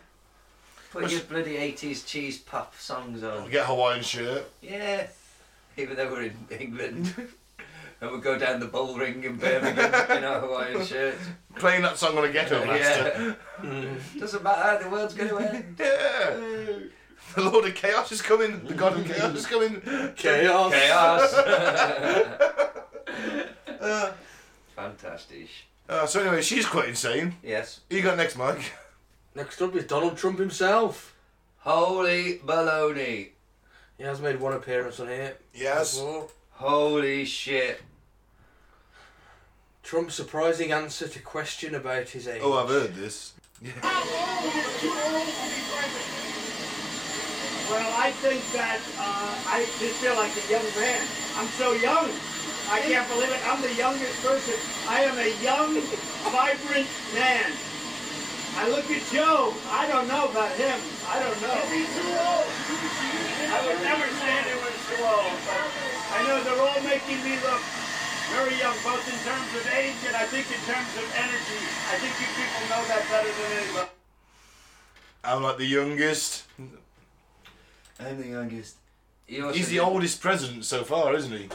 [SPEAKER 3] Put your bloody 80s cheese puff songs on.
[SPEAKER 2] We get a Hawaiian shirt.
[SPEAKER 3] Yeah, even though we're in [laughs] England. And we go down the bull ring in Birmingham in our [laughs] Hawaiian shirts.
[SPEAKER 2] Playing that song on a ghetto master.
[SPEAKER 3] Yeah. Mm. Doesn't matter, the world's going
[SPEAKER 2] [laughs]
[SPEAKER 3] to end.
[SPEAKER 2] Yeah. The Lord of Chaos is coming. The God of Chaos is coming. [laughs]
[SPEAKER 4] Chaos.
[SPEAKER 3] [laughs] Chaos. Uh. Fantastic.
[SPEAKER 2] Uh, so anyway, she's quite insane.
[SPEAKER 3] Yes.
[SPEAKER 2] Who you got next, Mike?
[SPEAKER 4] Next up is Donald Trump himself.
[SPEAKER 3] Holy baloney.
[SPEAKER 4] He has made one
[SPEAKER 2] Oh,
[SPEAKER 4] appearance on here.
[SPEAKER 2] Yes.
[SPEAKER 4] before.
[SPEAKER 3] Holy shit.
[SPEAKER 4] Trump's surprising answer to question about his age.
[SPEAKER 2] Oh, I've heard this.
[SPEAKER 9] Well, I think that uh, I just feel like a young man. I'm so young. I can't believe it. I'm the youngest person. I am a young, vibrant man. I look at Joe. I don't know about him. I don't know. I would never say anyone's too old. But I know they're all making me look very young, both in terms of age and I think in terms of energy. I think you people know that better than anybody.
[SPEAKER 2] I'm like the youngest.
[SPEAKER 3] I'm the youngest. He also
[SPEAKER 2] He's the
[SPEAKER 3] didn't-
[SPEAKER 2] oldest president so far, isn't he?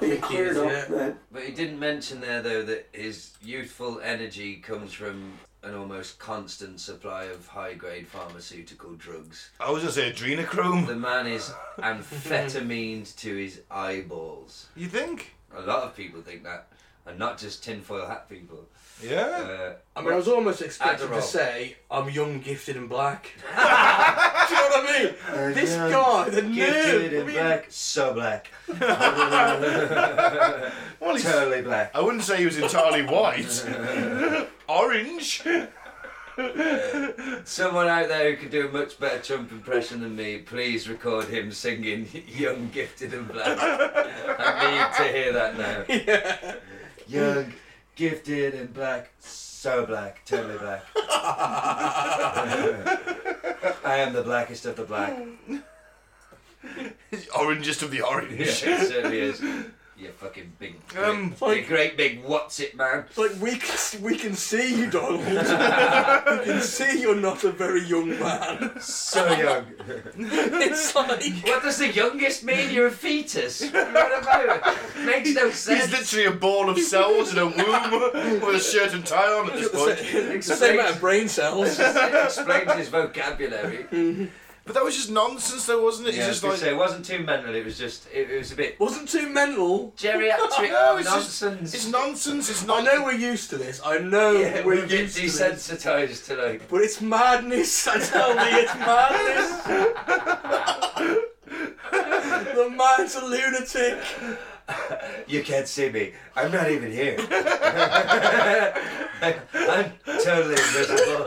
[SPEAKER 4] He cleared up that.
[SPEAKER 3] But he didn't mention there though that his youthful energy comes from an almost constant supply of high grade pharmaceutical drugs.
[SPEAKER 2] I was gonna say adrenochrome.
[SPEAKER 3] The man [laughs] is amphetamines to his eyeballs.
[SPEAKER 2] You think?
[SPEAKER 3] A lot of people think that, and not just tinfoil hat people.
[SPEAKER 2] Yeah.
[SPEAKER 3] Uh,
[SPEAKER 4] I mean, I was almost expected
[SPEAKER 3] Adderall.
[SPEAKER 4] to say, I'm young, gifted, and black. [laughs] Do you know what I mean? this guy, the nerve.
[SPEAKER 3] Gifted
[SPEAKER 4] I
[SPEAKER 3] in
[SPEAKER 4] mean,
[SPEAKER 3] black, so black.
[SPEAKER 2] Well, he's,
[SPEAKER 3] totally black.
[SPEAKER 2] I wouldn't say he was
[SPEAKER 3] [laughs]
[SPEAKER 2] entirely white. Orange.
[SPEAKER 3] Someone out there who could do a much better Trump impression than me, please record him singing [laughs] Young, Gifted and Black. I need to hear that now. Young, gifted and black, so black, totally black. [laughs] I am the blackest of the black.
[SPEAKER 2] Orangest of the [laughs]
[SPEAKER 3] Yeah,
[SPEAKER 2] orange.
[SPEAKER 3] it certainly is. You fucking big, great,
[SPEAKER 2] Um,
[SPEAKER 3] you great big what's it man.
[SPEAKER 4] It's like, we can, we can see you,
[SPEAKER 3] [laughs]
[SPEAKER 4] Donald. we can see you're not a very young man. [laughs]
[SPEAKER 3] So young.
[SPEAKER 4] It's
[SPEAKER 3] [laughs]
[SPEAKER 4] like.
[SPEAKER 3] what does the youngest mean? You're a fetus.
[SPEAKER 2] [laughs]
[SPEAKER 3] What about? Makes no sense.
[SPEAKER 2] He's literally a ball of cells in a womb [laughs] with a shirt and tie on at
[SPEAKER 3] [laughs]
[SPEAKER 2] this point.
[SPEAKER 4] It's the same amount of brain cells.
[SPEAKER 3] It explains
[SPEAKER 2] [laughs]
[SPEAKER 3] his vocabulary.
[SPEAKER 2] But that was just nonsense, though, wasn't it?
[SPEAKER 3] Yeah, I was
[SPEAKER 2] it's
[SPEAKER 3] gonna
[SPEAKER 2] just
[SPEAKER 3] say,
[SPEAKER 2] like
[SPEAKER 3] it wasn't too mental. It was just, it, it was a bit
[SPEAKER 4] Wasn't too mental.
[SPEAKER 2] "Oh,
[SPEAKER 3] geriatric
[SPEAKER 2] [laughs] No, it's just-
[SPEAKER 3] nonsense.
[SPEAKER 2] it's nonsense. It's
[SPEAKER 4] I
[SPEAKER 2] not.
[SPEAKER 4] know we're used to this. I know
[SPEAKER 3] [laughs] yeah,
[SPEAKER 4] we're,
[SPEAKER 3] we get
[SPEAKER 4] used to this.
[SPEAKER 3] desensitized to like.
[SPEAKER 4] But it's madness, [laughs] I tell thee,
[SPEAKER 3] [laughs]
[SPEAKER 4] it's madness. [laughs] the man's a lunatic.
[SPEAKER 3] You can't see me. I'm not
[SPEAKER 2] [laughs]
[SPEAKER 3] even here. [laughs] I'm totally invisible.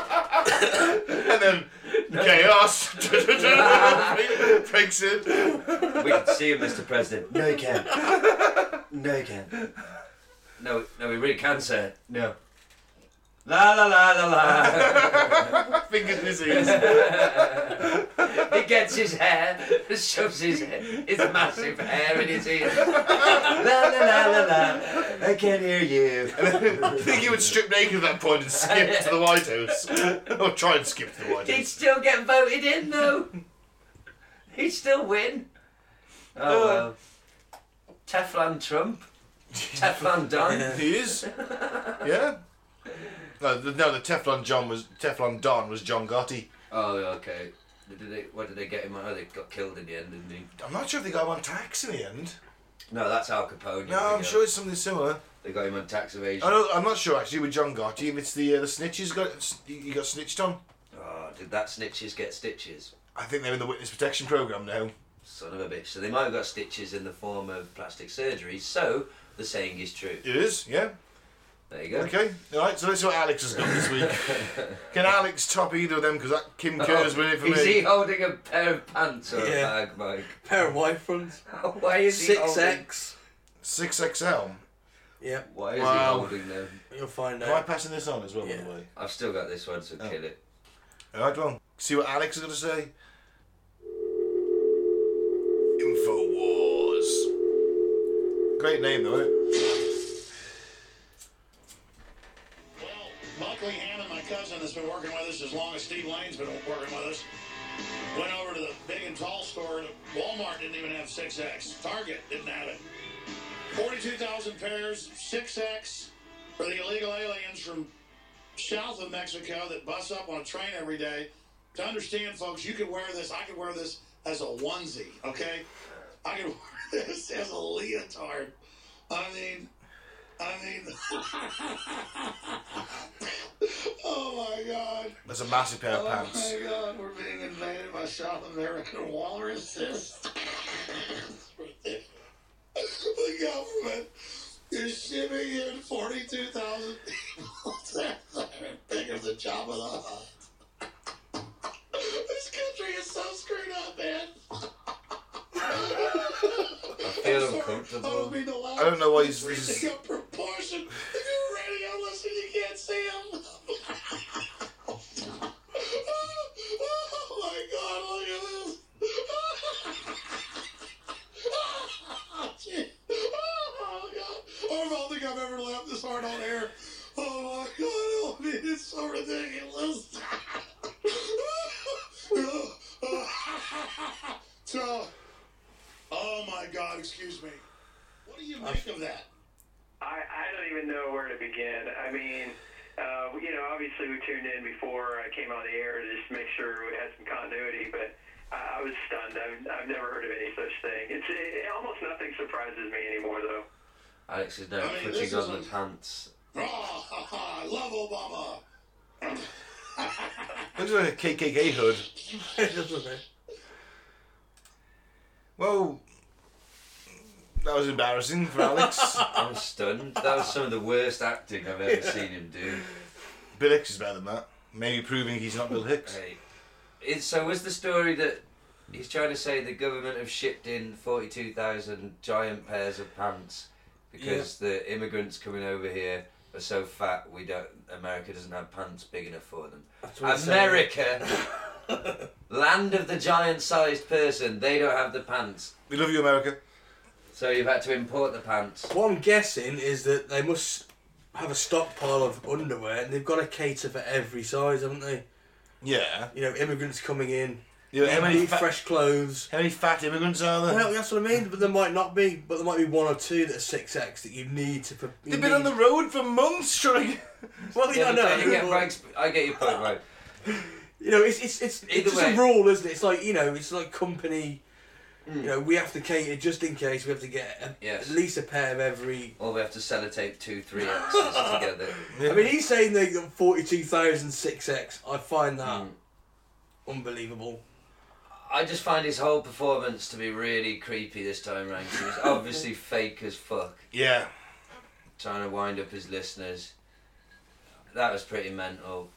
[SPEAKER 3] [laughs]
[SPEAKER 2] And then chaos [laughs] breaks
[SPEAKER 3] [laughs]
[SPEAKER 2] in.
[SPEAKER 3] we can see you, Mr. President. No, you can't. No, you can't. No, no, we really can, sir. No. La la la la la.
[SPEAKER 2] Fingers in his ears.
[SPEAKER 3] he gets his hair, shoves his, his massive hair in his ear. la la la la la. I can't hear you.
[SPEAKER 2] I think he would strip naked at that point and skip to the White House. or try and skip to the White
[SPEAKER 3] He'd
[SPEAKER 2] House.
[SPEAKER 3] still get voted in, though. He'd still win. Oh, well. Teflon Trump. Teflon Don.
[SPEAKER 2] He is. Yeah. No, the, no, the Teflon John was Teflon Don was John Gotti.
[SPEAKER 3] oh, okay. Did they, what did they get him on? Oh, they got killed in the end, didn't he?
[SPEAKER 2] I'm not sure if they got him on tax in the end.
[SPEAKER 3] No, that's Al Capone.
[SPEAKER 2] No, I'm sure Oh. it's something similar.
[SPEAKER 3] They got him on tax evasion.
[SPEAKER 2] I know, I'm not sure actually with John Gotti if it's the uh, the snitches got he got snitched on.
[SPEAKER 3] Oh, did that snitches get stitches?
[SPEAKER 2] I think they're in the witness protection program now.
[SPEAKER 3] Son of a bitch. So they might have got stitches in the form of plastic surgery, so the saying is true.
[SPEAKER 2] It is, yeah.
[SPEAKER 3] There you go.
[SPEAKER 2] Okay, all right. So let's see what Alex has got this
[SPEAKER 3] [laughs]
[SPEAKER 2] week. Can Alex top either of them? Because that Kim Kerr's
[SPEAKER 3] Oh,
[SPEAKER 2] winning it for
[SPEAKER 3] is
[SPEAKER 2] me.
[SPEAKER 3] he holding a pair of pants or
[SPEAKER 4] Yeah.
[SPEAKER 3] a bag, Mike? [laughs]
[SPEAKER 4] Pair of wife fronts.
[SPEAKER 3] Why is he
[SPEAKER 4] Six
[SPEAKER 3] holding...
[SPEAKER 4] X.
[SPEAKER 2] Six XL.
[SPEAKER 4] Yep,
[SPEAKER 3] Why is
[SPEAKER 2] Wow.
[SPEAKER 3] he holding them?
[SPEAKER 4] you'll find
[SPEAKER 2] Am I
[SPEAKER 4] out.
[SPEAKER 2] passing this on as well, by
[SPEAKER 4] Yeah.
[SPEAKER 2] the way?
[SPEAKER 3] I've still got this one, so
[SPEAKER 2] Oh.
[SPEAKER 3] kill it.
[SPEAKER 2] All right, well, see what Alex is going to say. Infowars. Great name, though, isn't it?
[SPEAKER 9] Well, Buckley Hammond, my cousin, has been working with us as long as Steve Lane's been working with us. Went over to the big and tall store. and Walmart didn't even have 6X. Target didn't have it. 42,000 pairs, 6X, for the illegal aliens from south of Mexico that bus up on a train every day. To understand, folks, you could wear this. I could wear this as a onesie, okay? I could [laughs] wear this as a leotard. I mean, I mean, [laughs] oh my God.
[SPEAKER 2] That's a massive pair of
[SPEAKER 9] Oh
[SPEAKER 2] pants.
[SPEAKER 9] my god, we're being invaded by South American walruses. Look the government is shipping in 42,000 people [laughs] to think of the job of the Hutt. This country is so screwed up, man.
[SPEAKER 3] I feel
[SPEAKER 9] I don't
[SPEAKER 3] uncomfortable.
[SPEAKER 9] mean to laugh.
[SPEAKER 2] I don't know why he's-
[SPEAKER 9] Every single proportion. If you're a radio listener, you can't see him. [laughs] oh my God! Look at this. [laughs] Oh, gee. Oh, God. Oh, I don't think I've ever laughed this hard on air. Oh my god, I mean, it's so ridiculous. [laughs] so, oh my god, excuse me. What do you make of that?
[SPEAKER 1] I, I don't even know where to begin. I mean, uh, you know, obviously we tuned in before I came on the air to just make sure we had some continuity, but I, I was stunned. I've, I've never heard of any such thing. It's it, almost nothing surprises me anymore, though.
[SPEAKER 3] Alex is now
[SPEAKER 9] I mean, this
[SPEAKER 3] putting on
[SPEAKER 9] isn't-
[SPEAKER 3] the pants.
[SPEAKER 9] Ah, ha, ha, I love Obama.
[SPEAKER 2] Looks like a KKK hood.
[SPEAKER 4] Doesn't it?
[SPEAKER 2] Well, that was embarrassing for
[SPEAKER 4] [laughs]
[SPEAKER 2] Alex.
[SPEAKER 3] I'm stunned. That was some of the worst acting I've ever seen him do.
[SPEAKER 2] Bill Hicks is better than that. Maybe proving he's not Bill Hicks.
[SPEAKER 3] Hey. It, so was the story that he's trying to say the government have shipped in 42,000 giant pairs of pants because the immigrants coming over here are so fat we don't America doesn't have pants big enough for them.
[SPEAKER 4] what he said.
[SPEAKER 3] America land of the giant sized person, they don't have the pants.
[SPEAKER 2] We love you, America.
[SPEAKER 3] So you've had to import the pants.
[SPEAKER 4] What I'm guessing is that they must have a stockpile of underwear and they've got to cater for every size, haven't they?
[SPEAKER 2] Yeah.
[SPEAKER 4] You know, immigrants coming in,
[SPEAKER 2] You know, how, many
[SPEAKER 4] need
[SPEAKER 2] fa-
[SPEAKER 4] fresh clothes.
[SPEAKER 2] how many fat immigrants are there?
[SPEAKER 4] Well, that's what I mean. But there might not be, but there might be one or two that are six X that you need to. pre- you
[SPEAKER 2] They've been on
[SPEAKER 4] need-
[SPEAKER 2] the road for months trying.
[SPEAKER 4] Well, you
[SPEAKER 3] Yeah,
[SPEAKER 4] know,
[SPEAKER 3] but you get
[SPEAKER 4] but-
[SPEAKER 3] Frank's- I get your point, right?
[SPEAKER 4] You know, it's it's it's,
[SPEAKER 3] Either
[SPEAKER 4] it's just
[SPEAKER 3] way.
[SPEAKER 4] a rule, isn't it? It's like you know, it's like company. You know, we have to cater just in case. We have to get a,
[SPEAKER 3] Yes.
[SPEAKER 4] at least a pair of every.
[SPEAKER 3] Or we have to sellotape two three X's together.
[SPEAKER 4] I mean, he's saying they got forty-two thousand six X. I find that
[SPEAKER 3] Hmm.
[SPEAKER 4] unbelievable.
[SPEAKER 3] I just find his whole performance to be really creepy this time round. 'cause He was obviously fake as fuck,
[SPEAKER 2] Yeah.
[SPEAKER 3] trying to wind up his listeners. That was pretty
[SPEAKER 4] [laughs]
[SPEAKER 3] mental.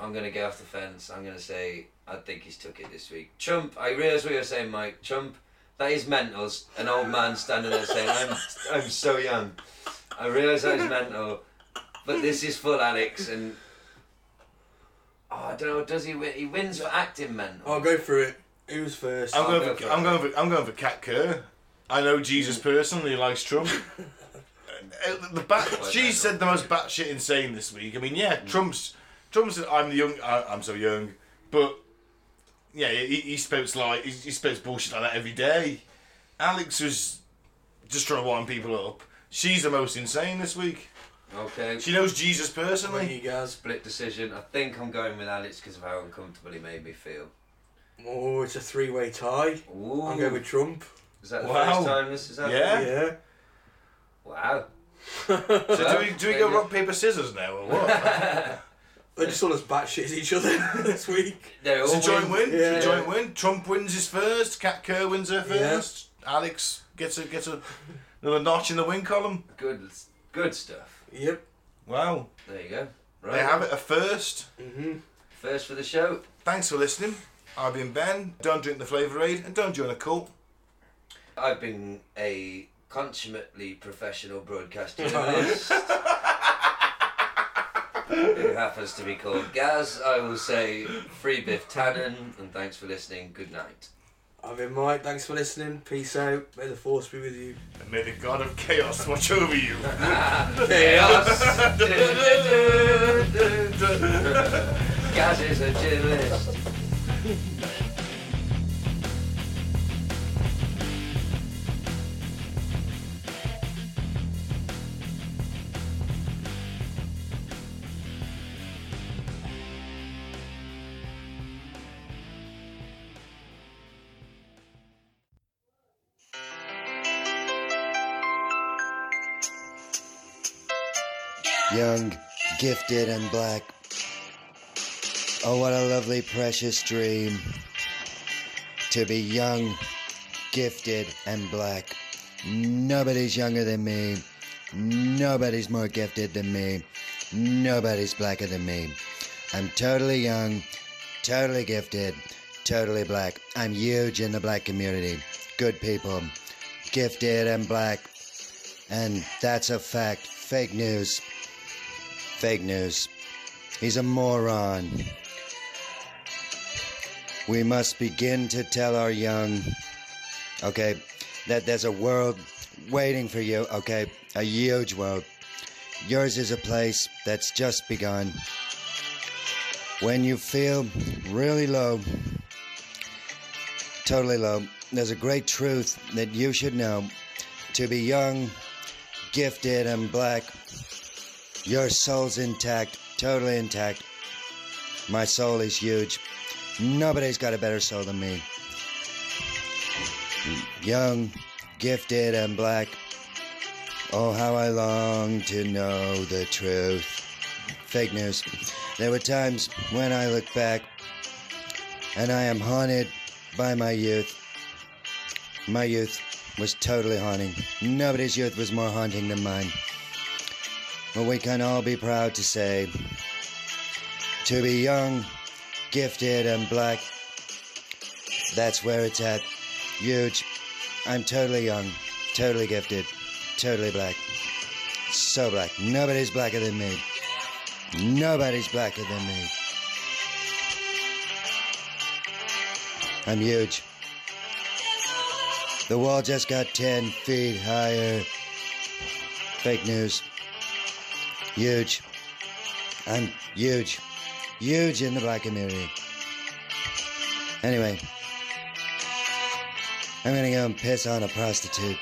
[SPEAKER 3] I'm gonna get off the fence. I'm gonna say I think he's took it this week. Trump, I realise what you're saying, Mike. Trump, that is mental. S- An old man standing there saying, "I'm, I'm so young." I realise that
[SPEAKER 4] [laughs]
[SPEAKER 3] is mental, but this is full Alex and. Oh, I don't know. Does he win? He wins for acting mental.
[SPEAKER 4] I'll go through it. Who's first?
[SPEAKER 2] I'm
[SPEAKER 3] I'll
[SPEAKER 2] going,
[SPEAKER 3] go
[SPEAKER 2] for,
[SPEAKER 3] for
[SPEAKER 2] I'm
[SPEAKER 3] it.
[SPEAKER 2] going for I'm going for Cat Kerr. I know Jesus personally he likes Trump. Uh, the bat, she said the most batshit insane this week. I mean, yeah, Trump's Trump said I'm the young, I, I'm so young, but yeah, he, he spouts like he, he spouts bullshit like that every day. Alex was just trying to wind people up. She's the most insane this week.
[SPEAKER 3] Okay.
[SPEAKER 2] She knows Jesus
[SPEAKER 4] Thank
[SPEAKER 2] personally.
[SPEAKER 4] you guys.
[SPEAKER 3] split decision. I think I'm going with Alex because of how uncomfortable he made me feel.
[SPEAKER 4] Oh, it's a three-way tie.
[SPEAKER 3] Ooh.
[SPEAKER 4] I'm going with Trump.
[SPEAKER 3] Is that the
[SPEAKER 2] Wow.
[SPEAKER 3] first time this has happened?
[SPEAKER 2] Yeah.
[SPEAKER 4] Yeah.
[SPEAKER 3] Wow.
[SPEAKER 2] So do we do we go rock paper scissors now or what?
[SPEAKER 4] They just all as batshit as each other [laughs] this week.
[SPEAKER 3] They all
[SPEAKER 2] It's a joint win.
[SPEAKER 4] Yeah.
[SPEAKER 2] It's a joint win. Trump wins his first. Cat Kerr wins her
[SPEAKER 4] Yeah.
[SPEAKER 2] first. Alex gets a gets a another notch in the win column.
[SPEAKER 3] Good, good stuff.
[SPEAKER 4] Yep.
[SPEAKER 2] Wow,
[SPEAKER 3] There you go. Right.
[SPEAKER 2] they have it a first.
[SPEAKER 3] First for the show.
[SPEAKER 2] Thanks for listening. I've been Ben. Don't drink the flavour aid and don't join a cult.
[SPEAKER 3] I've been a consummately professional
[SPEAKER 2] [laughs]
[SPEAKER 3] broadcast journalist. Who happens to be called Gaz? I will say free Biff Tannen, and thanks for listening. Good night.
[SPEAKER 4] I've been Mike. Thanks for listening. Peace out. May the force be with you.
[SPEAKER 2] And may the god of chaos watch over you.
[SPEAKER 3] Chaos. Gaz is a journalist.
[SPEAKER 10] young, gifted, and black. Oh, what a lovely, precious dream to be young, gifted, and black.
[SPEAKER 9] Nobody's younger than me. Nobody's more gifted than me. Nobody's blacker than me. I'm totally young, totally gifted, totally black. I'm huge in the black community. Good people, gifted and black. And that's a fact. Fake news. Fake news. He's a moron. We must begin to tell our young, okay, that there's a world waiting for you, okay? A huge world. Yours is a place that's just begun. When you feel really low, totally low, there's a great truth that you should know. To be young, gifted, and black, your soul's intact, totally intact. My soul is huge. Nobody's got a better soul than me. Young, gifted, and black. Oh, how I long to know the truth. Fake news. There were times when I look back and I am haunted by my youth. My youth was totally haunting. Nobody's youth was more haunting than mine. But we can all be proud to say to be young, gifted, and black, that's where it's at. Huge. I'm totally young, totally gifted, totally black. So black. Nobody's blacker than me. Nobody's blacker than me. I'm huge. The wall just got 10 feet higher. Fake news. Huge. I'm huge. Huge in the black community. Anyway, I'm gonna go and piss on a prostitute.